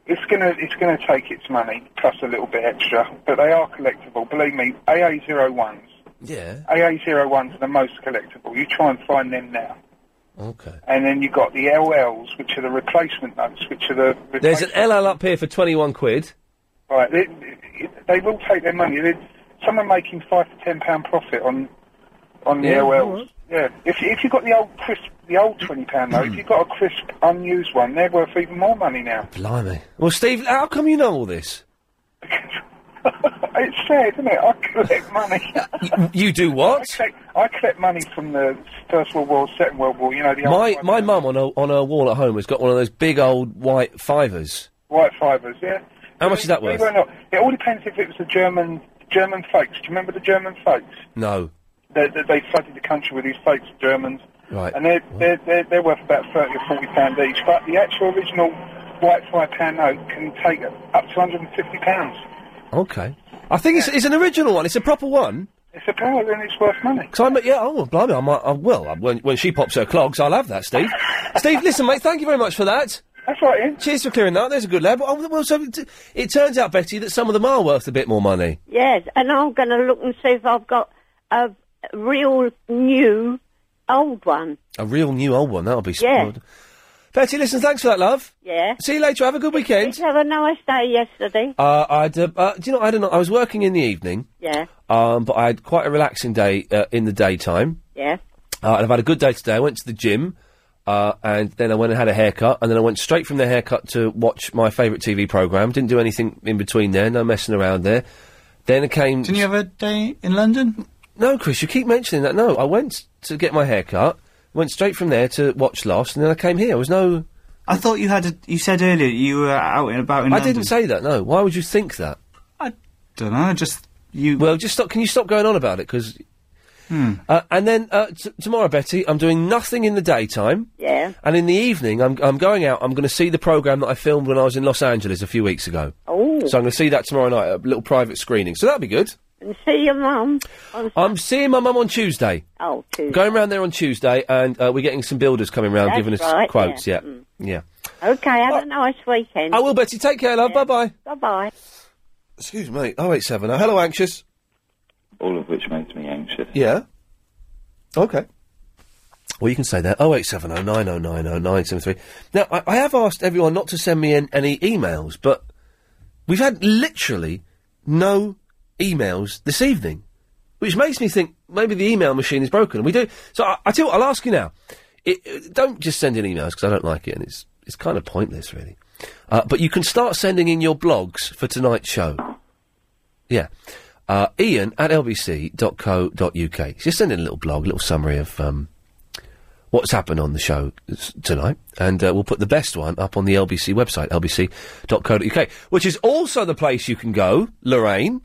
[SPEAKER 15] it's gonna. It's gonna take its money plus a little bit extra, but they are collectible. Believe me, AA 01s
[SPEAKER 4] Yeah.
[SPEAKER 15] AA 01s are the most collectible. You try and find them now.
[SPEAKER 4] Okay.
[SPEAKER 15] And then you've got the LLs, which are the replacement notes, which are the. Replacement
[SPEAKER 4] There's an LL up here for 21 quid.
[SPEAKER 15] Right, they, they will take their money. They, some are making five to ten pound profit on on the
[SPEAKER 4] Yeah,
[SPEAKER 15] LLs.
[SPEAKER 4] alright.
[SPEAKER 15] Yeah, if if you've got the old crisp, the old twenty pound note, if you've got a crisp unused one, they're worth even more money now.
[SPEAKER 4] Blimey. Well, Steve, how come you know all this?
[SPEAKER 15] It's sad, isn't it? I collect money.
[SPEAKER 4] you do what?
[SPEAKER 15] I collect, I collect money from the First World War, Second World War. You know the old
[SPEAKER 4] My my mum on her on her wall at home has got one of those big old white fivers.
[SPEAKER 15] white fibres. Yeah.
[SPEAKER 4] How much is that
[SPEAKER 15] Believe
[SPEAKER 4] worth?
[SPEAKER 15] it or not, it all depends if it was the German German fakes. Do you remember the German fakes?
[SPEAKER 4] No.
[SPEAKER 15] That that they flooded the country with these fakes Germans.
[SPEAKER 4] Right.
[SPEAKER 15] and they're, they're, they're, they're worth about 30 or 40 pounds each, but the actual original white five pound note can take up to 150 pounds.
[SPEAKER 4] Okay. I think it's it's an original one. It's a proper one.
[SPEAKER 15] It's a pound and it's worth money.
[SPEAKER 4] So I'm, yeah, oh, well, blimey, I might, I will. I, when, when she pops her clogs, I'll have that, Steve. Steve, listen, mate, thank you very much for that.
[SPEAKER 15] That's right, Ian.
[SPEAKER 4] Cheers for clearing that. There's a good lad. But, oh, well, so it, it turns out, Betty, that some of them are worth a bit more money.
[SPEAKER 25] Yes, and I'm going to look and see if I've got a real new old one.
[SPEAKER 4] A real new old one, that'll be
[SPEAKER 25] Yeah.
[SPEAKER 4] spoiled. Betty, listen, thanks for that, love.
[SPEAKER 25] Yeah.
[SPEAKER 4] See you later. Have a good weekend.
[SPEAKER 25] Did you have a nice day yesterday?
[SPEAKER 4] Uh, I'd, uh, uh, do you know, I don't know, I was working in the evening,
[SPEAKER 25] Yeah.
[SPEAKER 4] um, but I had quite a relaxing day uh, in the daytime.
[SPEAKER 25] Yeah.
[SPEAKER 4] Uh, and I've had a good day today. I went to the gym, uh, and then I went and had a haircut, and then I went straight from the haircut to watch my favourite TV programme. Didn't do anything in between there, no messing around there. Then I came. Didn't you have a day in London? No, Chris, you keep mentioning that. No, I went to get my haircut, went straight from there to watch Lost, and then I came here. There was no.
[SPEAKER 6] I thought you had. A, you said earlier you were out and about in
[SPEAKER 4] I
[SPEAKER 6] London.
[SPEAKER 4] didn't say that, no. Why would you think that?
[SPEAKER 6] I don't know. Just you.
[SPEAKER 4] Well, just stop. Can you stop going on about it? Because. Uh, and then uh, t- tomorrow, Betty, I'm doing nothing in the daytime.
[SPEAKER 25] Yeah.
[SPEAKER 4] And in the evening, I'm, I'm going out. I'm going to see the program that I filmed when I was in Los Angeles a few weeks ago.
[SPEAKER 25] Oh.
[SPEAKER 4] So I'm going to see that tomorrow night, a little private screening. So that'll be good.
[SPEAKER 25] And see your mum. on-
[SPEAKER 4] I'm seeing my mum on Tuesday.
[SPEAKER 25] Oh, too.
[SPEAKER 4] Going round there on Tuesday, and uh, we're getting some builders coming round
[SPEAKER 25] That's
[SPEAKER 4] giving us
[SPEAKER 25] right,
[SPEAKER 4] quotes.
[SPEAKER 25] yeah. Mm.
[SPEAKER 4] Yeah, yeah.
[SPEAKER 25] Okay, have a nice weekend.
[SPEAKER 4] I will, Betty. Take care, love. Bye bye.
[SPEAKER 25] Bye bye.
[SPEAKER 4] Excuse me. Oh eight seven. Hello, anxious.
[SPEAKER 10] All of which makes me anxious.
[SPEAKER 4] Yeah. Okay. Well, you can say that. 0870 9090 973. Now, I, I have asked everyone not to send me in any emails, but we've had literally no emails this evening, which makes me think maybe the email machine is broken. And we do. So I, I tell you what, I'll ask you now. It, it- don't just send in emails because I don't like it, and it's it's kind of pointless, really. Uh, but you can start sending in your blogs for tonight's show. Yeah. Uh, Ian at lbc.co.uk. Just send in a little blog, a little summary of um, what's happened on the show s- tonight, and uh, we'll put the best one up on the LBC website, lbc.co.uk, which is also the place you can go, Lorraine,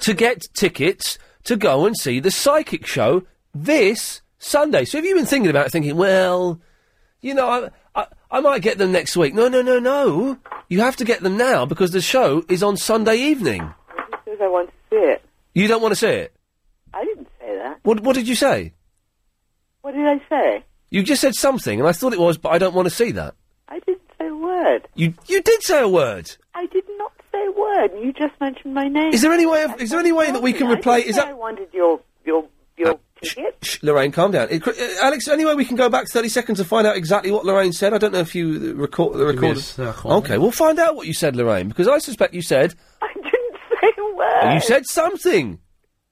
[SPEAKER 4] to get tickets to go and see the psychic show this Sunday. So, have you been thinking about it, thinking, well, you know, I, I, I might get them next week? No, no, no, no. You have to get them now because the show is on Sunday evening.
[SPEAKER 20] Because I want to see it.
[SPEAKER 4] You don't want to see it.
[SPEAKER 20] I didn't say that.
[SPEAKER 4] What, what did you say?
[SPEAKER 20] What did I say?
[SPEAKER 4] You just said something, and I thought it was, but I don't want to see that.
[SPEAKER 20] I didn't say a word.
[SPEAKER 13] word.
[SPEAKER 4] You you did say a word.
[SPEAKER 13] I did not say a word. You just mentioned my name.
[SPEAKER 4] Is there any way of is there any way that we can replay? Is
[SPEAKER 13] I
[SPEAKER 4] that
[SPEAKER 13] wanted your your
[SPEAKER 4] Uh,
[SPEAKER 13] your ticket.
[SPEAKER 4] Shh, Lorraine? Calm down. It- uh, Alex, any way we can go back thirty seconds and find out exactly what Lorraine said? I don't know if you uh, record the
[SPEAKER 1] me a
[SPEAKER 4] record.
[SPEAKER 1] second.
[SPEAKER 4] Okay, we'll find out what you said, Lorraine, because I suspect you said
[SPEAKER 13] Say a word.
[SPEAKER 4] you said something.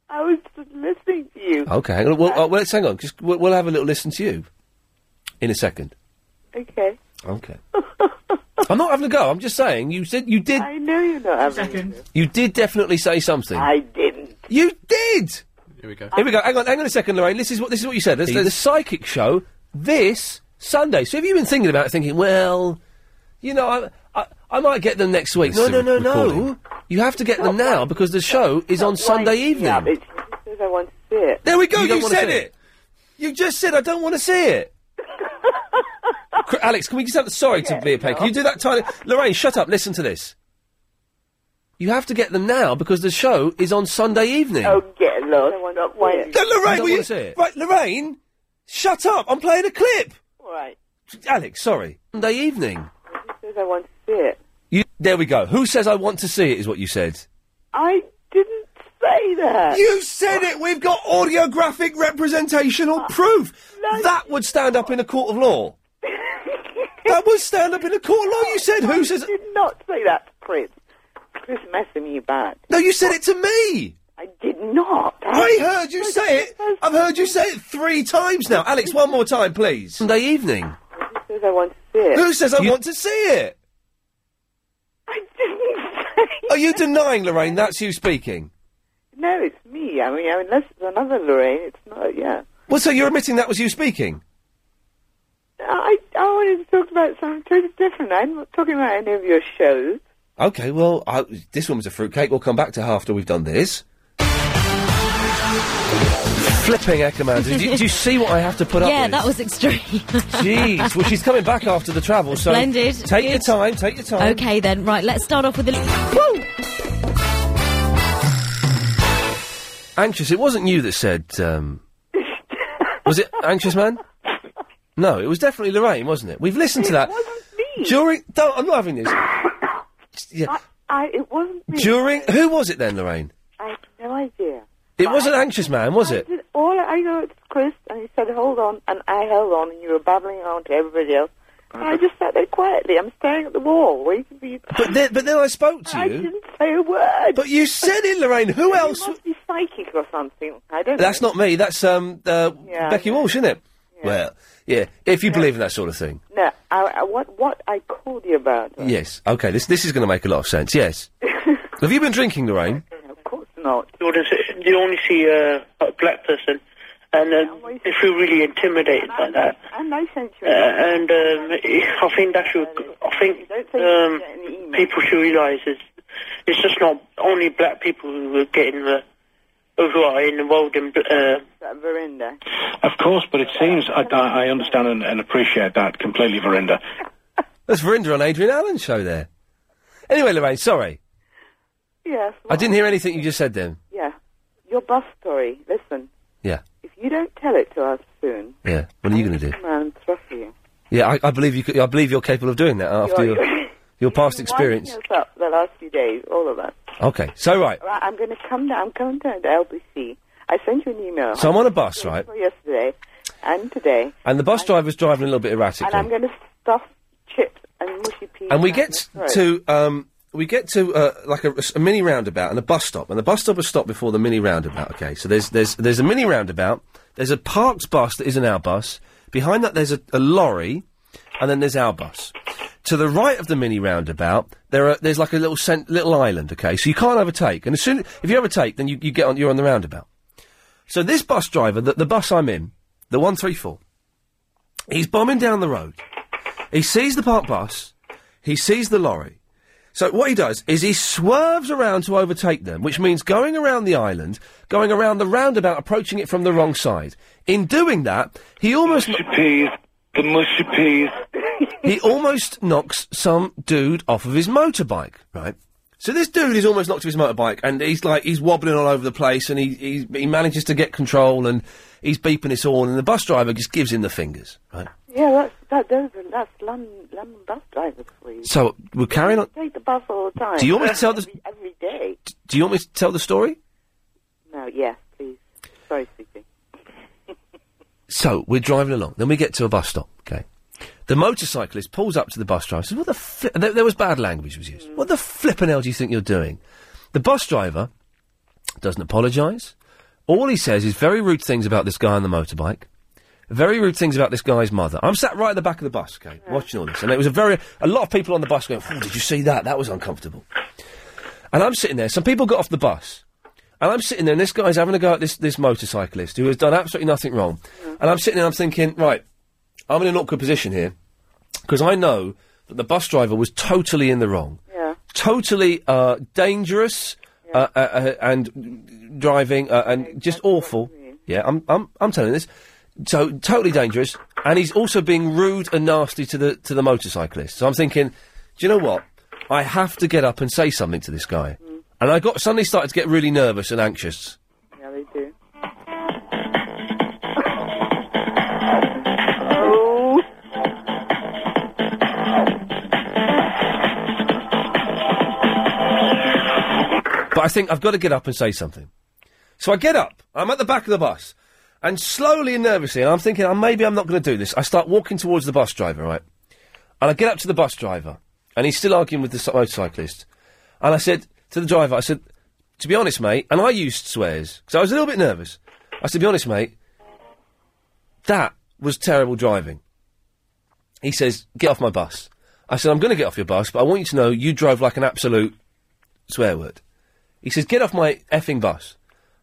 [SPEAKER 13] I was just listening to you.
[SPEAKER 4] Okay, hang on. Well, uh, well, let's hang on. Just we'll, we'll have a little listen to you in a second.
[SPEAKER 13] Okay.
[SPEAKER 4] Okay. I'm not having a go. I'm just saying you said you did.
[SPEAKER 13] I know you're not having it.
[SPEAKER 4] You did definitely say something.
[SPEAKER 13] I didn't.
[SPEAKER 4] You did.
[SPEAKER 1] Here we go.
[SPEAKER 4] Here we go. Hang on, hang on a second, Lorraine. This is what this is what you said. This, the psychic show this Sunday. So have you been thinking about it, thinking, well, you know, I I, I might get them next week.
[SPEAKER 1] This
[SPEAKER 4] No,
[SPEAKER 1] is
[SPEAKER 4] no,
[SPEAKER 1] a
[SPEAKER 4] no, no.
[SPEAKER 1] recording.
[SPEAKER 4] You have to get them now because the show is on Sunday evening.
[SPEAKER 13] Because I want to see it.
[SPEAKER 4] There we go.
[SPEAKER 13] You
[SPEAKER 4] You,
[SPEAKER 13] don't wanna
[SPEAKER 4] said
[SPEAKER 13] see
[SPEAKER 4] it. You just said I don't want to see it. Cr- Alex, can we just have? Sorry to be a pain. Can you do that tiny? Lorraine, shut up. Listen to this. You have to get them now because the show is on Sunday evening.
[SPEAKER 13] Oh, get lost. Stop waiting.
[SPEAKER 4] No, Lorraine,
[SPEAKER 13] don't
[SPEAKER 4] will you,
[SPEAKER 13] wanna see it.
[SPEAKER 4] right, Lorraine, shut up. I'm playing a clip.
[SPEAKER 13] All right.
[SPEAKER 4] Alex, sorry. Sunday evening.
[SPEAKER 13] Because I want to see it.
[SPEAKER 4] You, there we go. Who says I want to see it is what you said.
[SPEAKER 13] I didn't say that.
[SPEAKER 4] You said it. We've got audiographic representational proof. That would stand up in a court of law. that would stand up in a court of law. You said who says?
[SPEAKER 13] did not say that to Chris. Chris messing you back.
[SPEAKER 4] No, you said it to me.
[SPEAKER 13] I did not.
[SPEAKER 4] I heard you say it. I've heard you say it three times now. Alex, one more time, please. Sunday evening.
[SPEAKER 13] Because I want to see it.
[SPEAKER 4] Who says I want to see it? Are you denying, Lorraine? That's you speaking.
[SPEAKER 13] No, it's me. I mean, I mean, unless it's another Lorraine, it's not. Yeah.
[SPEAKER 4] Well, so you're admitting that was you speaking?
[SPEAKER 13] I I wanted to talk about something totally different. I'm not talking about any of your shows.
[SPEAKER 4] Okay, well, I, this one was a fruitcake. We'll come back to her after we've done this. Flipping heck, Amanda. do, you, do you see what I have to put up
[SPEAKER 5] yeah,
[SPEAKER 4] with?
[SPEAKER 5] that was extreme.
[SPEAKER 4] Jeez. Well, she's coming back after the travel, so...
[SPEAKER 5] Splendid.
[SPEAKER 4] Take your
[SPEAKER 5] Good.
[SPEAKER 4] time, take your time.
[SPEAKER 5] Okay, then. Right, let's start off with the. Woo!
[SPEAKER 4] Anxious, it wasn't you that said, um... was it Anxious Man? No, it was definitely Lorraine, wasn't it? We've listened to that.
[SPEAKER 13] me.
[SPEAKER 4] During... Don't, I'm not having this. yeah.
[SPEAKER 13] I, I it wasn't me.
[SPEAKER 4] During... Who was it then, Lorraine?
[SPEAKER 13] I have no idea.
[SPEAKER 4] It wasn't Anxious Man, was it?
[SPEAKER 13] Did all I know it's Chris, and he said, "Hold on," and I held on, and you were babbling on to everybody else. And I just sat there quietly. I'm staring at the wall, waiting for you. To
[SPEAKER 4] Uh-huh. But then, but then I spoke to you.
[SPEAKER 13] say a word.
[SPEAKER 4] But you said it, Lorraine. Who else?
[SPEAKER 13] You must be psychic or something. I don't.
[SPEAKER 4] That's
[SPEAKER 13] know.
[SPEAKER 4] not me. That's um uh,
[SPEAKER 13] Yeah,
[SPEAKER 4] Becky Walsh, isn't it? Well, yeah. If you believe in that sort of thing,
[SPEAKER 13] No, I, I, what what I called you about?
[SPEAKER 4] yes. Okay. This this is going to make a lot of sense. Yes. Have you been drinking, Lorraine?
[SPEAKER 13] Not.
[SPEAKER 9] You're just, uh, you only see a, a black person, and uh, they feel really intimidated by that.
[SPEAKER 13] And I sent
[SPEAKER 9] Uh,
[SPEAKER 13] you. an
[SPEAKER 9] and um, I think that should, I think um, people should realise it's, it's just not only black people who are getting the, who are involved in uh,
[SPEAKER 13] email, Verinda.
[SPEAKER 11] Of course, but it seems I, I understand and, and appreciate that completely, Verinda.
[SPEAKER 4] That's Verinda on Adrian Allen's show there. Anyway, Lorraine, sorry,
[SPEAKER 13] Yes.
[SPEAKER 4] I didn't hear anything you just said then.
[SPEAKER 13] Yeah. Your bus story. Listen.
[SPEAKER 4] Yeah.
[SPEAKER 13] If you don't tell it to us soon,
[SPEAKER 4] Yeah. What are you going to do?
[SPEAKER 13] come around and throttle you.
[SPEAKER 4] Yeah, I, I believe you. c- I believe you're capable of doing that uh, after
[SPEAKER 13] You're-
[SPEAKER 4] your your past experience.
[SPEAKER 13] Winding us up the last few days, all of us.
[SPEAKER 4] Okay. So right.
[SPEAKER 13] Right, I'm going to come down. I'm coming down to LBC. I sent you an email.
[SPEAKER 4] So I'm on a bus, right?
[SPEAKER 13] for yesterday and today,
[SPEAKER 4] And the bus driver's driving a little bit erratically.
[SPEAKER 13] and I'm going to stuff chips and mushy peas.
[SPEAKER 4] and we
[SPEAKER 13] down
[SPEAKER 4] get
[SPEAKER 13] your throat.
[SPEAKER 4] to um, we get to uh, like a, a mini roundabout and a bus stop, and the bus stop has stopped before the mini roundabout. Okay, so there's there's there's a mini roundabout. There's a parked bus that isn't our bus. Behind that, there's a, a lorry, and then there's our bus. To the right of the mini roundabout, there are there's like a little cent- little island. Okay, so you can't overtake, and as soon if you overtake, then you, you get on you're on the roundabout. So this bus driver, the, the bus I'm in, the one three four, he's bombing down the road. He sees the parked bus. He sees the lorry. So what he does is he swerves around to overtake them, which means going around the island, going around the roundabout, approaching it from the wrong side. In doing that, he almost
[SPEAKER 11] Peas, the mushy peas.
[SPEAKER 4] he almost knocks some dude off of his motorbike, right? So this dude is almost knocked off his motorbike, and he's like he's wobbling all over the place, and he he, he manages to get control, and he's beeping his horn, and the bus driver just gives him the fingers, right?
[SPEAKER 13] yeah, that's
[SPEAKER 20] that doesn't. That's London, London bus drivers for you.
[SPEAKER 4] So we're carrying on.
[SPEAKER 20] Take the bus all the time.
[SPEAKER 4] Do you want me to tell the-
[SPEAKER 20] Every- every day?
[SPEAKER 4] Do you want me to tell the story?
[SPEAKER 20] No, yes, please. Sorry, Susie.
[SPEAKER 4] So we're driving along. Then we get to a bus stop. Okay. The motorcyclist pulls up to the bus driver. Says, "What the? Fli-? There, there was bad language was used. What the flippin' hell do you think you're doing?" The bus driver doesn't apologise. All he says is very rude things about this guy on the motorbike. Very rude things about this guy's mother. I'm sat right at the back of the bus, okay, watching all this, and it was a very a lot of people on the bus going, oh, "Did you see that? That was uncomfortable." And I'm sitting there. Some people got off the bus. And I'm sitting there, and this guy's having a go at this, this motorcyclist who has done absolutely nothing wrong. And I'm sitting there, and I'm thinking, right, I'm in an awkward position here because I know that the bus driver was totally in the wrong.
[SPEAKER 20] Yeah.
[SPEAKER 4] Totally uh, dangerous uh, uh, uh, and driving uh, and just awful. Yeah, I'm, I'm, I'm telling you this. So totally dangerous, and he's also being rude and nasty to the to the motorcyclist. So I'm thinking, do you know what? I have to get up and say something to this guy. And I got suddenly started to get really nervous and anxious.
[SPEAKER 20] Yeah, they do.
[SPEAKER 4] But I think I've got to get up and say something. So I get up. I'm at the back of the bus, and slowly and nervously, and I'm thinking, oh, maybe I'm not going to do this. I start walking towards the bus driver, right? And I get up to the bus driver, and he's still arguing with the s- motorcyclist. And I said to the driver, I said, to be honest, mate, and I used swears because I was a little bit nervous. I said, to be honest, mate, that was terrible driving. He says, get off my bus. I said, I'm going to get off your bus, but I want you to know you drove like an absolute swear word. He says, get off my effing bus.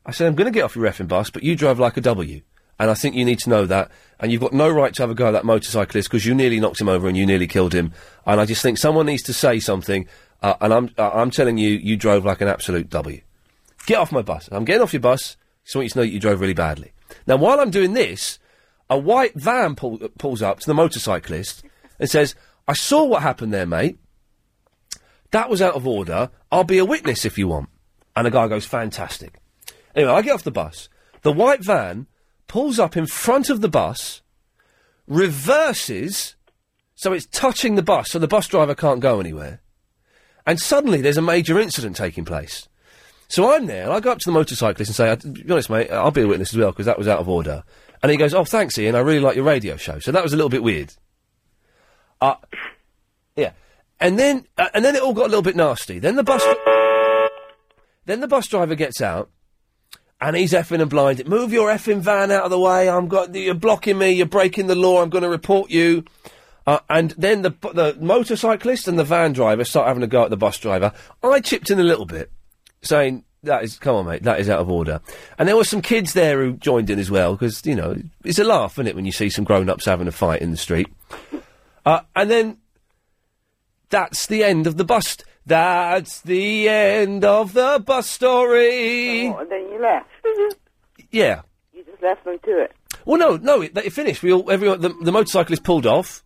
[SPEAKER 4] I said, I'm going to get off your effing bus, but you drove like a W. And I think you need to know that. And you've got no right to have a go at that motorcyclist because you nearly knocked him over and you nearly killed him. And I just think someone needs to say something. Uh, and I'm, uh, I'm telling you, you drove like an absolute W. Get off my bus. I'm getting off your bus. Just want you to know that you drove really badly. Now, while I'm doing this, a white van pull, uh, pulls up to the motorcyclist and says, I saw what happened there, mate. That was out of order. I'll be a witness if you want. And the guy goes, fantastic. Anyway, I get off the bus. The white van pulls up in front of the bus, reverses, so it's touching the bus, so the bus driver can't go anywhere. And suddenly there's a major incident taking place. So I'm there, and I go up to the motorcyclist and say, "I- to be honest, mate, I'll be a witness as well, because that was out of order. And he goes, oh, thanks, Ian, I really like your radio show. So that was a little bit weird. Uh, yeah. And then, uh, and then it all got a little bit nasty. Then the bus, then the bus driver gets out, and he's effing and blinded. Move your effing van out of the way. I'm got you're blocking me. You're breaking the law. I'm going to report you. Uh, and then the bu- the motorcyclist and the van driver start having a go at the bus driver. I chipped in a little bit, saying that is come on mate, that is out of order. And there were some kids there who joined in as well because you know it's a laugh, isn't it, when you see some grown ups having a fight in the street. Uh, and then that's the end of the bust. That's the end of the bus story.
[SPEAKER 20] and then you left.
[SPEAKER 4] Yeah.
[SPEAKER 20] you just left them to it.
[SPEAKER 4] Well, no, no, it, it finished. We all, everyone, the, the motorcyclist pulled off.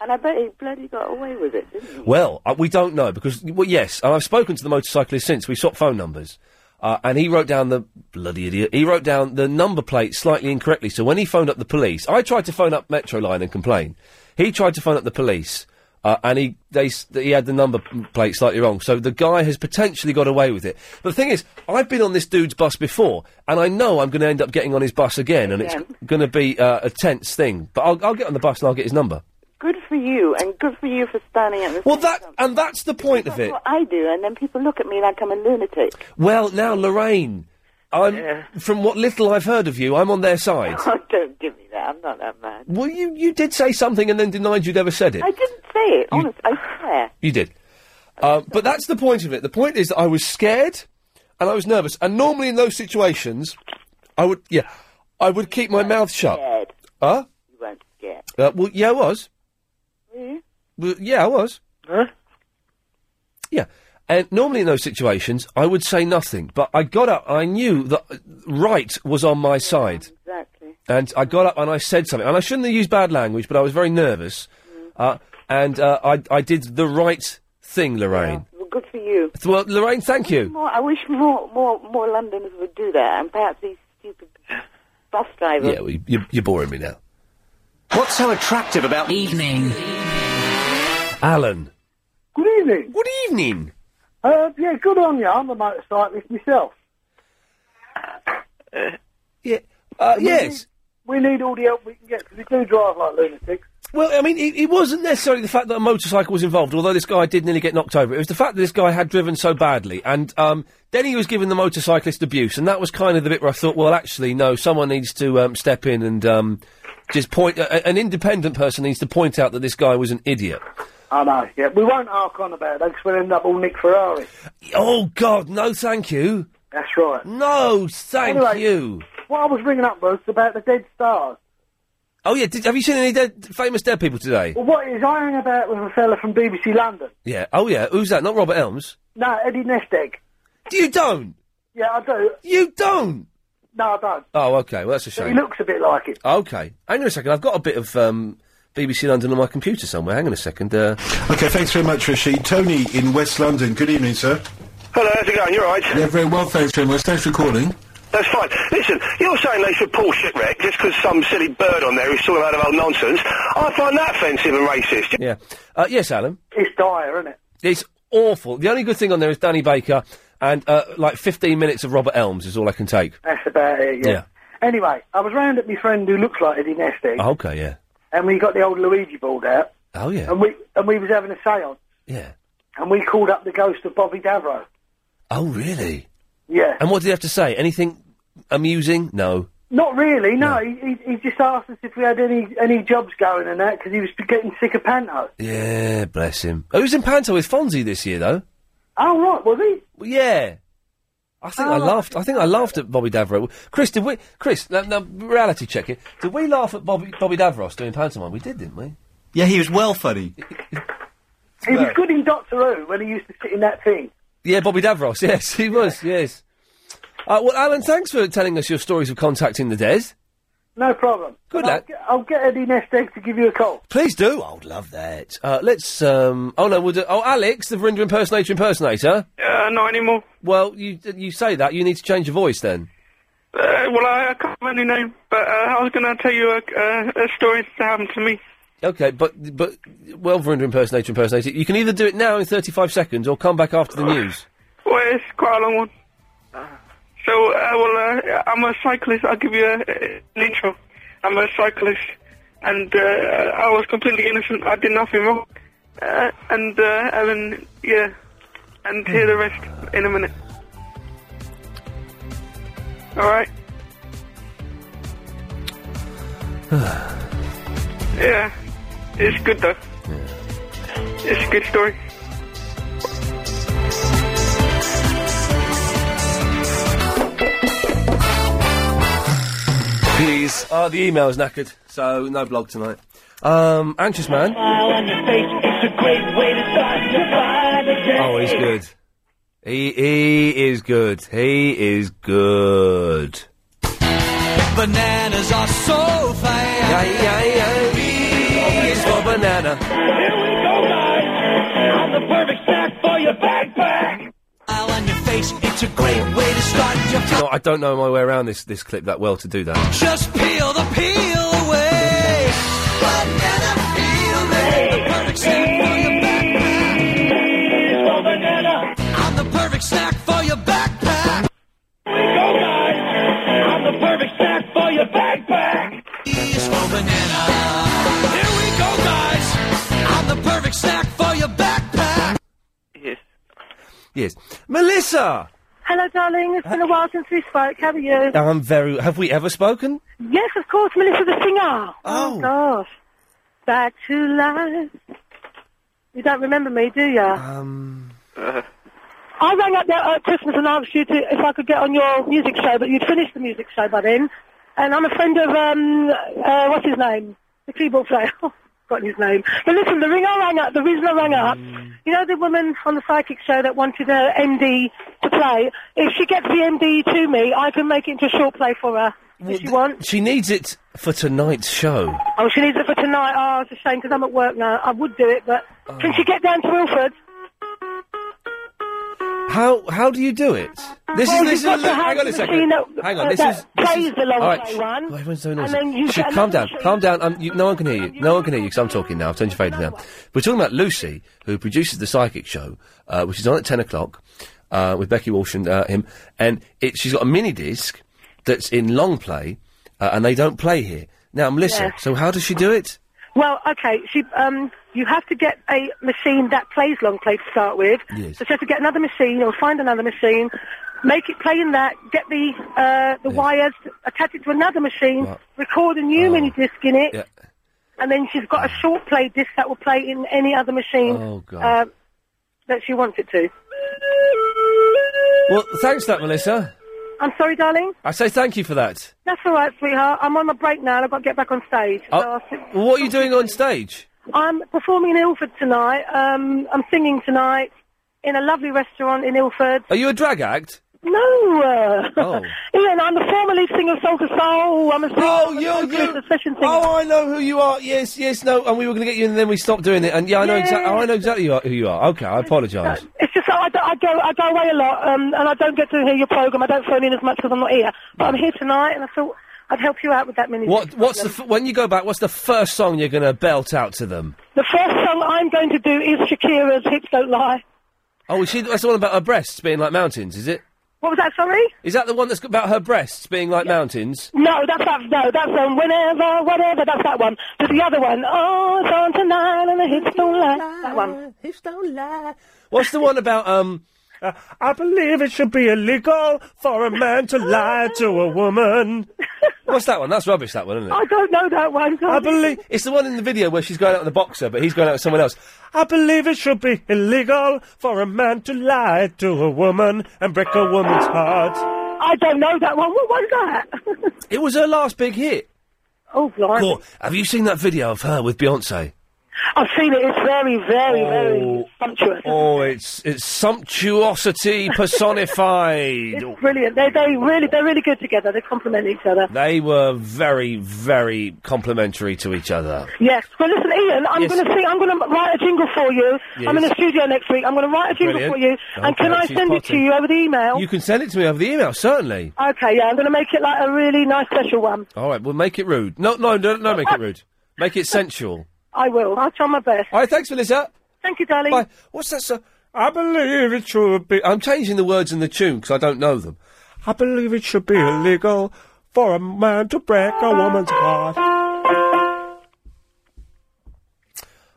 [SPEAKER 20] And I bet he bloody got away with it, didn't he?
[SPEAKER 4] Well, uh, we don't know because, well, yes, and I've spoken to the motorcyclist since. We swapped phone numbers. Uh, and he wrote down the bloody idiot. He wrote down the number plate slightly incorrectly. So when he phoned up the police, I tried to phone up Metroline and complain. He tried to phone up the police, uh, and he they s- he had the number p- plate slightly wrong. So the guy has potentially got away with it. But the thing is, I've been on this dude's bus before, and I know I'm going to end up getting on his bus again, and it's
[SPEAKER 20] Again.
[SPEAKER 4] going to be uh, a tense thing. But I'll, I'll get on the bus and I'll get his number.
[SPEAKER 20] Good for you, and good for you for standing at the
[SPEAKER 4] Well, that and that's the point of it.
[SPEAKER 20] what I do, and then people look at me like I'm a lunatic.
[SPEAKER 4] Well, now Lorraine, I'm from what little I've heard of you, I'm on their side.
[SPEAKER 20] Oh, don't give me that. I'm not that mad.
[SPEAKER 4] well, you you did say something and then denied you'd ever said it.
[SPEAKER 20] I didn't say it, honest. I swear.
[SPEAKER 4] You did. Um, but that's the point of it. The point is that I was scared and I was nervous. And normally in those situations, I would yeah, I would keep my mouth shut. Huh?
[SPEAKER 20] You weren't scared.
[SPEAKER 4] Uh, well, yeah, I was.
[SPEAKER 20] Were you?
[SPEAKER 4] Well, yeah, I was. Huh? Yeah. And normally in those situations, I would say nothing. But I got up. I knew that uh, right was on my side.
[SPEAKER 20] Exactly.
[SPEAKER 4] And I got up and I said something. And I shouldn't have used bad language, but I was very nervous. Uh, and uh, I, I did the right thing, Lorraine.
[SPEAKER 20] Well, good for you.
[SPEAKER 4] Th- Well, Lorraine, thank you.
[SPEAKER 20] More, I wish more, more, more Londoners would do that, and perhaps these stupid bus drivers.
[SPEAKER 4] Yeah, well, you, you're boring me now. E
[SPEAKER 29] What's so attractive about evening?
[SPEAKER 4] Alan.
[SPEAKER 9] Good evening.
[SPEAKER 4] Good evening.
[SPEAKER 9] Uh, yeah, good on you. I'm a motorcyclist myself.
[SPEAKER 4] Yeah. Uh,
[SPEAKER 9] We
[SPEAKER 4] yes.
[SPEAKER 9] need- we need all the help we can get because we do drive like lunatics.
[SPEAKER 4] Well, I mean, it, it wasn't necessarily the fact that a motorcycle was involved, although this guy did nearly get knocked over. It was the fact that this guy had driven so badly, and um, then he was giving the motorcyclist abuse, and that was kind of the bit where I thought, well, actually, no, someone needs to um, step in and um, just point. a- a- an independent person needs to point out that this guy was an idiot.
[SPEAKER 9] I know. Yeah, we won't hark on about that because we'll end up all Nick Ferrari.
[SPEAKER 4] Oh God, no, thank you.
[SPEAKER 9] That's right.
[SPEAKER 4] No, thank
[SPEAKER 9] Anyway.
[SPEAKER 4] you.
[SPEAKER 9] What I was ringing up was about the dead stars.
[SPEAKER 4] Oh yeah, did, have you seen any dead, famous dead people today?
[SPEAKER 9] Well, what is I hang about with a fella from BBC London?
[SPEAKER 4] Yeah. Oh yeah. Who's that? Not Robert Elms.
[SPEAKER 9] No, Eddie Nesteg.
[SPEAKER 4] You don't.
[SPEAKER 9] Yeah, I do.
[SPEAKER 4] You don't.
[SPEAKER 9] No, I don't.
[SPEAKER 4] Oh, okay. Well, that's a
[SPEAKER 9] But
[SPEAKER 4] shame.
[SPEAKER 9] he looks a bit like it.
[SPEAKER 4] Okay. Hang on a second. I've got a bit of um, BBC London on my computer somewhere. Hang on a second. Uh...
[SPEAKER 9] Okay, thanks very much, Rashid. Tony in West London. Good evening, sir.
[SPEAKER 11] Hello, how's it going? You're right.
[SPEAKER 9] Yeah, very well, thanks very much. Thanks for calling.
[SPEAKER 11] That's fine. Listen, you're saying they should pull shipwreck just because some silly bird on there is talking about old nonsense. I find that offensive and racist.
[SPEAKER 4] Yeah. Uh, yes, Alan.
[SPEAKER 9] It's dire, isn't it?
[SPEAKER 4] It's awful. The only good thing on there is Danny Baker and uh, like 15 minutes of Robert Elms is all I can take.
[SPEAKER 9] That's about it. Yeah.
[SPEAKER 4] Yeah.
[SPEAKER 9] Anyway, I was round at my friend who looks like Eddie Nesteg,
[SPEAKER 4] Oh, okay. Yeah.
[SPEAKER 9] and we got the old Luigi board out,
[SPEAKER 4] Oh yeah.
[SPEAKER 9] and we and we was having a séance.
[SPEAKER 4] Yeah.
[SPEAKER 9] And we called up the ghost of Bobby Davro.
[SPEAKER 4] Oh really?
[SPEAKER 9] Yeah.
[SPEAKER 4] And what did he have to say? Anything amusing? No.
[SPEAKER 9] Not really. No, He, he he just asked us if we had any any jobs going and that because he was getting sick of Panto.
[SPEAKER 4] Yeah. Bless him. Oh, he was in Panto with Fonzie this year though.
[SPEAKER 9] Oh right, was he?
[SPEAKER 4] Well, yeah. I think I laughed. I think I laughed at Bobby Davro. Chris, did we? Chris, now, now reality check here. Did we laugh at Bobby Bobby Davros doing pantomime? We did, didn't we?
[SPEAKER 29] Yeah, he was well funny.
[SPEAKER 9] He was good in Doctor Who Oh, when he used to sit in that thing.
[SPEAKER 4] Yeah, Bobby Davros. Yes, he was. Yes. Uh, well, Alan, thanks for telling us your stories of contacting the dead.
[SPEAKER 9] No problem.
[SPEAKER 4] Good
[SPEAKER 9] And I'll
[SPEAKER 4] lad.
[SPEAKER 9] get- I'll get Eddie Nesteg to give you a call.
[SPEAKER 4] Please do. I would love that. Uh, let's. Um, oh no, we'll do. Oh, Alex, the Verinder impersonator impersonator.
[SPEAKER 9] Uh, not anymore.
[SPEAKER 4] Well, you you say that. You need to change your voice then.
[SPEAKER 9] Uh, well, I, I can't remember any name, but uh, I was going to tell you uh, a, a, a story that happened to me.
[SPEAKER 4] Okay, but but well, Verinder impersonator impersonator. You can either do it now in thirty five seconds or come back after the news.
[SPEAKER 9] Well, it's quite a long one.
[SPEAKER 28] So, uh, well, uh, I'm a cyclist. I'll give you a, uh, an intro. I'm a cyclist, and uh, I was completely innocent. I did nothing wrong. Uh, and uh, Alan, yeah, and hear the rest in a minute. All right. Yeah, it's good though. It's a good story.
[SPEAKER 4] Please. Oh, the email's knackered, so no blog tonight. Um, anxious man. Oh, he's good. He he is good. He is good.
[SPEAKER 8] Bananas are so fine.
[SPEAKER 4] Yeah, yeah, yeah. B is for banana.
[SPEAKER 8] Here we go, guys. I'm the perfect snack for your backpack. Owl on your face, it's a great way to start
[SPEAKER 4] Do
[SPEAKER 8] your
[SPEAKER 4] you know what? I don't know my way around this this clip that well to do that.
[SPEAKER 8] Just peel the peel away. Banana peel, man. The perfect snack for your backpack. Oh, banana. I'm the perfect snack for your backpack. Here we go, guys. I'm the perfect snack for your backpack. E is for banana. Here we go, guys. I'm the perfect snack for your backpack.
[SPEAKER 4] Yes, Melissa.
[SPEAKER 16] Hello, darling. It's been a while since we spoke. How are you?
[SPEAKER 4] I'm very. Have we ever spoken?
[SPEAKER 16] Yes, of course, Melissa the singer.
[SPEAKER 4] Oh,
[SPEAKER 16] gosh. Back to life. You don't remember me, do you?
[SPEAKER 4] Um.
[SPEAKER 16] I rang up there at Christmas and asked you to, if I could get on your music show, but you'd finished the music show by then. And I'm a friend of, um, uh, what's his name? The keyboard player. Got his name. But listen, the ring I rang up, the reason I rang up, you know the woman on the psychic show that wanted her MD to play? If she gets the MD to me, I can make it into a short play for her. if she wants.
[SPEAKER 4] She needs it for tonight's show.
[SPEAKER 16] Oh, she needs it for tonight. Oh, it's a shame because I'm at work now. I would do it, but can she get down to Wilford?
[SPEAKER 4] How how do you do it? This is
[SPEAKER 16] Well,
[SPEAKER 4] this is
[SPEAKER 16] you've
[SPEAKER 4] a
[SPEAKER 16] got
[SPEAKER 4] li-
[SPEAKER 16] to
[SPEAKER 4] hang
[SPEAKER 16] have
[SPEAKER 4] on a
[SPEAKER 16] the
[SPEAKER 4] second.
[SPEAKER 16] machine that-
[SPEAKER 4] Hang on,
[SPEAKER 16] uh,
[SPEAKER 4] this
[SPEAKER 16] that
[SPEAKER 4] is this
[SPEAKER 16] plays
[SPEAKER 4] is,
[SPEAKER 16] the long
[SPEAKER 4] all right,
[SPEAKER 16] play
[SPEAKER 4] sh-
[SPEAKER 16] one,
[SPEAKER 4] oh, everyone's so
[SPEAKER 16] and
[SPEAKER 4] noisy.
[SPEAKER 16] then you
[SPEAKER 4] Shh,
[SPEAKER 16] get
[SPEAKER 4] calm
[SPEAKER 16] another
[SPEAKER 4] down, calm down. Um, you, no one can hear you. No one can hear you because I'm talking now. I've turned your faders down. We're talking about Lucy, who produces the Psychic Show, uh, which is on at ten o'clock uh, with Becky Walsh and uh, him. And it, she's got a mini disc that's in long play, uh, and they don't play here. Now, um, listen.
[SPEAKER 16] Yes.
[SPEAKER 4] So how does she do it?
[SPEAKER 16] Well, okay. She, um, you have to get a machine that plays long play to start with.
[SPEAKER 4] Yes.
[SPEAKER 16] So she has to get another machine or find another machine, make it play in that, get the uh, the wires, attach it to another machine,
[SPEAKER 4] Right. Oh.
[SPEAKER 16] record a new mini disc in it,
[SPEAKER 4] Yeah.
[SPEAKER 16] and then she's got a short play disc that will play in any other machine
[SPEAKER 4] Oh, God.
[SPEAKER 16] Uh, that she wants it to.
[SPEAKER 4] Well, thanks for that, Melissa.
[SPEAKER 16] I'm sorry, darling.
[SPEAKER 4] I say thank you for that.
[SPEAKER 16] That's all right, sweetheart. I'm on my break now, and I've got to get back on stage.
[SPEAKER 4] Oh,
[SPEAKER 16] So I'll see-
[SPEAKER 4] well, what are you doing on stage?
[SPEAKER 16] I'm performing in Ilford tonight. Um, I'm singing tonight in a lovely restaurant in Ilford.
[SPEAKER 4] Are you a drag act?
[SPEAKER 16] No, uh, Ian, I'm the former lead singer of Soul to Soul. I'm a singer.
[SPEAKER 4] Oh, you're you. Oh, I know who you are. Yes, yes, no. And we were going to get you, in, and then we stopped doing it. And yeah, I know
[SPEAKER 16] Yeah.
[SPEAKER 4] exactly. Oh, I know exactly who you are- who you are. Okay, I apologise.
[SPEAKER 16] It's just that I, don't- I go I go away a lot, um, and I don't get to hear your program. I don't phone in as much because I'm not here. But I'm here tonight, and I thought I'd help you out with that mini. Um,
[SPEAKER 4] What? What's the f- when you go back? What's the first song you're going to belt out to them?
[SPEAKER 16] The first song I'm going to do is Shakira's "Hips Don't Lie."
[SPEAKER 4] Oh, is she, that's the one about her breasts being like mountains, is it?
[SPEAKER 16] What was that? Sorry.
[SPEAKER 4] Is that the one that's got- about her breasts being like mountains?
[SPEAKER 16] No, that's that. No, that's um, whenever, whatever. That's that one. But the other one, oh, it's on tonight and the hits don't lie. That one.
[SPEAKER 4] Hips don't lie. What's the one about um? Uh, I believe it should be illegal for a man to lie to a woman. What's that one? That's rubbish. That one, isn't it?
[SPEAKER 16] I don't know that one.
[SPEAKER 4] I believe it's the one in the video where she's going out with a boxer, but he's going out with someone else. I believe it should be illegal for a man to lie to a woman and break a woman's heart.
[SPEAKER 16] I don't know that one. What was that?
[SPEAKER 4] it was her last big hit.
[SPEAKER 16] Oh, blimey.
[SPEAKER 4] Lord, have you seen that video of her with Beyonce?
[SPEAKER 16] I've seen it. It's very, very, very
[SPEAKER 4] Oh.
[SPEAKER 16] sumptuous.
[SPEAKER 4] Oh, it's it's sumptuosity personified.
[SPEAKER 16] It's brilliant. They they really they're really good together. They complement each other.
[SPEAKER 4] they were very, very complimentary to each other.
[SPEAKER 16] Yes. Well, listen, Ian. I'm
[SPEAKER 4] Yes.
[SPEAKER 16] going to sing. I'm going to write a jingle for you. I'm in
[SPEAKER 4] Yes.
[SPEAKER 16] the studio next week. I'm going to write a jingle
[SPEAKER 4] Brilliant.
[SPEAKER 16] for you. and
[SPEAKER 4] Okay,
[SPEAKER 16] can I
[SPEAKER 4] she's
[SPEAKER 16] send it to
[SPEAKER 4] plotting.
[SPEAKER 16] you over the email?
[SPEAKER 4] You can send it to me over the email, certainly.
[SPEAKER 16] Okay. Yeah. I'm going to make it like a really nice special one.
[SPEAKER 4] All right, we'll make it rude. No, no, no, no, make it rude. Make it sensual.
[SPEAKER 16] I will. I'll try my best.
[SPEAKER 4] All right, thanks, Melissa.
[SPEAKER 16] Thank you, darling.
[SPEAKER 4] Bye. What's that song? I believe it should be. I'm changing the words in the tune because I don't know them. I believe it should be illegal for a man to break a woman's heart.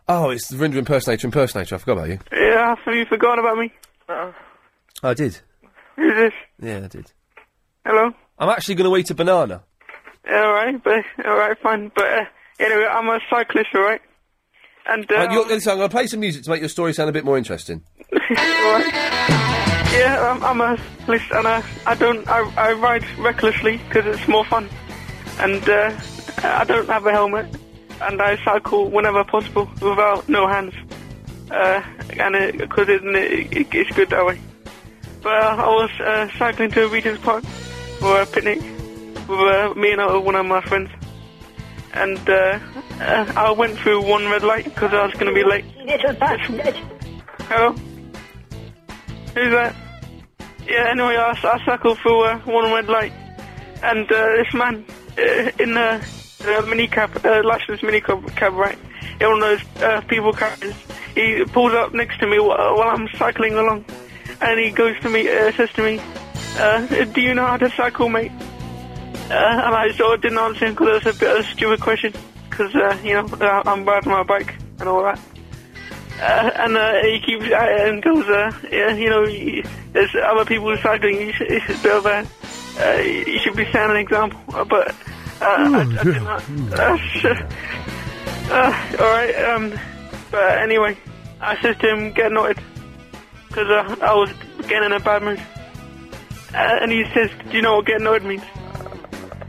[SPEAKER 4] Oh, it's the Rinder impersonator impersonator. I forgot about you.
[SPEAKER 28] Yeah, have you forgotten about me? Uh,
[SPEAKER 4] I did.
[SPEAKER 28] who's this?
[SPEAKER 4] Yeah, I did.
[SPEAKER 28] Hello?
[SPEAKER 4] I'm actually going to eat a banana.
[SPEAKER 28] Yeah, all right, but all right, fine. But uh, anyway, I'm a cyclist, all right. And uh,
[SPEAKER 4] Uh, you're, listen, I'm going to play some music to make your story sound a bit more interesting.
[SPEAKER 28] yeah, um, I'm, I'm a cyclist, and I, I don't I, I ride recklessly because it's more fun. And uh, I don't have a helmet, and I cycle whenever possible without no hands. Uh, and because it, it, it's good that way. But uh, I was uh, cycling to Regent's Park for a picnic with uh, me and uh, one of my friends. And uh, uh, I went through one red light because I was going to be late. Hello? Who's that? Yeah, anyway, I, I cycled through uh, one red light. And uh, this man uh, in the uh, minicab, uh, Lashley's minicab, cab, right? In one of those uh, people carriers. He pulls up next to me while, while I'm cycling along. And he goes to me, uh, says to me, uh, do you know how to cycle, mate? Uh, and I sort of didn't answer him because it was a bit of a stupid question. Because, uh, you know, uh, I'm riding my bike and all that. Uh, and uh, he keeps uh, and goes, uh, yeah, you know, y- there's other people cycling. You should, you should, be over, uh, you should be setting an example. Uh, But uh, I, I did not. Uh, uh, all right. Um, but anyway, I said to him, "Get knotted," because uh, I was getting in a bad mood. Uh, and he says, "Do you know what get knotted means?"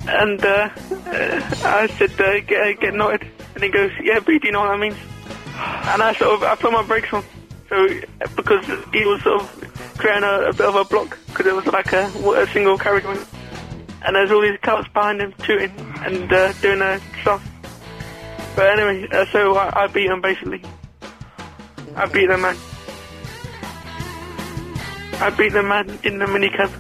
[SPEAKER 28] And uh, uh, I said, uh, "Get get knotted," and he goes, "Yeah, but do you know what that means?" and I sort of I put my brakes on. So because he was sort of creating a, a bit of a block because it was like a, a single carriageway, and there's all these cars behind him shooting and uh, doing their stuff. But anyway, uh, so I, I beat him basically. I beat the man. I beat the man in the minicab.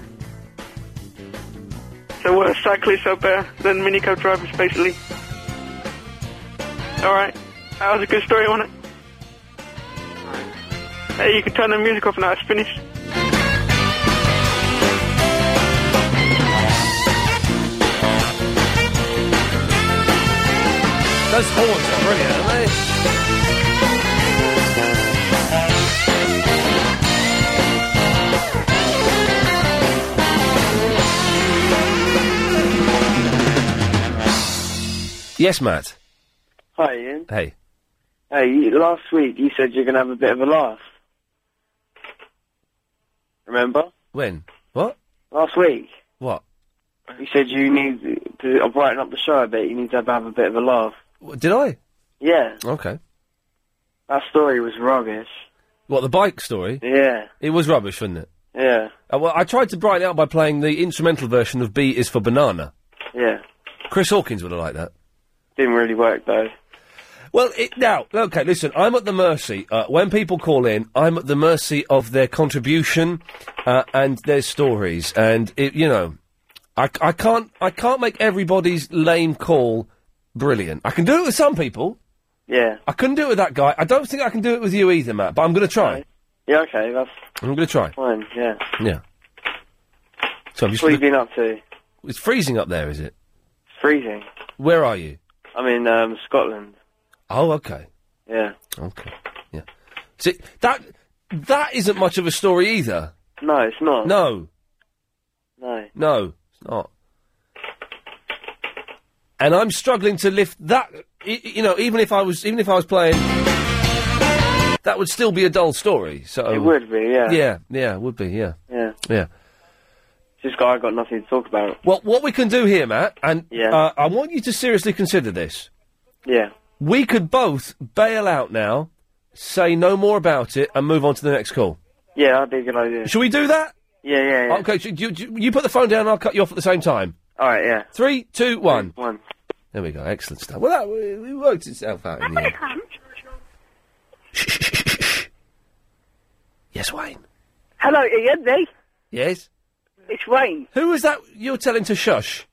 [SPEAKER 28] So uh, cyclists are better than minicab drivers, basically. All right, that was a good story, wasn't it? Hey, you can turn the music off now. It's finished.
[SPEAKER 4] Those horns are brilliant, aren't they? Yes, Matt.
[SPEAKER 1] Hi, Ian.
[SPEAKER 4] Hey.
[SPEAKER 1] Hey, you- last week you said you're going to have a bit of a laugh. Remember?
[SPEAKER 4] When? What?
[SPEAKER 1] Last week.
[SPEAKER 4] What?
[SPEAKER 1] You said you need to uh, brighten up the show a bit. You need to have, have a bit of a laugh.
[SPEAKER 4] What, Did I?
[SPEAKER 1] Yeah,
[SPEAKER 4] Okay.
[SPEAKER 1] that story was rubbish.
[SPEAKER 4] What, the bike story?
[SPEAKER 1] Yeah,
[SPEAKER 4] It was rubbish, wasn't it?
[SPEAKER 1] yeah,
[SPEAKER 4] Uh, well, I tried to brighten it up by playing the instrumental version of B is for Banana.
[SPEAKER 1] yeah.
[SPEAKER 4] Chris Hawkins would have liked that.
[SPEAKER 1] Didn't really work though.
[SPEAKER 4] Well, it, now, okay, listen, I'm at the mercy. Uh, when people call in, I'm at the mercy of their contribution uh, and their stories. And, it, you know, I, I, can't, I can't make everybody's lame call brilliant. I can do it with some people.
[SPEAKER 1] Yeah.
[SPEAKER 4] I couldn't do it with that guy. I don't think I can do it with you either, Matt, but I'm going to try.
[SPEAKER 1] Yeah, okay, that's
[SPEAKER 4] I'm going to try.
[SPEAKER 1] fine. Yeah.
[SPEAKER 4] Yeah. So I'm just.
[SPEAKER 1] What have you been up to?
[SPEAKER 4] It's freezing up there, is it?
[SPEAKER 1] It's freezing.
[SPEAKER 4] Where are you?
[SPEAKER 1] I'm in um, Scotland.
[SPEAKER 4] Oh, okay.
[SPEAKER 1] Yeah.
[SPEAKER 4] Okay. Yeah. See that that isn't much of a story either.
[SPEAKER 1] No, it's not.
[SPEAKER 4] No,
[SPEAKER 1] No.
[SPEAKER 4] no, it's not. And I'm struggling to lift that. y- y- You know, even if I was, even if I was playing, that would still be a dull story. So
[SPEAKER 1] It would be. Yeah.
[SPEAKER 4] Yeah, yeah, it would be. Yeah,
[SPEAKER 1] Yeah.
[SPEAKER 4] yeah.
[SPEAKER 1] Just got I got nothing to talk about.
[SPEAKER 4] Well, what we can do here, Matt, and
[SPEAKER 1] Yeah.
[SPEAKER 4] uh, I want you to seriously consider this.
[SPEAKER 1] Yeah.
[SPEAKER 4] We could both bail out now, say no more about it, and move on to the next call.
[SPEAKER 1] Yeah, that'd be a good idea.
[SPEAKER 4] Shall we do that? Oh,
[SPEAKER 1] Yeah, yeah, yeah.
[SPEAKER 4] Okay, so do, do, you put the phone down and I'll cut you off at the same time.
[SPEAKER 1] All right, yeah.
[SPEAKER 4] Three, two, one.
[SPEAKER 1] One.
[SPEAKER 4] There we go, excellent stuff. Well, that it worked itself out in the end. Yes, Wayne.
[SPEAKER 13] Hello, Ian. Me.
[SPEAKER 4] Yes?
[SPEAKER 13] It's Wayne.
[SPEAKER 4] Who was that you were telling to shush?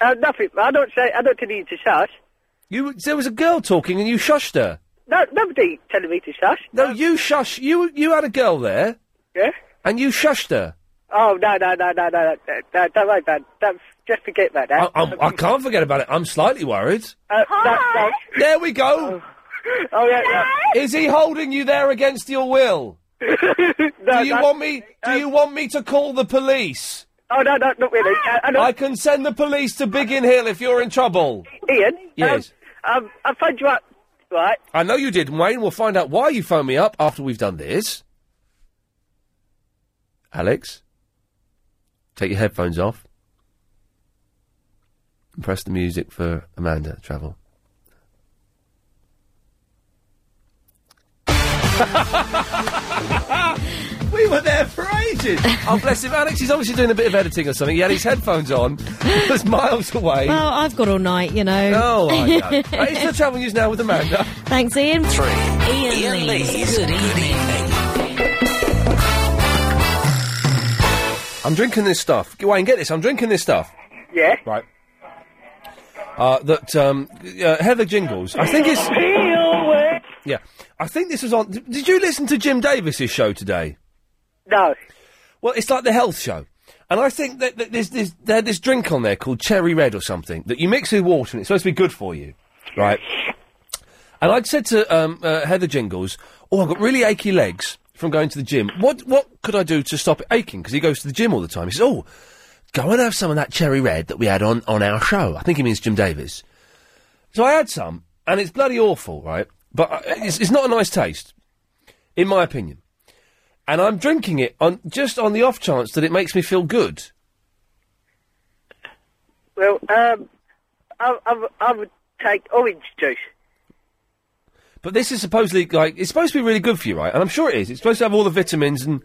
[SPEAKER 13] Uh, nothing. I don't say. I don't tell you to shush.
[SPEAKER 4] You, there was a girl talking and you shushed her.
[SPEAKER 13] No, nobody telling me to shush.
[SPEAKER 4] No, you shush. You you had a girl there
[SPEAKER 13] Yeah.
[SPEAKER 4] and you shushed her.
[SPEAKER 13] Oh no no no no no no! no don't worry about. Don't just forget about that.
[SPEAKER 4] I, I'm, I can't forget about it. I'm slightly worried.
[SPEAKER 13] Uh, Hi.
[SPEAKER 4] There we go.
[SPEAKER 13] Oh, yeah, yeah.
[SPEAKER 4] Is he holding you there against your will? do you
[SPEAKER 13] no. Um,
[SPEAKER 4] want me? Do you want me to call the police?
[SPEAKER 13] Oh no no not really. Uh, I,
[SPEAKER 4] I can send the police to Biggin Hill if you're in trouble.
[SPEAKER 13] Ian.
[SPEAKER 4] Yes.
[SPEAKER 13] Um, um, I phoned you up. Right.
[SPEAKER 4] I know you did, Wayne. We'll find out why you phoned me up after we've done this. Alex, take your headphones off. And press the music for Amanda to travel. we were there for ages. oh, bless him. Alex, he's obviously doing a bit of editing or something. He had his headphones on. It was miles away.
[SPEAKER 5] Well, I've got all night, you know.
[SPEAKER 4] Oh, I know. Right, it's the travel news now with Amanda.
[SPEAKER 5] Thanks, Ian. Three. Ian, Lee's Good Evening.
[SPEAKER 4] I'm drinking this stuff. Wayne, get this. I'm drinking this stuff.
[SPEAKER 13] Yeah.
[SPEAKER 4] Right. Uh, that um, uh, Heather Jingles. I think it's. Yeah, I think this was on. d- Did you listen to Jim Davis's show today?
[SPEAKER 13] No.
[SPEAKER 4] Well, it's like the health show, and I think that, that there's, there's they had this drink on there called Cherry Red or something that you mix with water and it's supposed to be good for you, right? And I'd said to um, uh, Heather Jingles, "Oh, I've got really achy legs from going to the gym. What what could I do to stop it aching?" Because he goes to the gym all the time. He says, "Oh, go and have some of that cherry red that we had on on our show." I think he means Jim Davis. So I had some, and it's bloody awful, right? But uh, it's, it's not a nice taste, in my opinion. And I'm drinking it on just on the off chance that it makes me feel good.
[SPEAKER 13] Well, um, I, I, I would take orange juice.
[SPEAKER 4] But this is supposedly like it's supposed to be really good for you, right? And I'm sure it is. It's supposed to have all the vitamins and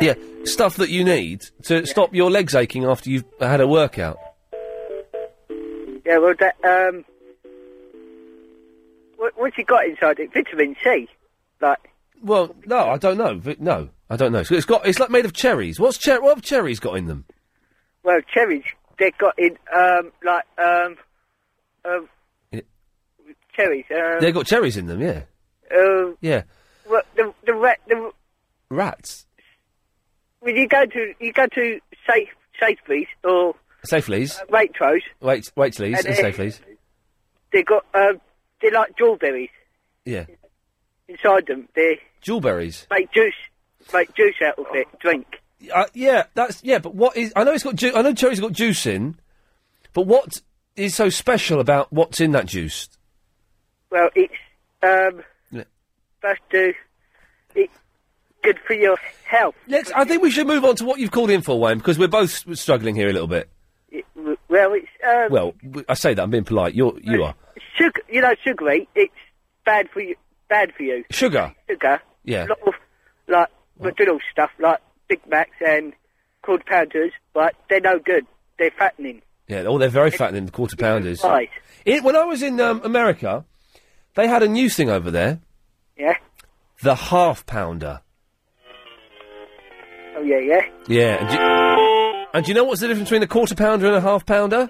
[SPEAKER 4] yeah, stuff that you need to stop your legs aching after you've had a workout.
[SPEAKER 13] Yeah. Well, that um, what, what's it got inside it? Vitamin C. Like
[SPEAKER 4] Well, no, I don't know. Vi- No, I don't know. So it's got it's like made of cherries. What's cher- What have cherries got in them?
[SPEAKER 13] Well, cherries, they got in, um, like, um, um,
[SPEAKER 4] Yeah.
[SPEAKER 13] cherries, um,
[SPEAKER 4] They've got cherries in them. Yeah,
[SPEAKER 13] uh,
[SPEAKER 4] yeah.
[SPEAKER 13] well, the, the, re- the,
[SPEAKER 4] Rats,
[SPEAKER 13] when you go to, you go to safe, Sainsbury's or
[SPEAKER 4] safelies,
[SPEAKER 13] Waitrose,
[SPEAKER 4] wait, waitleys,
[SPEAKER 13] and
[SPEAKER 4] and
[SPEAKER 13] it-
[SPEAKER 4] safelies.
[SPEAKER 13] they got, um, they're like jewelberries
[SPEAKER 4] Yeah,
[SPEAKER 13] inside them. They
[SPEAKER 4] jewelberries.
[SPEAKER 13] make juice, make juice out of it, drink.
[SPEAKER 4] Uh, yeah, that's yeah. But what is? I know it's got. Ju- I know cherries got juice in, but what is so special about what's in that juice?
[SPEAKER 13] Well, it's, um,
[SPEAKER 4] Yeah.
[SPEAKER 13] supposed to, it's good for your health.
[SPEAKER 4] Let's. I think we should move on to what you've called in for, Wayne, because we're both s- struggling here a little bit.
[SPEAKER 13] It, well, it's, um,
[SPEAKER 4] Well, w- I say that I'm being polite. You're you are
[SPEAKER 13] sugar, you know, sugar, eh, it's bad for you, bad for you.
[SPEAKER 4] sugar.
[SPEAKER 13] Sugar,
[SPEAKER 4] Yeah.
[SPEAKER 13] lot of like McDonald's stuff, like Big Macs and quarter pounders, but they're no good. They're fattening.
[SPEAKER 4] Yeah, oh, they're very fattening, the quarter pounders.
[SPEAKER 13] Right.
[SPEAKER 4] It, when I was in um, America, they had a new thing over there,
[SPEAKER 13] Yeah.
[SPEAKER 4] the half pounder.
[SPEAKER 13] Oh yeah, yeah.
[SPEAKER 4] Yeah. And do, you, and do you know what's the difference between a quarter pounder and a half pounder?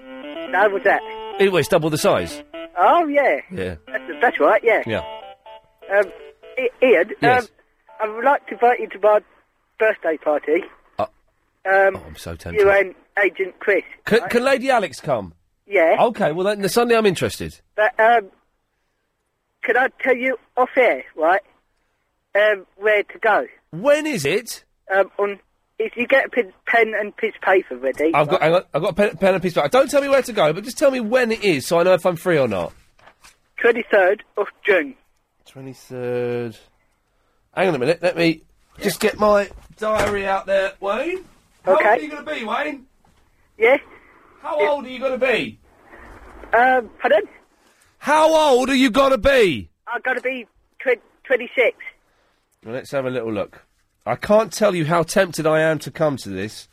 [SPEAKER 13] That was that.
[SPEAKER 4] It, well, it's double the size.
[SPEAKER 13] Oh yeah.
[SPEAKER 4] Yeah.
[SPEAKER 13] That's, that's right. Yeah.
[SPEAKER 4] Yeah.
[SPEAKER 13] Um, I- Ian,
[SPEAKER 4] Yes.
[SPEAKER 13] um, I would like to invite you to my birthday party.
[SPEAKER 4] Oh.
[SPEAKER 13] Um,
[SPEAKER 4] I'm so tempted.
[SPEAKER 13] you and Agent Chris.
[SPEAKER 4] Can, can Lady Alex come?
[SPEAKER 13] Yeah.
[SPEAKER 4] Okay, well, then suddenly I'm interested.
[SPEAKER 13] But um, can I tell you off air, right? Um, where to go?
[SPEAKER 4] When is it?
[SPEAKER 13] Um, on if you get a pen, pen and piece of paper ready.
[SPEAKER 4] I've got, hang on, I've got a pen, pen and piece of paper. Don't tell me where to go, but just tell me when it is so I know if I'm free or not.
[SPEAKER 13] twenty third of June.
[SPEAKER 4] 23rd. Hang on a minute, let me just get my diary out there, Wayne. How
[SPEAKER 13] Okay.
[SPEAKER 4] old are you going to be, Wayne?
[SPEAKER 13] Yeah.
[SPEAKER 4] How old are you going to be?
[SPEAKER 13] Um, pardon?
[SPEAKER 4] How old are you going to be?
[SPEAKER 13] I've got to be tw- twenty six.
[SPEAKER 4] Well, let's have a little look. I can't tell you how tempted I am to come to this.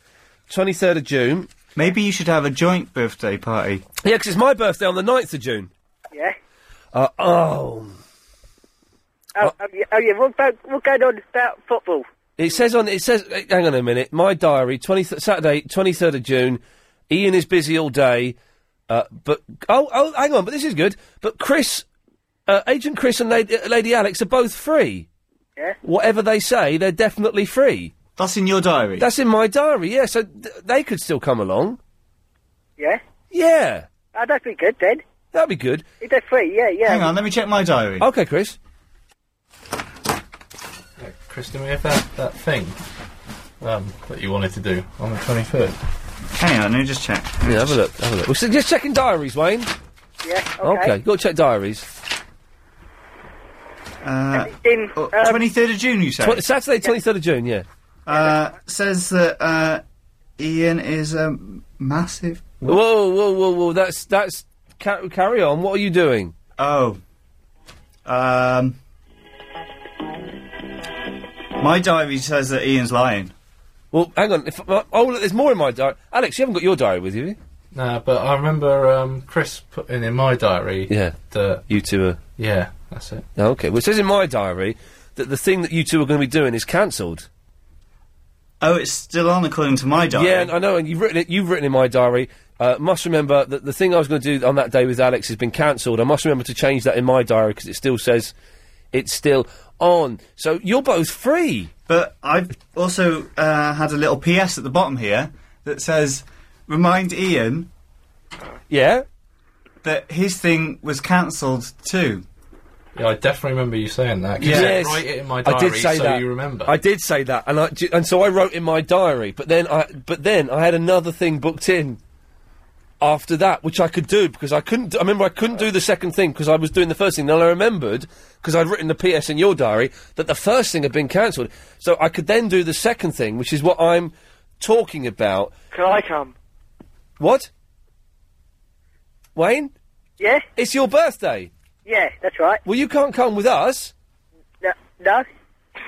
[SPEAKER 4] 23rd of June.
[SPEAKER 6] Maybe you should have a joint birthday party.
[SPEAKER 4] Yeah, because it's my birthday on the 9th of June.
[SPEAKER 13] Yeah.
[SPEAKER 4] Uh, oh.
[SPEAKER 13] Oh, oh, yeah, oh yeah. What about what going on about football?
[SPEAKER 4] It says on. It says. eh, Hang on a minute. My diary. Twenty Saturday, twenty third of June. Ian is busy all day. Uh, but oh oh, hang on. But this is good. But Chris, uh, Agent Chris and Lady, uh, Lady Alex are both free.
[SPEAKER 13] Yeah.
[SPEAKER 4] Whatever they say, they're definitely free. That's in your diary. That's in my diary. Yeah. So th- they could still come along.
[SPEAKER 13] Yeah.
[SPEAKER 4] Yeah.
[SPEAKER 13] Oh, that'd be good then.
[SPEAKER 4] That'd be good.
[SPEAKER 13] If they're free, yeah, yeah.
[SPEAKER 6] Hang on, let me check my diary.
[SPEAKER 4] Okay, Chris.
[SPEAKER 17] Chris, did we have that, that thing um, that you wanted to do on the 23rd?
[SPEAKER 6] Hang on, let me just check.
[SPEAKER 4] Yeah. Have a look. Have a look. We're s- just checking diaries, Wayne.
[SPEAKER 13] Yeah.
[SPEAKER 1] Oh,
[SPEAKER 4] Okay.
[SPEAKER 13] Okay.
[SPEAKER 4] Got to check diaries.
[SPEAKER 6] Uh,
[SPEAKER 13] In,
[SPEAKER 4] Oh.
[SPEAKER 13] um,
[SPEAKER 6] 23rd of June, you say?
[SPEAKER 4] Tw- Saturday, twenty third of June. Yeah.
[SPEAKER 6] Uh, says that uh, Ian is a massive.
[SPEAKER 4] Whoa, whoa, whoa, whoa! That's that's ca- carry on. What are you doing?
[SPEAKER 6] Oh, um, my diary says that Ian's lying.
[SPEAKER 4] Well, hang on. If, uh, oh, look, there's more in my diary. Alex, you haven't got your diary with you. have you?
[SPEAKER 17] No, but I remember um, Chris putting in my diary
[SPEAKER 4] Yeah.
[SPEAKER 17] that.
[SPEAKER 4] You two are.
[SPEAKER 17] Yeah, that's it.
[SPEAKER 4] No, okay. Well, it says in my diary that the thing that you two are going to be doing is cancelled.
[SPEAKER 6] Oh, it's still on according to my diary.
[SPEAKER 4] Yeah, and I know. And you've written it. You've written in my diary. Uh, must remember that the thing I was going to do on that day with Alex has been cancelled. I must remember to change that in my diary because it still says it's still on. So you're both free.
[SPEAKER 6] But I've also uh, had a little PS at the bottom here that says, "Remind Ian."
[SPEAKER 4] Yeah.
[SPEAKER 6] That his thing was cancelled too.
[SPEAKER 17] Yeah, I definitely remember you saying that. 'cause you said, Write it in my diary so you remember.
[SPEAKER 4] I did say that, and I d- and so I wrote in my diary. But then I but then I had another thing booked in after that, which I could do because I couldn't. Do, I remember I couldn't do the second thing because I was doing the first thing. Then I remembered because I'd written the PS in your diary that the first thing had been cancelled, so I could then do the second thing, which is what I'm talking about.
[SPEAKER 8] Can I come?
[SPEAKER 4] What? Wayne?
[SPEAKER 13] Yeah?
[SPEAKER 4] It's your birthday.
[SPEAKER 13] Yeah, that's right.
[SPEAKER 4] Well, you can't come with us.
[SPEAKER 13] No, no.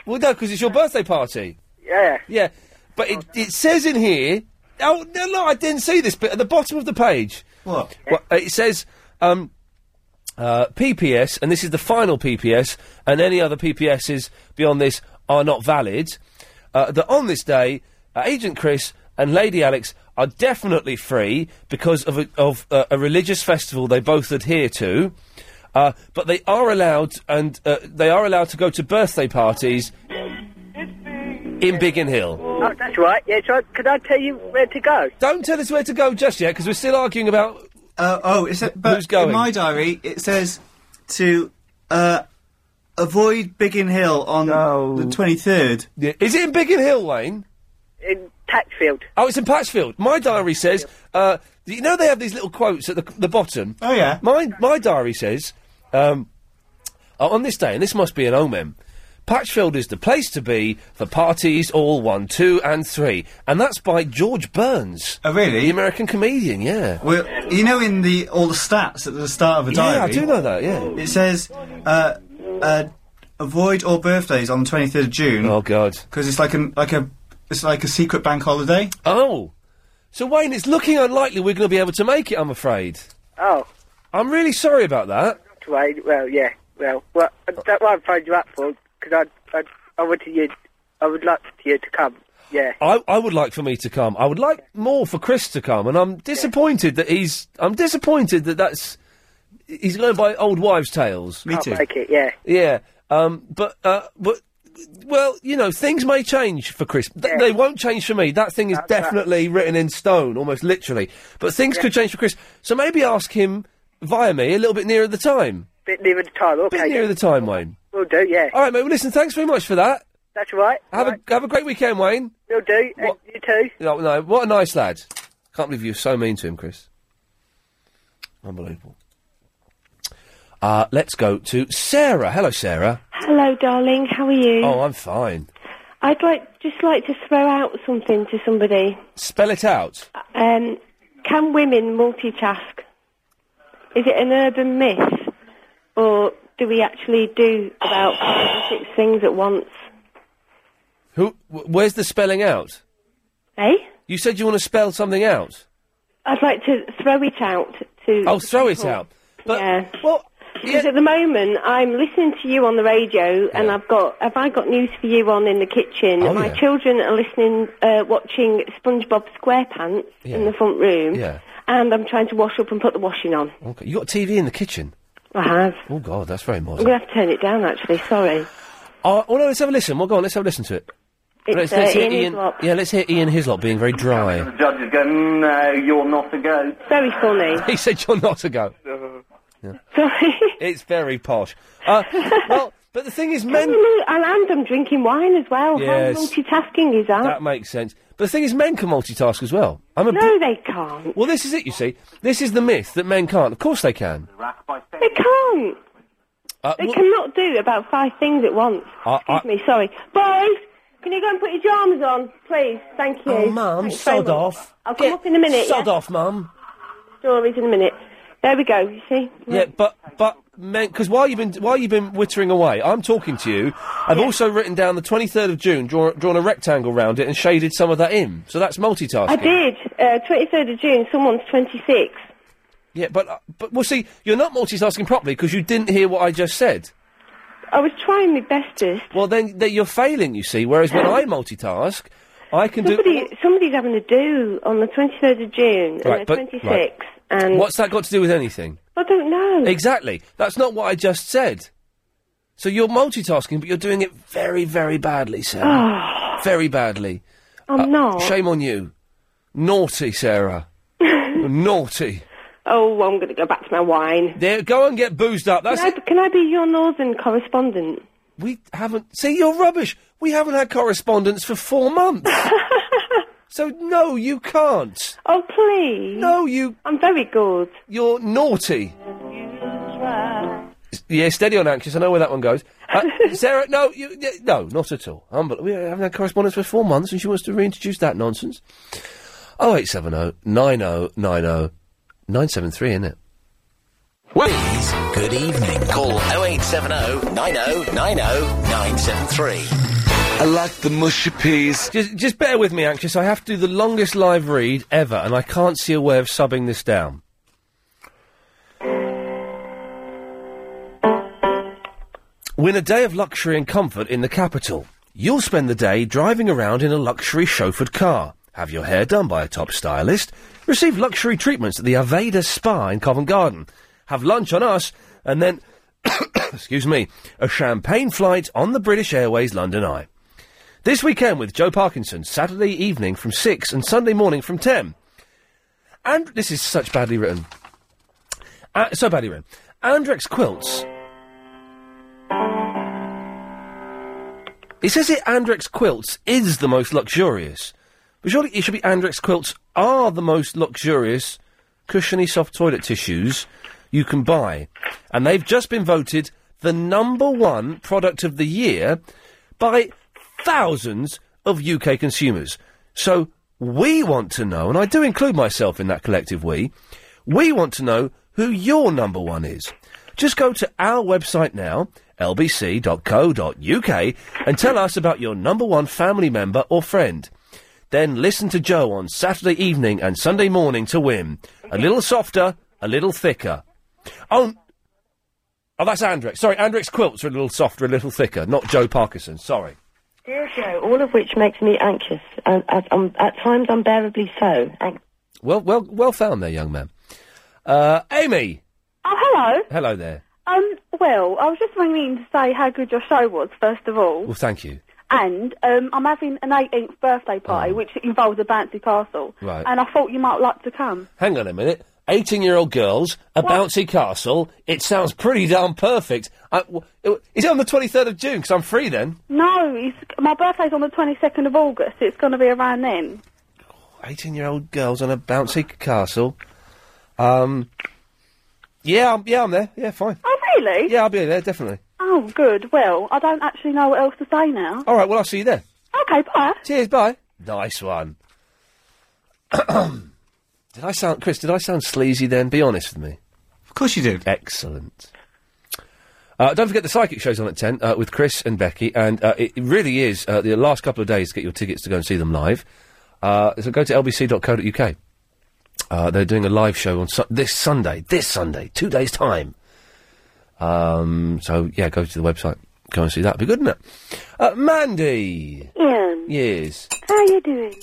[SPEAKER 4] Well, no, because it's your birthday party.
[SPEAKER 13] Yeah.
[SPEAKER 4] Yeah, but it, it says in here. Oh no, no, I didn't see this bit at the bottom of the page.
[SPEAKER 6] What?
[SPEAKER 4] Well, it says. Um, Uh, PPS, and this is the final PPS, and any other PPSs beyond this are not valid. Uh, that on this day, uh, Agent Chris and Lady Alex are definitely free because of a, of uh, a religious festival they both adhere to. Uh, but they are allowed, and uh, they are allowed to go to birthday parties in Biggin Hill.
[SPEAKER 13] Oh, that's right. Yeah, so could I tell you where to go?
[SPEAKER 4] Don't tell us where to go just yet, because we're still arguing about.
[SPEAKER 6] Uh, oh, is it? But
[SPEAKER 4] who's going?
[SPEAKER 6] In my diary, it says to uh, avoid Biggin Hill on the 23rd.
[SPEAKER 4] Is it in Biggin Hill, Wayne?
[SPEAKER 13] In Tatchfield.
[SPEAKER 4] Oh, it's in Patchfield. My diary says, uh, you know, they have these little quotes at the, the bottom. Oh yeah. My my diary says, um, uh, on this day, and this must be an omen. Patchfield is the place to be for parties all one, two, and three, and that's by George Burns. Oh,
[SPEAKER 6] really?
[SPEAKER 4] The American comedian, yeah.
[SPEAKER 6] Well, you know, in the all the stats at the start of a
[SPEAKER 4] Yeah, I
[SPEAKER 6] diary.
[SPEAKER 4] do know that. Yeah,
[SPEAKER 6] it says uh, uh, avoid all birthdays on the twenty third of June. Oh
[SPEAKER 4] God,
[SPEAKER 6] because it's like a like a it's like a secret bank holiday.
[SPEAKER 4] Oh, so Wayne, it's looking unlikely we're going to be able to make it. I'm afraid.
[SPEAKER 13] Oh,
[SPEAKER 4] I'm really sorry about that.
[SPEAKER 13] right. Well, yeah. Well, well, that's what I phoned you up for because I, I, I wanted you, I would like you to come. Yeah.
[SPEAKER 4] I, I would like for me to come. I would like more for Chris to come, and I'm disappointed that he's. I'm disappointed that that's. He's going by old wives' tales.
[SPEAKER 13] I'll Make it. Yeah.
[SPEAKER 4] Yeah, um, but uh, but well, you know, things may change for Chris. Th- They won't change for me. That thing is
[SPEAKER 13] That's right.
[SPEAKER 4] definitely written in stone, almost literally. But things
[SPEAKER 13] Yeah.
[SPEAKER 4] could change for Chris. So maybe ask him via me a little bit nearer the time.
[SPEAKER 13] Bit nearer the time.
[SPEAKER 4] A bit
[SPEAKER 13] Okay.
[SPEAKER 4] nearer
[SPEAKER 13] Yeah.
[SPEAKER 4] the time, Wayne.
[SPEAKER 13] We'll do. Yeah.
[SPEAKER 4] All right, mate. Well, listen. Thanks very much for that.
[SPEAKER 13] That's right.
[SPEAKER 4] Have
[SPEAKER 13] right.
[SPEAKER 4] a have a great weekend, Wayne.
[SPEAKER 13] We'll do. And you too.
[SPEAKER 4] No, no, what a nice lad. Can't believe you're so mean to him, Chris. Unbelievable. Uh, let's go to Sarah. Hello, Sarah.
[SPEAKER 7] Hello, darling. How are you?
[SPEAKER 4] Oh, I'm fine.
[SPEAKER 7] I'd like just like to throw out something to somebody.
[SPEAKER 4] Spell it out.
[SPEAKER 7] Um, can women multitask? Is it an urban myth, or do we actually do about five or six things at once?
[SPEAKER 4] Who? Wh- where's the spelling out?
[SPEAKER 7] Eh?
[SPEAKER 4] You said you want to spell something out.
[SPEAKER 7] I'd like to throw it out to.
[SPEAKER 4] Oh, throw it
[SPEAKER 7] people.
[SPEAKER 4] out.
[SPEAKER 7] yeah. because at the moment I'm listening to you on the radio, and I've got have I got news for you on in the kitchen?
[SPEAKER 18] Oh,
[SPEAKER 7] My
[SPEAKER 18] yeah.
[SPEAKER 7] children are listening, uh, watching SpongeBob SquarePants in the front room,
[SPEAKER 4] Yeah.
[SPEAKER 7] and I'm trying to wash up and put the washing on.
[SPEAKER 4] Okay. You got a TV in the kitchen.
[SPEAKER 7] I have.
[SPEAKER 4] Oh God, that's very
[SPEAKER 7] I'm
[SPEAKER 4] modern.
[SPEAKER 7] going to have to turn it down. Actually, sorry.
[SPEAKER 4] Uh, well, no, let's have a listen. Well, go on. Let's have a listen to it.
[SPEAKER 7] It's,
[SPEAKER 4] let's,
[SPEAKER 7] uh,
[SPEAKER 4] let's hear
[SPEAKER 7] Ian Hislop.
[SPEAKER 4] Yeah, let's hear Ian Hislop being very dry.
[SPEAKER 19] The judge is going, no, you're not a goat.
[SPEAKER 7] Very funny.
[SPEAKER 4] he said you're not a goat.
[SPEAKER 7] Sorry.
[SPEAKER 4] It's very posh. Uh, well, but the thing is,
[SPEAKER 7] men. And, and I'm drinking wine as well.
[SPEAKER 4] Yes.
[SPEAKER 7] How multitasking is that?
[SPEAKER 4] that makes sense. But the thing is, men can multitask as well. I'm a
[SPEAKER 7] no, they can't.
[SPEAKER 4] Well, this is it. You see, this is the myth that men can't. Of course, they can.
[SPEAKER 7] They can't.
[SPEAKER 4] Uh,
[SPEAKER 7] they cannot do about five things at once.
[SPEAKER 4] I, I,
[SPEAKER 7] Excuse me, sorry. Boys, can you go and put your pajamas on, please? Thank you.
[SPEAKER 4] Oh, Mum,
[SPEAKER 7] Thanks very
[SPEAKER 4] sod
[SPEAKER 7] much.
[SPEAKER 4] off.
[SPEAKER 7] I'll come up in a minute.
[SPEAKER 4] sod
[SPEAKER 7] yeah?
[SPEAKER 4] off, Mum.
[SPEAKER 7] Stories in a minute. There we go, you see?
[SPEAKER 4] Yeah, but but men, because while you've been while you've been wittering away, I'm talking to you. I've also written down the 23rd of June, draw, drawn a rectangle round it, and shaded some of that in. So that's multitasking.
[SPEAKER 7] I did. Uh, 23rd of June, someone's 26.
[SPEAKER 4] Yeah, but uh, but well, see, you're not multitasking properly because you didn't hear what I just said.
[SPEAKER 7] I was trying my bestest.
[SPEAKER 4] Well, then, then you're failing. You see, whereas when I multitask, I can do.
[SPEAKER 7] Somebody, somebody's having a do on the 23rd of June,
[SPEAKER 4] Right,
[SPEAKER 7] and
[SPEAKER 4] but-
[SPEAKER 7] they're 26.
[SPEAKER 4] right.
[SPEAKER 7] And
[SPEAKER 4] What's that got to do with anything?
[SPEAKER 7] I don't know.
[SPEAKER 4] Exactly. That's not what I just said. So you're multitasking, but you're doing it very, very badly, Sarah. very badly.
[SPEAKER 7] Ah.
[SPEAKER 4] Uh,
[SPEAKER 7] I'm not.
[SPEAKER 4] Shame on you. Naughty, Sarah. Naughty.
[SPEAKER 7] Oh, I'm going to go back to my wine.
[SPEAKER 4] There, go and get boozed up. That's
[SPEAKER 7] can, I, can I be your northern correspondent?
[SPEAKER 4] We haven't. See, you're rubbish. We haven't had correspondence for four months. so no, you can't.
[SPEAKER 7] Oh, please.
[SPEAKER 4] No, you.
[SPEAKER 7] I'm very good.
[SPEAKER 4] You're naughty. S- Yeah, steady on anxious. I know where that one goes. Uh, Sarah, no, you, y- no, not at all. Unbel- we haven't had correspondence for four months, and she wants to reintroduce that nonsense. Oh eight seven oh nine oh nine oh nine seven three, isn't it?
[SPEAKER 5] Please, good evening. Call 0870 90 90 973.
[SPEAKER 4] I like the mushy peas. Just, just bear with me, anxious. I have to do the longest live read ever, and I can't see a way of subbing this down. Win a day of luxury and comfort in the capital. You'll spend the day driving around in a luxury chauffeured car. Have your hair done by a top stylist. Receive luxury treatments at the Aveda Spa in Covent Garden. Have lunch on us, and then, excuse me, a champagne flight on the British Airways London Eye. This weekend with Joe Parkinson, Saturday evening from 6 and Sunday morning from 10. And this is such badly written. Uh, so badly written. Andrex Quilts. It says here Andrex Quilts is the most luxurious. But surely it should be Andrex Quilts are the most luxurious cushiony soft toilet tissues you can buy. And they've just been voted the number one product of the year by thousands of UK consumers. So we want to know, and I do include myself in that collective we, we want to know who your number one is. Just go to our website now, lbc.co.uk, and tell us about your number one family member or friend. Then listen to Joe on Saturday evening and Sunday morning to win. A little softer, a little thicker. Oh, oh that's Andrex. Sorry, Andrex quilts are a little softer, a little thicker, not Joe Parkinson. Sorry.
[SPEAKER 7] Dear Joe, all of which makes me anxious, and at, um, at times unbearably so. Anx-
[SPEAKER 4] Well, well, well found there, young man. Uh, Amy.
[SPEAKER 19] Oh, hello.
[SPEAKER 4] Hello there.
[SPEAKER 19] Um, well, I was just ringing in to say how good your show was, first of all.
[SPEAKER 4] Well, thank you.
[SPEAKER 19] And um, I'm having an 18th birthday party, which involves a bouncy castle.
[SPEAKER 4] Oh. Right.
[SPEAKER 19] And I thought you might like to come.
[SPEAKER 4] Hang on a minute. 18 year old girls, a bouncy castle. It sounds pretty darn perfect. I, w- it- is it on the 23rd of June? Because I'm free then.
[SPEAKER 19] No, it's, my birthday's on the 22nd of August. It's going to be around then.
[SPEAKER 4] 18 year old girls on a bouncy castle. Um. Yeah, I'm, yeah, I'm there. Yeah, fine.
[SPEAKER 19] Oh, really?
[SPEAKER 4] Yeah, I'll be there, definitely.
[SPEAKER 19] Oh, good. Well, I don't actually know what else to say now.
[SPEAKER 4] All right, well, I'll see you there.
[SPEAKER 19] Okay, bye.
[SPEAKER 4] Cheers, bye. Nice one. did I sound, Chris, did I sound sleazy then? Be honest with me. Of course you did. Excellent. Uh, don't forget the psychic show's on at 10 uh, with Chris and Becky, and uh, it really is uh, the last couple of days to get your tickets to go and see them live. Uh, so go to lbc.co.uk. Uh, they're doing a live show on su- this Sunday, this Sunday, two days' time. Um, so, yeah, go to the website, go and see that. It'd be good, wouldn't it? Uh, Mandy!
[SPEAKER 13] Ian,
[SPEAKER 4] Yes.
[SPEAKER 13] how are you doing?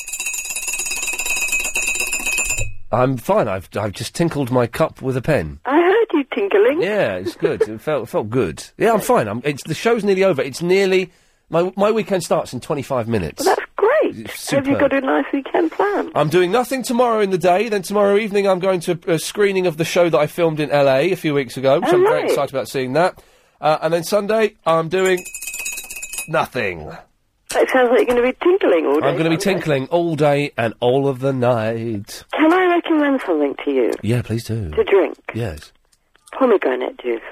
[SPEAKER 4] I'm fine. I've I've just tinkled my cup with a pen.
[SPEAKER 13] I heard you tinkling.
[SPEAKER 4] Yeah, it's good. it felt felt good. Yeah, I'm fine. I'm, it's the show's nearly over. It's nearly my my weekend starts in 25 minutes. Well, that's
[SPEAKER 13] Great. Have you
[SPEAKER 4] superb.
[SPEAKER 13] got a nice weekend planned?
[SPEAKER 4] I'm doing nothing tomorrow in the day. Then tomorrow evening, I'm going to a screening of the show that I filmed in LA a few weeks ago. So I'm
[SPEAKER 13] Oh,
[SPEAKER 4] very
[SPEAKER 13] right.
[SPEAKER 4] excited about seeing that. Uh, and then Sunday, I'm doing nothing.
[SPEAKER 13] It sounds like you're going to be tinkling all day.
[SPEAKER 4] I'm going to be tinkling all day and all of the night.
[SPEAKER 13] Can I recommend something to you
[SPEAKER 4] Yeah, please do.
[SPEAKER 13] to drink?
[SPEAKER 4] Yes.
[SPEAKER 13] Pomegranate juice.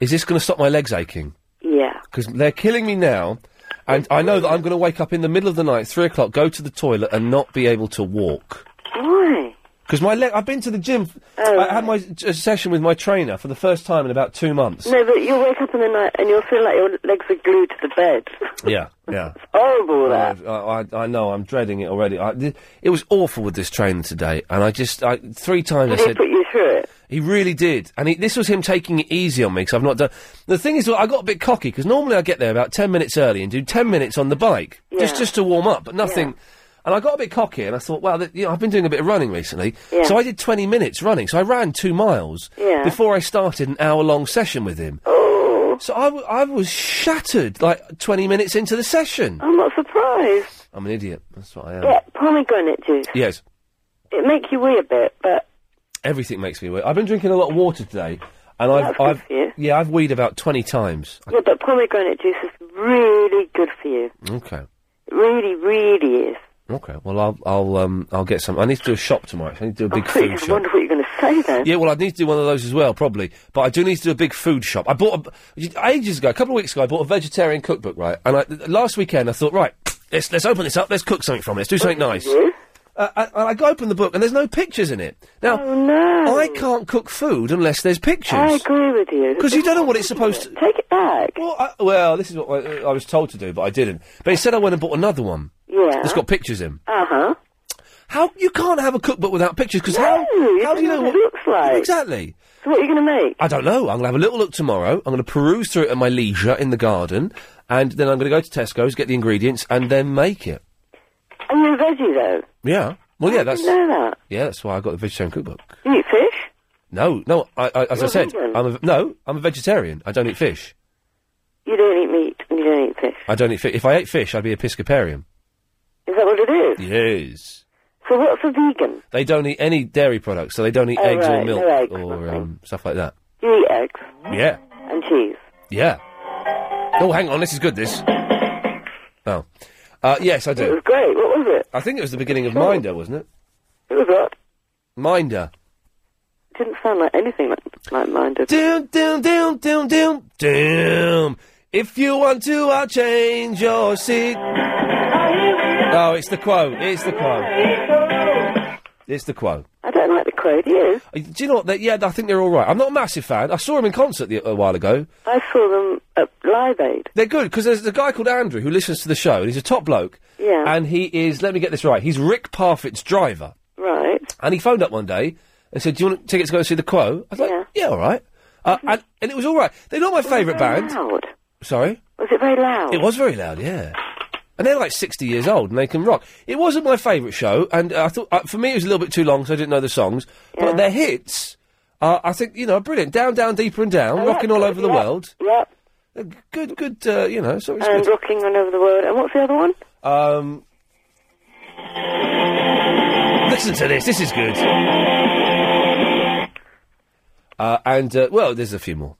[SPEAKER 4] Is this going to stop my legs aching?
[SPEAKER 13] Yeah.
[SPEAKER 4] because they're killing me now, and I know that I'm going to wake up in the middle of the night, three o'clock, go to the toilet, and not be able to walk.
[SPEAKER 13] Why?
[SPEAKER 4] Because my leg, I've been to the gym. I had my a session with my trainer for the first time in about two months.
[SPEAKER 13] No, but you'll wake up in the night and you'll feel like your legs are glued to the bed.
[SPEAKER 4] yeah, yeah.
[SPEAKER 13] Horrible that.
[SPEAKER 4] I, I, I know, I'm dreading it already. I, th- it was awful with this trainer today, and I just I, three times I
[SPEAKER 13] Did he
[SPEAKER 4] said
[SPEAKER 13] put you through it?
[SPEAKER 4] He really did, and he, this was him taking it easy on me because I've not done. The thing is, I got a bit cocky because normally I get there about ten minutes early and do ten minutes on the bike just just to warm up, but nothing. And I got a bit cocky, and I thought, well, th- you know, I've been doing a bit of running recently,
[SPEAKER 13] Yeah.
[SPEAKER 4] so I did twenty minutes running. So I ran two miles
[SPEAKER 13] Yeah. Oh.
[SPEAKER 4] before I started an hour-long session with him. So I, w- I was shattered like twenty minutes into the session.
[SPEAKER 13] I'm not surprised.
[SPEAKER 4] I'm an idiot. That's what I am.
[SPEAKER 13] Get pomegranate juice.
[SPEAKER 4] Yes.
[SPEAKER 13] It makes you wee a bit, but
[SPEAKER 4] Everything makes me wet. I've been drinking a lot of water today, and I've,
[SPEAKER 13] that's good
[SPEAKER 4] I've
[SPEAKER 13] for you.
[SPEAKER 4] yeah, I've weed about twenty times.
[SPEAKER 13] yeah, but pomegranate juice is really good for you.
[SPEAKER 4] Okay,
[SPEAKER 13] It really, really is.
[SPEAKER 4] okay. Well, I'll I'll um I'll get some. I need to do a shop tomorrow. actually. I need to do a big
[SPEAKER 13] I
[SPEAKER 4] food
[SPEAKER 13] just
[SPEAKER 4] shop.
[SPEAKER 13] wonder what you're going to say then.
[SPEAKER 4] Yeah, well, I need to do one of those as well, probably. But I do need to do a big food shop. I bought a, ages ago, a couple of weeks ago, I bought a vegetarian cookbook, right? And I, last weekend, I thought, right, let's let's open this up. Let's cook something from it. Let's do something nice.
[SPEAKER 13] Mm-hmm.
[SPEAKER 4] Uh, I, and I go open the book and there's no pictures in it. Now, I can't cook food unless there's pictures.
[SPEAKER 13] Oh, I agree with you.
[SPEAKER 4] Because you don't know what it's supposed to.
[SPEAKER 13] Take it back.
[SPEAKER 4] Well, I, well, this is what I, I was told to do, but I didn't. But instead, I went and bought another one.
[SPEAKER 13] Yeah.
[SPEAKER 18] Uh-huh.
[SPEAKER 4] It's got pictures in.
[SPEAKER 13] Uh huh.
[SPEAKER 4] How you can't have a cookbook without pictures because
[SPEAKER 18] No,
[SPEAKER 4] how
[SPEAKER 18] you
[SPEAKER 4] how do you know
[SPEAKER 18] don't
[SPEAKER 4] what
[SPEAKER 18] know what it looks like.
[SPEAKER 4] exactly?
[SPEAKER 18] So what are you going to make?
[SPEAKER 4] I don't know. I'm going to have a little look tomorrow. I'm going to peruse through it at my leisure in the garden, and then I'm going to go to Tesco's, get the ingredients, and then make it.
[SPEAKER 18] Are you a veggie though?
[SPEAKER 4] Yeah. Well, yeah, that's
[SPEAKER 18] know that.
[SPEAKER 4] yeah, that's why I got the vegetarian cookbook.
[SPEAKER 18] Do you eat fish?
[SPEAKER 4] No, no, I, I, as I
[SPEAKER 18] You're
[SPEAKER 4] said,
[SPEAKER 18] vegan?
[SPEAKER 4] I'm a, no, I'm a vegetarian. I don't eat fish.
[SPEAKER 18] You don't eat meat and you don't eat fish.
[SPEAKER 4] I don't eat fish. If I ate fish, I'd be Episcoparian.
[SPEAKER 18] Is that what it is?
[SPEAKER 4] Yes.
[SPEAKER 18] So what's a vegan?
[SPEAKER 4] They don't eat any dairy products, so they don't eat
[SPEAKER 18] Oh,
[SPEAKER 4] eggs or
[SPEAKER 18] right, no
[SPEAKER 4] milk
[SPEAKER 18] eggs,
[SPEAKER 4] or um, stuff like that.
[SPEAKER 18] You eat eggs
[SPEAKER 4] Yeah,
[SPEAKER 18] and cheese.
[SPEAKER 4] yeah. Oh, hang on, this is good. This. Oh, uh, yes, I do.
[SPEAKER 18] It was great. What was it?
[SPEAKER 4] I think it was the beginning of Minder, wasn't it?
[SPEAKER 18] It was what?
[SPEAKER 4] Minder.
[SPEAKER 18] It didn't sound like anything like, like mine did.
[SPEAKER 4] Doom, doom, doom, doom, doom, doom. If you want to, I'll change your seat. Oh, it's the quote. It's the quote. It's the quote.
[SPEAKER 18] I don't like the quote. You?
[SPEAKER 4] Uh, Do you know what? They, yeah, I think they're all right. I'm not a massive fan. I saw them in concert the, a while ago.
[SPEAKER 18] I saw them at Live Aid.
[SPEAKER 4] They're good because there's a guy called Andrew who listens to the show. and He's a top bloke.
[SPEAKER 18] Yeah.
[SPEAKER 4] And he is. Let me get this right. He's Rick Parfitt's driver.
[SPEAKER 18] Right.
[SPEAKER 4] And he phoned up one day and said, "Do you want tickets to go and see the Quo?" I was like, "Yeah, all right." Uh, and, and it was all right. They're not my favourite band.
[SPEAKER 18] Loud.
[SPEAKER 4] Sorry.
[SPEAKER 18] Was it very
[SPEAKER 13] Oh.
[SPEAKER 18] loud?
[SPEAKER 4] It was very loud, yeah. And they're like 60 years old and they can rock. It wasn't my favourite show, and uh, I thought, uh, for me, it was a little bit too long, so I didn't know the songs. But their hits, uh, I think, you know, are brilliant. Down, down, deeper and
[SPEAKER 13] Oh,
[SPEAKER 4] down, rocking all over the world.
[SPEAKER 18] Yep.
[SPEAKER 4] Good, good, uh, you know, so it's
[SPEAKER 18] And
[SPEAKER 4] good.
[SPEAKER 18] rocking all over the world. And what's the other one?
[SPEAKER 4] Um, listen to this, this is good. Uh, and, uh, well, there's a few more.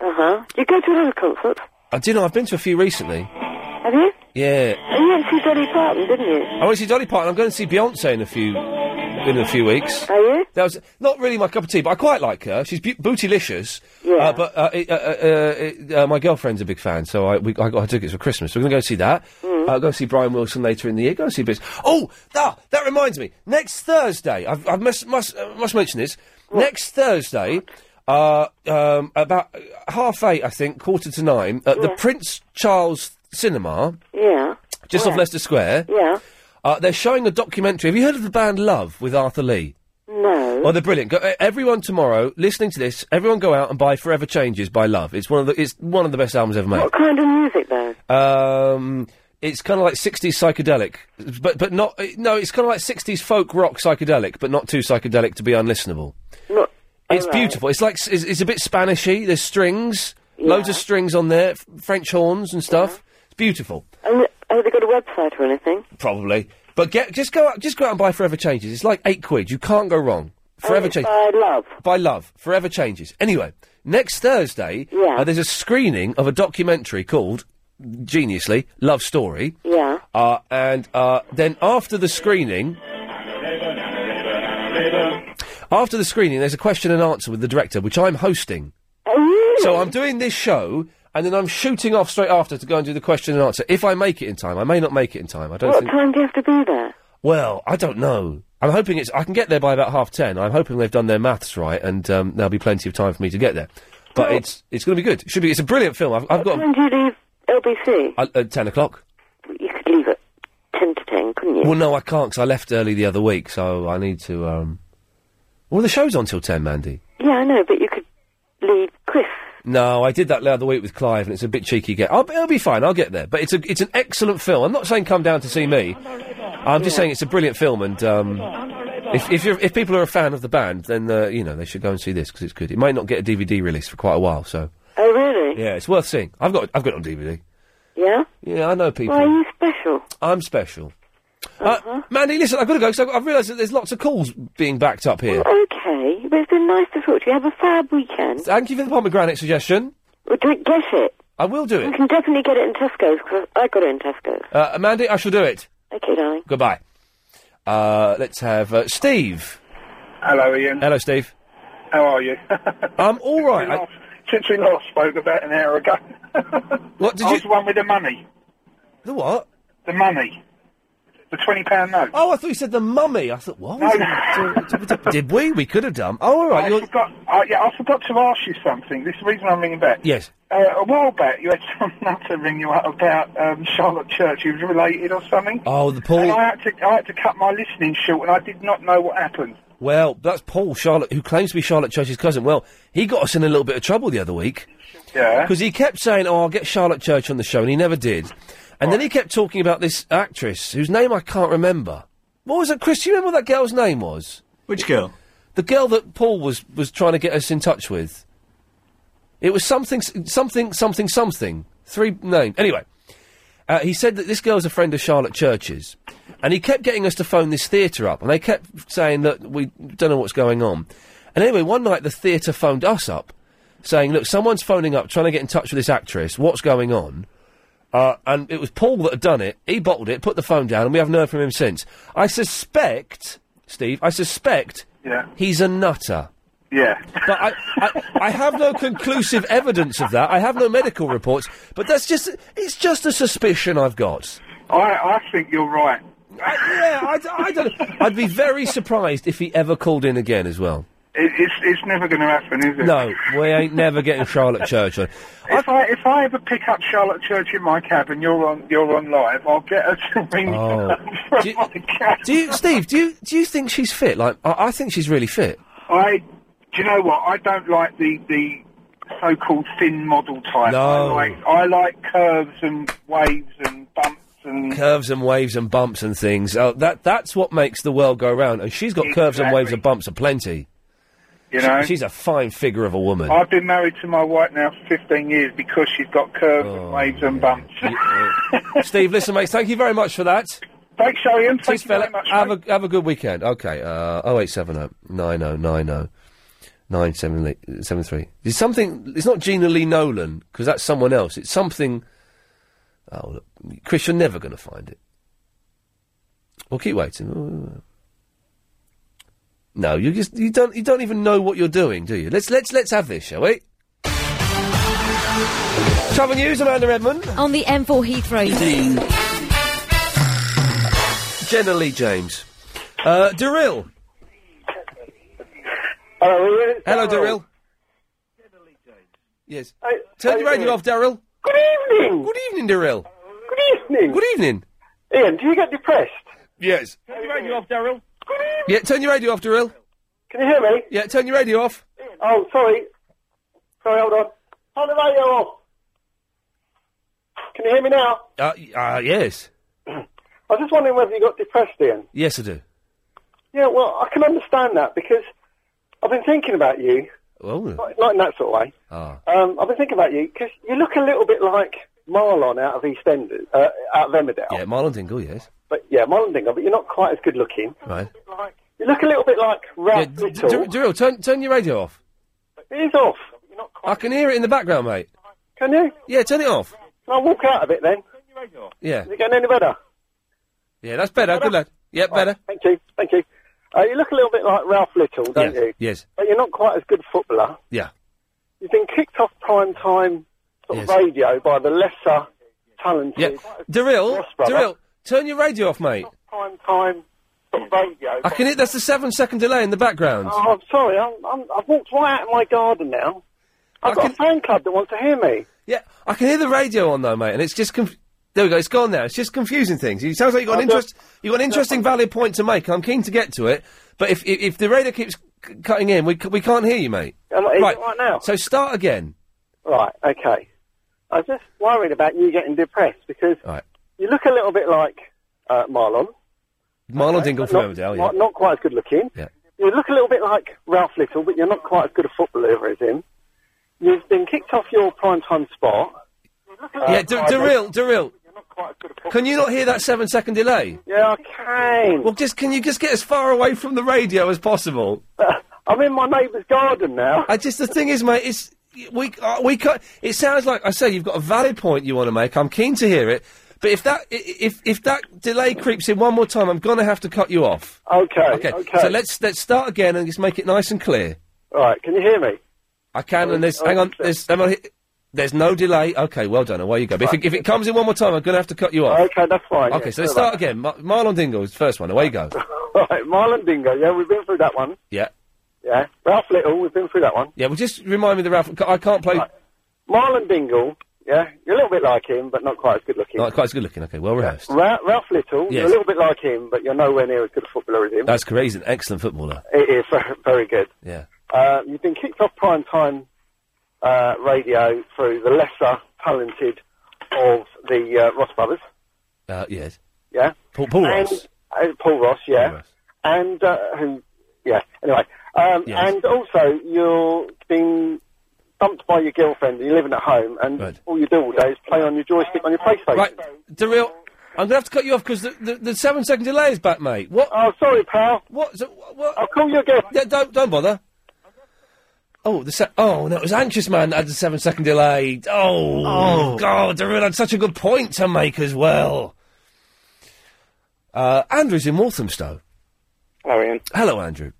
[SPEAKER 18] Uh huh. You go to another concert,
[SPEAKER 4] Uh, do you know, I've been to a few recently.
[SPEAKER 18] have you?
[SPEAKER 4] Yeah.
[SPEAKER 18] And you went to see Dolly Parton, didn't you?
[SPEAKER 4] I went to see Dolly Parton. I'm going to see Beyonce in a few in a few weeks.
[SPEAKER 18] Are you?
[SPEAKER 4] That was not really my cup of tea, but I quite like her. She's be- bootylicious.
[SPEAKER 18] Yeah.
[SPEAKER 4] Uh, but uh, it, uh, uh, it, uh, my girlfriend's a big fan, so I, we, I got her tickets for Christmas. So we're going to go see that.
[SPEAKER 18] Mm.
[SPEAKER 4] Uh, go see Brian Wilson later in the year. Go see bits. Oh, ah, that reminds me. Next Thursday, I've, I must must uh, must mention this. Next Thursday. Uh, um, about half eight, I think, quarter to nine, at the Prince Charles Cinema,
[SPEAKER 18] Yeah.
[SPEAKER 4] just off
[SPEAKER 18] Where?
[SPEAKER 4] Leicester Square.
[SPEAKER 18] Yeah.
[SPEAKER 4] Uh, they're showing a documentary. Have you heard of the band Love with Arthur Lee?
[SPEAKER 18] No.
[SPEAKER 4] Well, they're brilliant. Go, e- everyone tomorrow, listening to this, everyone go out and buy "Forever Changes" by Love. It's one of the it's one of the best albums ever made.
[SPEAKER 18] What kind of music though?
[SPEAKER 4] Um, it's kind of like '60s psychedelic, but but not eh, no. It's kind of like '60s folk rock psychedelic, but not too psychedelic to be unlistenable.
[SPEAKER 18] Not.
[SPEAKER 4] It's beautiful. It's like s- it's, it's a bit Spanishy. There's strings, loads of strings on there, f- French horns and stuff. It's beautiful.
[SPEAKER 18] And have they got a website or anything?
[SPEAKER 4] Probably. But get just go out just go out and buy Forever Changes. It's like eight quid. You can't go wrong. Forever Changes.
[SPEAKER 18] Oh, By love.
[SPEAKER 4] By love. Forever Changes. Anyway, next Thursday
[SPEAKER 18] Yeah.
[SPEAKER 4] uh, there's a screening of a documentary called Geniusly, Love Story.
[SPEAKER 18] Yeah.
[SPEAKER 4] Uh, and uh, then after the screening after the screening there's a question and answer with the director, which I'm hosting. So I'm doing this show and then I'm shooting off straight after to go and do the question and answer. If I make it in time, I may not make it in time. I don't
[SPEAKER 18] What
[SPEAKER 4] think
[SPEAKER 18] time do you have to be there?
[SPEAKER 4] well, I don't know. I'm hoping it's. I can get there by about half ten. I'm hoping they've done their maths right, and um, there'll be plenty of time for me to get there. But it's it's going to be good. It should be. It's a brilliant film. I've, I've
[SPEAKER 18] What
[SPEAKER 4] got
[SPEAKER 18] time do you leave LBC?
[SPEAKER 4] uh, uh, ten o'clock.
[SPEAKER 18] You could leave at ten to ten, couldn't you?
[SPEAKER 4] Well, no, I can't because I left early the other week, so I need to. um Well, the show's on till ten, Mandy.
[SPEAKER 18] Yeah, I know, but you could leave Chris.
[SPEAKER 4] No, I did that the other week with Clive, and it's a bit cheeky. Get, I'll, it'll be fine. I'll get there. But it's a it's an excellent film. I'm not saying come down to see me. I'm just saying it's a brilliant film, and um, if if, you're, if people are a fan of the band, then uh, you know they should go and see this because it's good. It might not get a DVD release for quite a while, so
[SPEAKER 18] Oh, really?
[SPEAKER 4] yeah, it's worth seeing. I've got I've got it on DVD.
[SPEAKER 18] Yeah.
[SPEAKER 4] Yeah, I know people.
[SPEAKER 18] Why are you special? Uh-huh.
[SPEAKER 4] I'm special. uh Mandy, listen, I've got to go because I've, I've realised that there's lots of calls being backed up here.
[SPEAKER 18] Okay, but it's been nice to talk to you. Have a fab weekend.
[SPEAKER 4] Thank you for the pomegranate suggestion.
[SPEAKER 18] Well, don't get it.
[SPEAKER 4] I will do
[SPEAKER 18] You
[SPEAKER 4] it.
[SPEAKER 18] can definitely get it in Tesco's because I got it in Tesco's.
[SPEAKER 4] Uh, Mandy, I shall do it.
[SPEAKER 18] Okay, darling.
[SPEAKER 4] Goodbye. Uh, let's have uh, Steve.
[SPEAKER 25] Hello, Ian.
[SPEAKER 4] Hello, Steve.
[SPEAKER 25] How are you?
[SPEAKER 4] I'm all right. I-
[SPEAKER 25] Since we last spoke about an hour ago.
[SPEAKER 4] what did
[SPEAKER 25] I was the one with the money.
[SPEAKER 4] The what?
[SPEAKER 25] The money.
[SPEAKER 15] The twenty pound note.
[SPEAKER 4] Oh, I thought you said the mummy. I thought what? Was it? Did we? We could have done. Oh, all right.
[SPEAKER 15] I
[SPEAKER 4] you're-
[SPEAKER 15] forgot. I yeah, I forgot to ask you something. This is the reason I'm ringing back.
[SPEAKER 4] Yes.
[SPEAKER 15] Uh, a while back, you had some nutter ring you up about um, Charlotte Church. He was related or something.
[SPEAKER 4] Oh, the Paul.
[SPEAKER 15] And I had to, I had to cut my listening short, and I did not know what happened.
[SPEAKER 4] Well, that's Paul Charlotte, who claims to be Charlotte Church's cousin. Well, he got us in a little bit of trouble the other week.
[SPEAKER 15] Yeah.
[SPEAKER 4] Because he kept saying, "Oh, I'll get Charlotte Church on the show," and he never did. And then he kept talking about this actress whose name I can't remember. What was it, Chris? Do you remember what that girl's name was? Which girl? The girl that Paul was was trying to get us in touch with. It was something, s- something, something, something. Three names. Anyway, uh, he said that this girl's a friend of Charlotte Church's, and he kept getting us to phone this theatre up, and they kept saying that we don't know what's going on. And anyway, one night the theatre phoned us up, saying, "Look, someone's phoning up, trying to get in touch with this actress. What's going on?" Uh, and it was Paul that had done it. He bottled it, put the phone down, and we haven't heard from him since. I suspect, Steve, I suspect
[SPEAKER 15] Yeah.
[SPEAKER 4] he's a nutter.
[SPEAKER 15] Yeah.
[SPEAKER 4] But I, I, I have no conclusive evidence of that. I have no medical reports. But that's just, it's just a suspicion I've got.
[SPEAKER 15] I, I think you're right.
[SPEAKER 4] Uh, yeah, I, d- I don't. I'd be very surprised if he ever called in again as well.
[SPEAKER 15] It, it's it's never going to happen, is it?
[SPEAKER 4] No, we ain't never getting Charlotte Church on.
[SPEAKER 15] If I if I ever pick up Charlotte Church in my cab and you're on you're on live, I'll get her to ring me
[SPEAKER 4] Oh.
[SPEAKER 15] up from my cab.
[SPEAKER 4] Do you, Steve? Do you do you think she's fit? Like, I, I think she's really fit.
[SPEAKER 15] I do you know what? I don't like the the so-called thin model type.
[SPEAKER 4] No.
[SPEAKER 15] I like I like curves and waves and bumps and
[SPEAKER 4] Curves and waves and bumps and things. Oh, that that's what makes the world go round. And she's got curves and waves and bumps aplenty.
[SPEAKER 15] You know?
[SPEAKER 4] She- she's a fine figure of a woman.
[SPEAKER 15] I've been married to my wife now for 15 years because she's got curves
[SPEAKER 4] Oh,
[SPEAKER 15] and waves and bumps.
[SPEAKER 4] Steve, listen, mate, thank you very much for that.
[SPEAKER 15] Thanks, Ian. Thank
[SPEAKER 4] Cheers,
[SPEAKER 15] you very
[SPEAKER 4] fella.
[SPEAKER 15] much,
[SPEAKER 4] Have a, have a good weekend. Okay, uh, 0870 oh, 9090 9773. It's something, it's not Gina Lee Nolan, because that's someone else. It's something. Oh, look, Chris, you're never going to find it. Well, keep waiting. No, you just you don't you don't even know what you're doing, do you? Let's let's let's have this, shall we? Travel news, Amanda Redmond.
[SPEAKER 30] On the M4 Heathrow.
[SPEAKER 4] Jenna Lee James. Uh, Daryl.
[SPEAKER 9] Hello, Ian.
[SPEAKER 4] Hello, Daryl. Yes. Turn your radio off, Daryl.
[SPEAKER 9] Good evening.
[SPEAKER 4] Good evening, Daryl.
[SPEAKER 9] Good evening.
[SPEAKER 4] Good evening.
[SPEAKER 9] Ian, do you get depressed?
[SPEAKER 4] Yes.
[SPEAKER 9] Turn your radio off, Daryl.
[SPEAKER 4] Yeah, turn your radio off, Daryl.
[SPEAKER 9] Can you hear me?
[SPEAKER 4] Yeah, turn your radio off.
[SPEAKER 9] Oh, sorry. Sorry, hold on. Turn the radio off. Can you hear me now?
[SPEAKER 4] Uh, y- uh, yes.
[SPEAKER 9] I was just wondering whether you got depressed, Ian.
[SPEAKER 4] Yes, I do.
[SPEAKER 9] Yeah, well, I can understand that because I've been thinking about you,
[SPEAKER 4] Oh.
[SPEAKER 9] not, not in that sort of way.
[SPEAKER 4] Ah.
[SPEAKER 9] Um, I've been thinking about you because you look a little bit like Marlon out of EastEnders, uh, out of Emmerdale.
[SPEAKER 4] Yeah, Marlon Dingle, yes.
[SPEAKER 9] But yeah, Marlon Dingle, but you're not quite as good looking.
[SPEAKER 4] Right.
[SPEAKER 9] You look a little bit like
[SPEAKER 4] Yeah,
[SPEAKER 9] Ralph
[SPEAKER 4] D- D-
[SPEAKER 9] Little.
[SPEAKER 4] Daryl, turn, turn your radio off.
[SPEAKER 9] It is off.
[SPEAKER 4] I can hear it in the background, mate.
[SPEAKER 9] Can you?
[SPEAKER 4] Yeah, turn it off.
[SPEAKER 9] Can I walk out a bit then?
[SPEAKER 4] Yeah.
[SPEAKER 9] Is it getting any better?
[SPEAKER 4] Yeah, that's better. Good lad. Yeah, better.
[SPEAKER 9] Thank you. Thank you. Uh, you look a little bit like Ralph Little, don't you?
[SPEAKER 4] Yes.
[SPEAKER 9] But you're not quite as good footballer.
[SPEAKER 4] Yeah.
[SPEAKER 9] You've been kicked off prime time sort of radio by the lesser talented
[SPEAKER 4] Yeah. Daryl,
[SPEAKER 9] brother.
[SPEAKER 4] Daryl, turn your radio off, mate.
[SPEAKER 9] prime time sort of radio.
[SPEAKER 4] I can hear that's the seven second delay in the background.
[SPEAKER 9] Oh, I'm sorry. I'm, I'm, I've walked right out of my garden now. I've got a fan club that wants to hear me.
[SPEAKER 4] Yeah, I can hear the radio on though, mate, and it's just conf- there we go. It's gone now. It's just confusing things. It sounds like you have got an interest. You have got an interesting, valid point to make. I'm keen to get to it, but if if, if the radio keeps c- cutting in, we c- we can't hear you, mate.
[SPEAKER 9] Am I- is it right now?
[SPEAKER 4] So start again.
[SPEAKER 9] Right, okay. I was just worried about you getting depressed because
[SPEAKER 4] Right.
[SPEAKER 9] you look a little bit like uh, Marlon.
[SPEAKER 4] Marlon Dingle from
[SPEAKER 9] not,
[SPEAKER 4] Emmerdale. Oh, Yeah.
[SPEAKER 9] not, not quite as good looking.
[SPEAKER 4] Yeah.
[SPEAKER 9] You look a little bit like Ralph Little, but you're not quite as good a footballer as him. You've been kicked off your prime time spot.
[SPEAKER 4] yeah, D-
[SPEAKER 9] Uh,
[SPEAKER 4] Daryl, Daryl. Can you not hear that seven second delay?
[SPEAKER 9] Yeah, I can.
[SPEAKER 4] Well, just can you just get as far away from the radio as possible?
[SPEAKER 9] I'm in my neighbour's garden now.
[SPEAKER 4] I just the thing is, mate, it's we uh, we can't, It sounds like I say you've got a valid point you want to make. I'm keen to hear it, but if that i- i- if if that delay creeps in one more time, I'm gonna have to cut you off.
[SPEAKER 9] Okay.
[SPEAKER 4] Okay. So let's let's start again and just make it nice and clear.
[SPEAKER 9] All right. Can you hear me?
[SPEAKER 4] I can. and there's hang on. There's, hang on. There's no delay. Okay, well done. Away you go. But if, it, if it comes in one more time, I'm going to have to cut you off.
[SPEAKER 11] Okay, that's fine.
[SPEAKER 4] Okay,
[SPEAKER 11] yeah,
[SPEAKER 4] so let's
[SPEAKER 11] sorry
[SPEAKER 4] start again. Mar- Marlon Dingle's first one. Away you go.
[SPEAKER 11] Right, Marlon Dingo, yeah, we've been through that one.
[SPEAKER 4] Yeah.
[SPEAKER 11] Yeah. Ralph Little, we've been through that one.
[SPEAKER 4] Yeah, well, just remind me the Ralph. I can't play.
[SPEAKER 11] Marlon Dingle, yeah, you're a little bit like him, but not quite as good looking.
[SPEAKER 4] Not quite as good looking. Okay, well rehearsed.
[SPEAKER 11] Ra- Ralph Little, you're
[SPEAKER 4] Yes.
[SPEAKER 11] a little bit like him, but you're nowhere near as good a footballer as him.
[SPEAKER 4] That's correct. He's an excellent footballer.
[SPEAKER 11] It is very, very good.
[SPEAKER 4] Yeah.
[SPEAKER 11] Uh, you've been kicked off prime time uh, radio through the lesser talented of the uh, Ross brothers.
[SPEAKER 4] Uh, yes.
[SPEAKER 11] Yeah.
[SPEAKER 4] Paul, Paul
[SPEAKER 11] and,
[SPEAKER 4] Ross.
[SPEAKER 11] Uh, Paul Ross, yeah. And uh, who? Yeah. Anyway, um,
[SPEAKER 4] Yes.
[SPEAKER 11] and also you're being dumped by your girlfriend. and You're living at home, and all you do all day is play on your joystick on your PlayStation.
[SPEAKER 4] Right, Daryl, I'm going to have to cut you off because the, the, the seven second delay is back, mate. What?
[SPEAKER 11] Oh, sorry, pal.
[SPEAKER 4] What? So, wh- what?
[SPEAKER 11] I'll call you again.
[SPEAKER 4] Yeah, don't don't bother. Oh, the se- oh no, it was anxious man that had the seven second delay. Oh,
[SPEAKER 13] Oh.
[SPEAKER 4] God, Daryl had such a good point to make as well. Uh, Andrew's in Walthamstow.
[SPEAKER 22] Hello, Ian.
[SPEAKER 4] Hello, Andrew.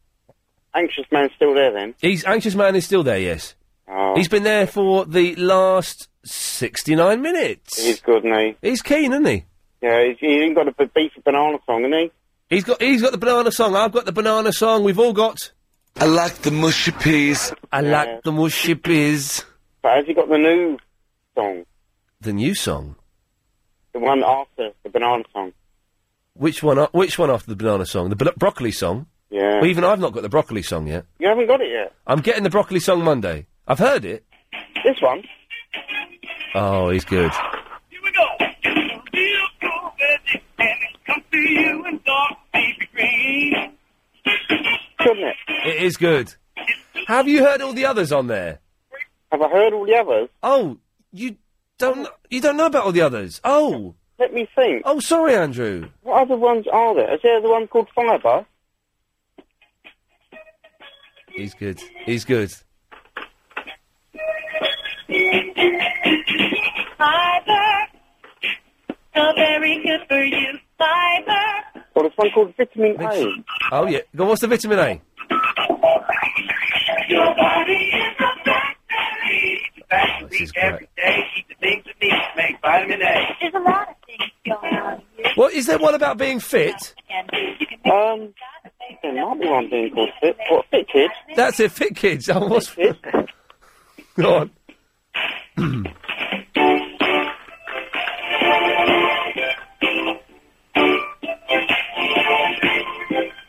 [SPEAKER 22] Anxious man still there then?
[SPEAKER 4] He's anxious man is still there. Yes,
[SPEAKER 22] Oh.
[SPEAKER 4] he's been there for the last sixty nine minutes.
[SPEAKER 22] He's good, isn't
[SPEAKER 4] He's keen, isn't he?
[SPEAKER 22] he? Yeah, he's, he even got a b- beefy banana song, isn't he?
[SPEAKER 4] He's got he's got the banana song. I've got the banana song. We've all got. I like the mushy peas. I like
[SPEAKER 22] Yeah.
[SPEAKER 4] the mushy peas.
[SPEAKER 22] But has he got the new song?
[SPEAKER 4] The new song.
[SPEAKER 22] The one after the banana song?
[SPEAKER 4] Which one? a- Which one after the banana song? The bro- broccoli song.
[SPEAKER 22] Yeah.
[SPEAKER 4] Well, even I've not got the broccoli song yet.
[SPEAKER 22] You haven't got it yet.
[SPEAKER 4] I'm getting the broccoli song Monday. I've heard it.
[SPEAKER 22] This one?
[SPEAKER 4] Oh, he's good.
[SPEAKER 22] Couldn't it?
[SPEAKER 4] It is good. Have you heard all the others on there?
[SPEAKER 22] Have I heard all the others?
[SPEAKER 4] Oh, you don't. kn- You don't know about all the others. Oh.
[SPEAKER 22] Let me think.
[SPEAKER 4] Oh, sorry, Andrew.
[SPEAKER 22] What other ones are there? Is there the one called Firebus?
[SPEAKER 4] He's good. He's good.
[SPEAKER 13] Fiber, so very good for you. Fiber.
[SPEAKER 22] Or there's one called Vitamin A?
[SPEAKER 4] Oh yeah. Go. What's the vitamin A?
[SPEAKER 13] Your body is a factory.
[SPEAKER 4] This is
[SPEAKER 13] Every day, eat the things that need to make vitamin A. There's a lot of things going on.
[SPEAKER 4] What is there one about being fit?
[SPEAKER 22] Um, there might be one being called Fit. What, Fit Kid?
[SPEAKER 4] That's it, fit kids. I was. Go on.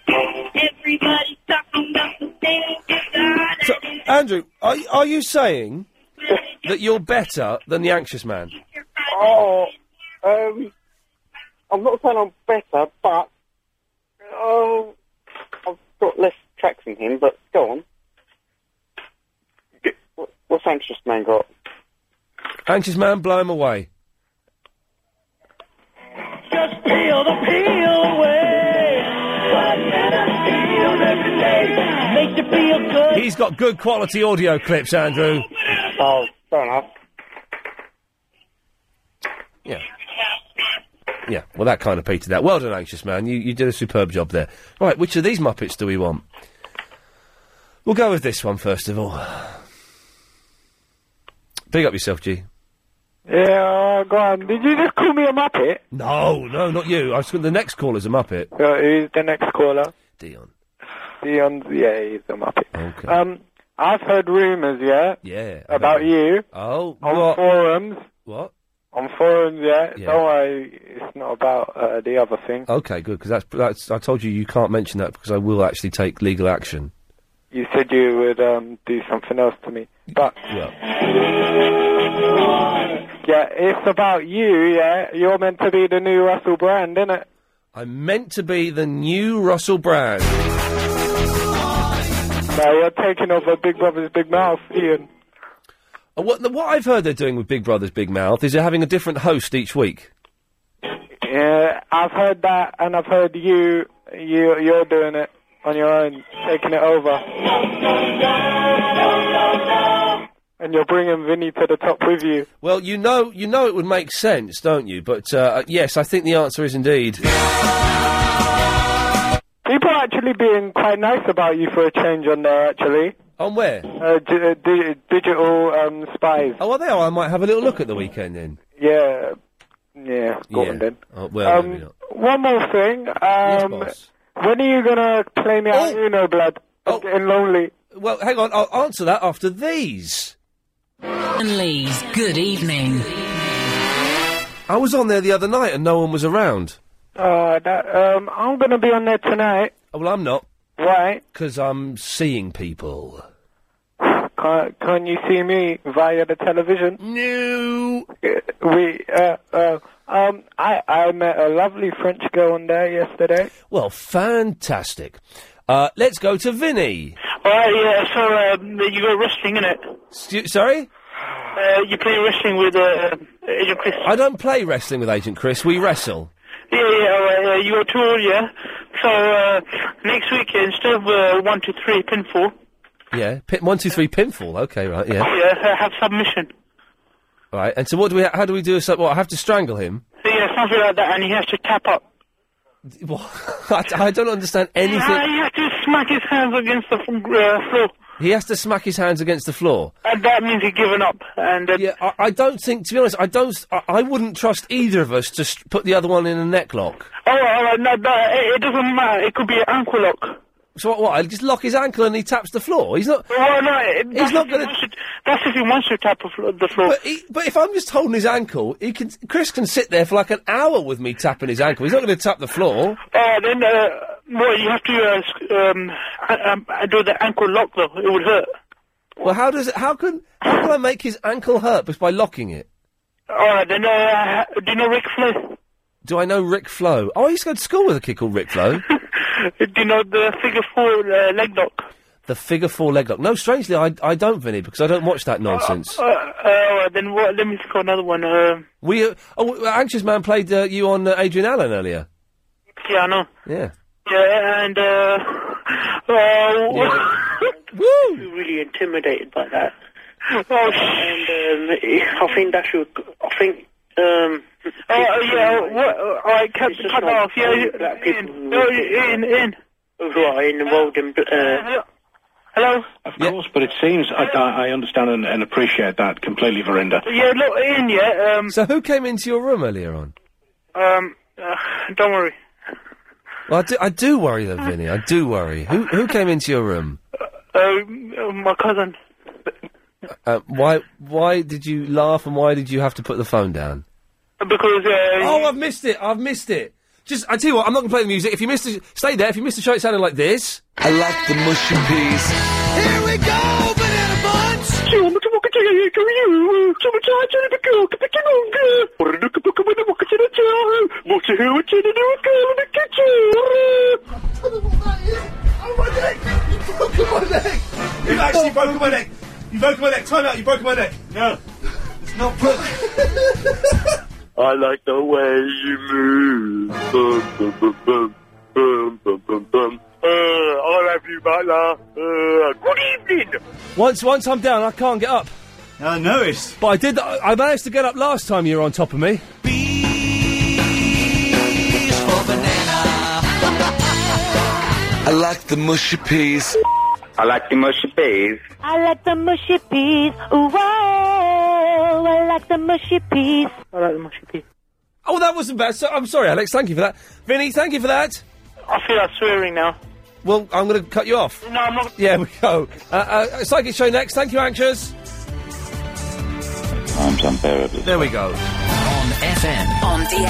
[SPEAKER 13] Everybody's talking about the same.
[SPEAKER 4] So, Andrew, are, are you saying that you're better than the anxious man?
[SPEAKER 22] Oh, um, I'm not saying I'm better, but oh, I've got less tracks than him. But go on. What- What's anxious man got?
[SPEAKER 4] Anxious man, blow him away.
[SPEAKER 13] Peel the peel away. Banana peel every day. Make you feel good.
[SPEAKER 4] He's got good quality audio clips, Andrew.
[SPEAKER 22] Oh, fair enough.
[SPEAKER 4] Yeah. Yeah, well, that kind of petered out. Well done, anxious man. You, you did a superb job there. Right, which of these Muppets do we want? We'll go with this one first of all. Big up yourself, G.
[SPEAKER 9] Yeah, go on. Did you just call me a muppet?
[SPEAKER 4] No, no, not you. I was the next caller's a Muppet.
[SPEAKER 9] Uh, who's the next caller?
[SPEAKER 4] Dion.
[SPEAKER 9] Dion's, yeah, he's a muppet.
[SPEAKER 4] Okay.
[SPEAKER 9] Um, I've heard rumours, yeah,
[SPEAKER 4] Yeah. I
[SPEAKER 9] about
[SPEAKER 4] bet-
[SPEAKER 9] you
[SPEAKER 4] Oh,
[SPEAKER 9] on
[SPEAKER 4] what?
[SPEAKER 9] forums.
[SPEAKER 4] What?
[SPEAKER 9] On forums, yeah.
[SPEAKER 4] Yeah.
[SPEAKER 9] Don't worry, it's not about uh, the other thing.
[SPEAKER 4] Okay, good because that's that's. I told you you can't mention that because I will actually take legal action.
[SPEAKER 9] You said you would um, do something else to me, but yeah, it's about you. Yeah, you're meant to be the new Russell Brand, innit?
[SPEAKER 4] I'm meant to be the new Russell Brand.
[SPEAKER 9] No, you're taking over Big Brother's Big Mouth, Ian.
[SPEAKER 4] Uh, What the- what I've heard they're doing with Big Brother's Big Mouth is they're having a different host each week.
[SPEAKER 9] Yeah, I've heard that, and I've heard you, you, you're doing it on your own, taking it over. And you're bringing Vinny to the top with you.
[SPEAKER 4] Well, you know you know it would make sense, don't you? But uh, yes, I think the answer is indeed.
[SPEAKER 9] People are actually being quite nice about you for a change on there, actually.
[SPEAKER 4] On where?
[SPEAKER 31] Uh, d- uh, di- digital um, spies.
[SPEAKER 4] Oh, well, there I might have a little look at the weekend then.
[SPEAKER 31] Yeah, yeah, got
[SPEAKER 4] yeah.
[SPEAKER 31] them then.
[SPEAKER 4] Oh, well,
[SPEAKER 31] Um,
[SPEAKER 4] maybe not.
[SPEAKER 31] One more thing. Um, when are you gonna play me
[SPEAKER 4] Oh!
[SPEAKER 31] out Uno Blood? I'm getting lonely.
[SPEAKER 4] Well, hang on. I'll answer that after these.
[SPEAKER 19] And Lee's good evening.
[SPEAKER 4] I was on there the other night and no one was around.
[SPEAKER 31] Uh, that, um, I'm gonna be on there tonight.
[SPEAKER 4] Oh, well, I'm not.
[SPEAKER 31] Why?
[SPEAKER 4] Because I'm seeing people.
[SPEAKER 31] Can't, can't you see me via the television?
[SPEAKER 4] No.
[SPEAKER 31] We, uh, uh, um, I, I met a lovely French girl on there yesterday.
[SPEAKER 4] Well, fantastic. Uh, let's go to Vinny.
[SPEAKER 9] Alright, Oh, yeah, so um, you go wrestling, innit?
[SPEAKER 4] Stu- sorry?
[SPEAKER 9] Uh, you play wrestling with uh, Agent Chris.
[SPEAKER 4] I don't play wrestling with Agent Chris. We wrestle.
[SPEAKER 9] Yeah, yeah, alright, yeah, you go tour, yeah? So, uh, next week, instead of uh, 1 to 3 pinfall,
[SPEAKER 4] Yeah. Pin- one, two, three. Pinfall. Okay. Right. Yeah.
[SPEAKER 9] yeah, uh, have submission.
[SPEAKER 4] All right. And so, what do we? Ha- how do we do this? What? I have to strangle him.
[SPEAKER 9] Yeah, something like that, and he has to tap up.
[SPEAKER 4] What? I, I don't understand
[SPEAKER 9] Ah,
[SPEAKER 4] anything.
[SPEAKER 9] he has to smack his hands against the uh, floor,
[SPEAKER 4] He has to smack his hands against the floor.
[SPEAKER 9] and that means he's given up. And uh,
[SPEAKER 4] yeah, I, I don't think. To be honest, I don't. I, I wouldn't trust either of us to st- put the other one in a neck lock.
[SPEAKER 9] Oh, alright, no, that, it, it doesn't matter, it could be an ankle lock.
[SPEAKER 4] So what? What? I just lock his ankle and he taps the floor. He's not.
[SPEAKER 9] Well, no, it-
[SPEAKER 4] he's
[SPEAKER 9] that's
[SPEAKER 4] not
[SPEAKER 9] if he
[SPEAKER 4] going
[SPEAKER 9] wants That's if he wants to tap the floor.
[SPEAKER 4] But, he, but if I'm just holding his ankle, he can. Chris can sit there for like an hour with me tapping his ankle. He's not going to tap the floor.
[SPEAKER 9] Uh, then, uh, well, you have to uh, sc- um, a- um, do the ankle lock, though. It would hurt.
[SPEAKER 4] Well, how does it? How can? How can I make his ankle hurt just by locking it?
[SPEAKER 9] All right, then, uh, do you know Rick Flair?
[SPEAKER 4] Do I know Rick Flo? Oh, I used to go to school with a kid called Rick Flo.
[SPEAKER 9] Do you know the figure four uh, leg lock?
[SPEAKER 4] the figure four leg lock. No, strangely, I, I don't, Vinny, because I don't watch that nonsense.
[SPEAKER 9] Uh, uh, all right, then, what, let me think of another one. Uh,
[SPEAKER 4] We, uh, oh, Anxious Man played uh, you on uh, Adrian Allen earlier.
[SPEAKER 9] yeah, I know.
[SPEAKER 4] Yeah.
[SPEAKER 9] Yeah, and, uh, oh,
[SPEAKER 4] Woo!
[SPEAKER 9] really intimidated by that. Oh, and, um, I think that should, I think, um... Oh, yeah, what, all right, cut, cut that off, yeah, in, no, in, in. Right, in the world, uh... Hello?
[SPEAKER 32] Of course, but it seems I, I I understand and, and appreciate that completely, Verinda.
[SPEAKER 9] Yeah, look, in, yeah, um,
[SPEAKER 4] So who came into your room earlier on?
[SPEAKER 9] um, uh, don't worry.
[SPEAKER 4] Well, I do, I do worry though, Vinny. I do worry. Who who came into your room?
[SPEAKER 9] Uh, my cousin.
[SPEAKER 4] Uh, why why did you laugh and why did you have to put the phone down?
[SPEAKER 9] Because, uh...
[SPEAKER 4] Oh, I've missed it. I've missed it. Just, I tell you what, I'm not going to play the music. If you missed the, stay there. If you missed the show, it sounded like this. I like the mushy peas.
[SPEAKER 33] Here we go, banana buns.
[SPEAKER 1] You've actually broken my neck. You've broken my neck. Time out. You've broken my neck. No. It's not
[SPEAKER 11] I like the way you move. Bum, bum, bum, bum. Bum, bum, bum, bum. Uh, I love you, butler. Uh, good evening.
[SPEAKER 4] Once, once I'm down, I can't get up.
[SPEAKER 1] I noticed.
[SPEAKER 4] But I did. I I managed to get up last time you were on top of me.
[SPEAKER 9] I like the mushy peas. I like the mushy peas.
[SPEAKER 13] I like the mushy peas. Ooh, whoa, I like the mushy peas.
[SPEAKER 9] I like the mushy peas.
[SPEAKER 4] Oh, that wasn't bad. So, I'm sorry, Alex. Thank you for that. Vinny, thank you for that.
[SPEAKER 9] I feel like swearing now.
[SPEAKER 4] Well, I'm going to cut you off.
[SPEAKER 9] No, I'm not.
[SPEAKER 4] Yeah, we go. Uh, uh, Psychic Show next. Thank you, Anxious.
[SPEAKER 32] Time's unbearable.
[SPEAKER 4] There we go.
[SPEAKER 19] On FM. On DAB.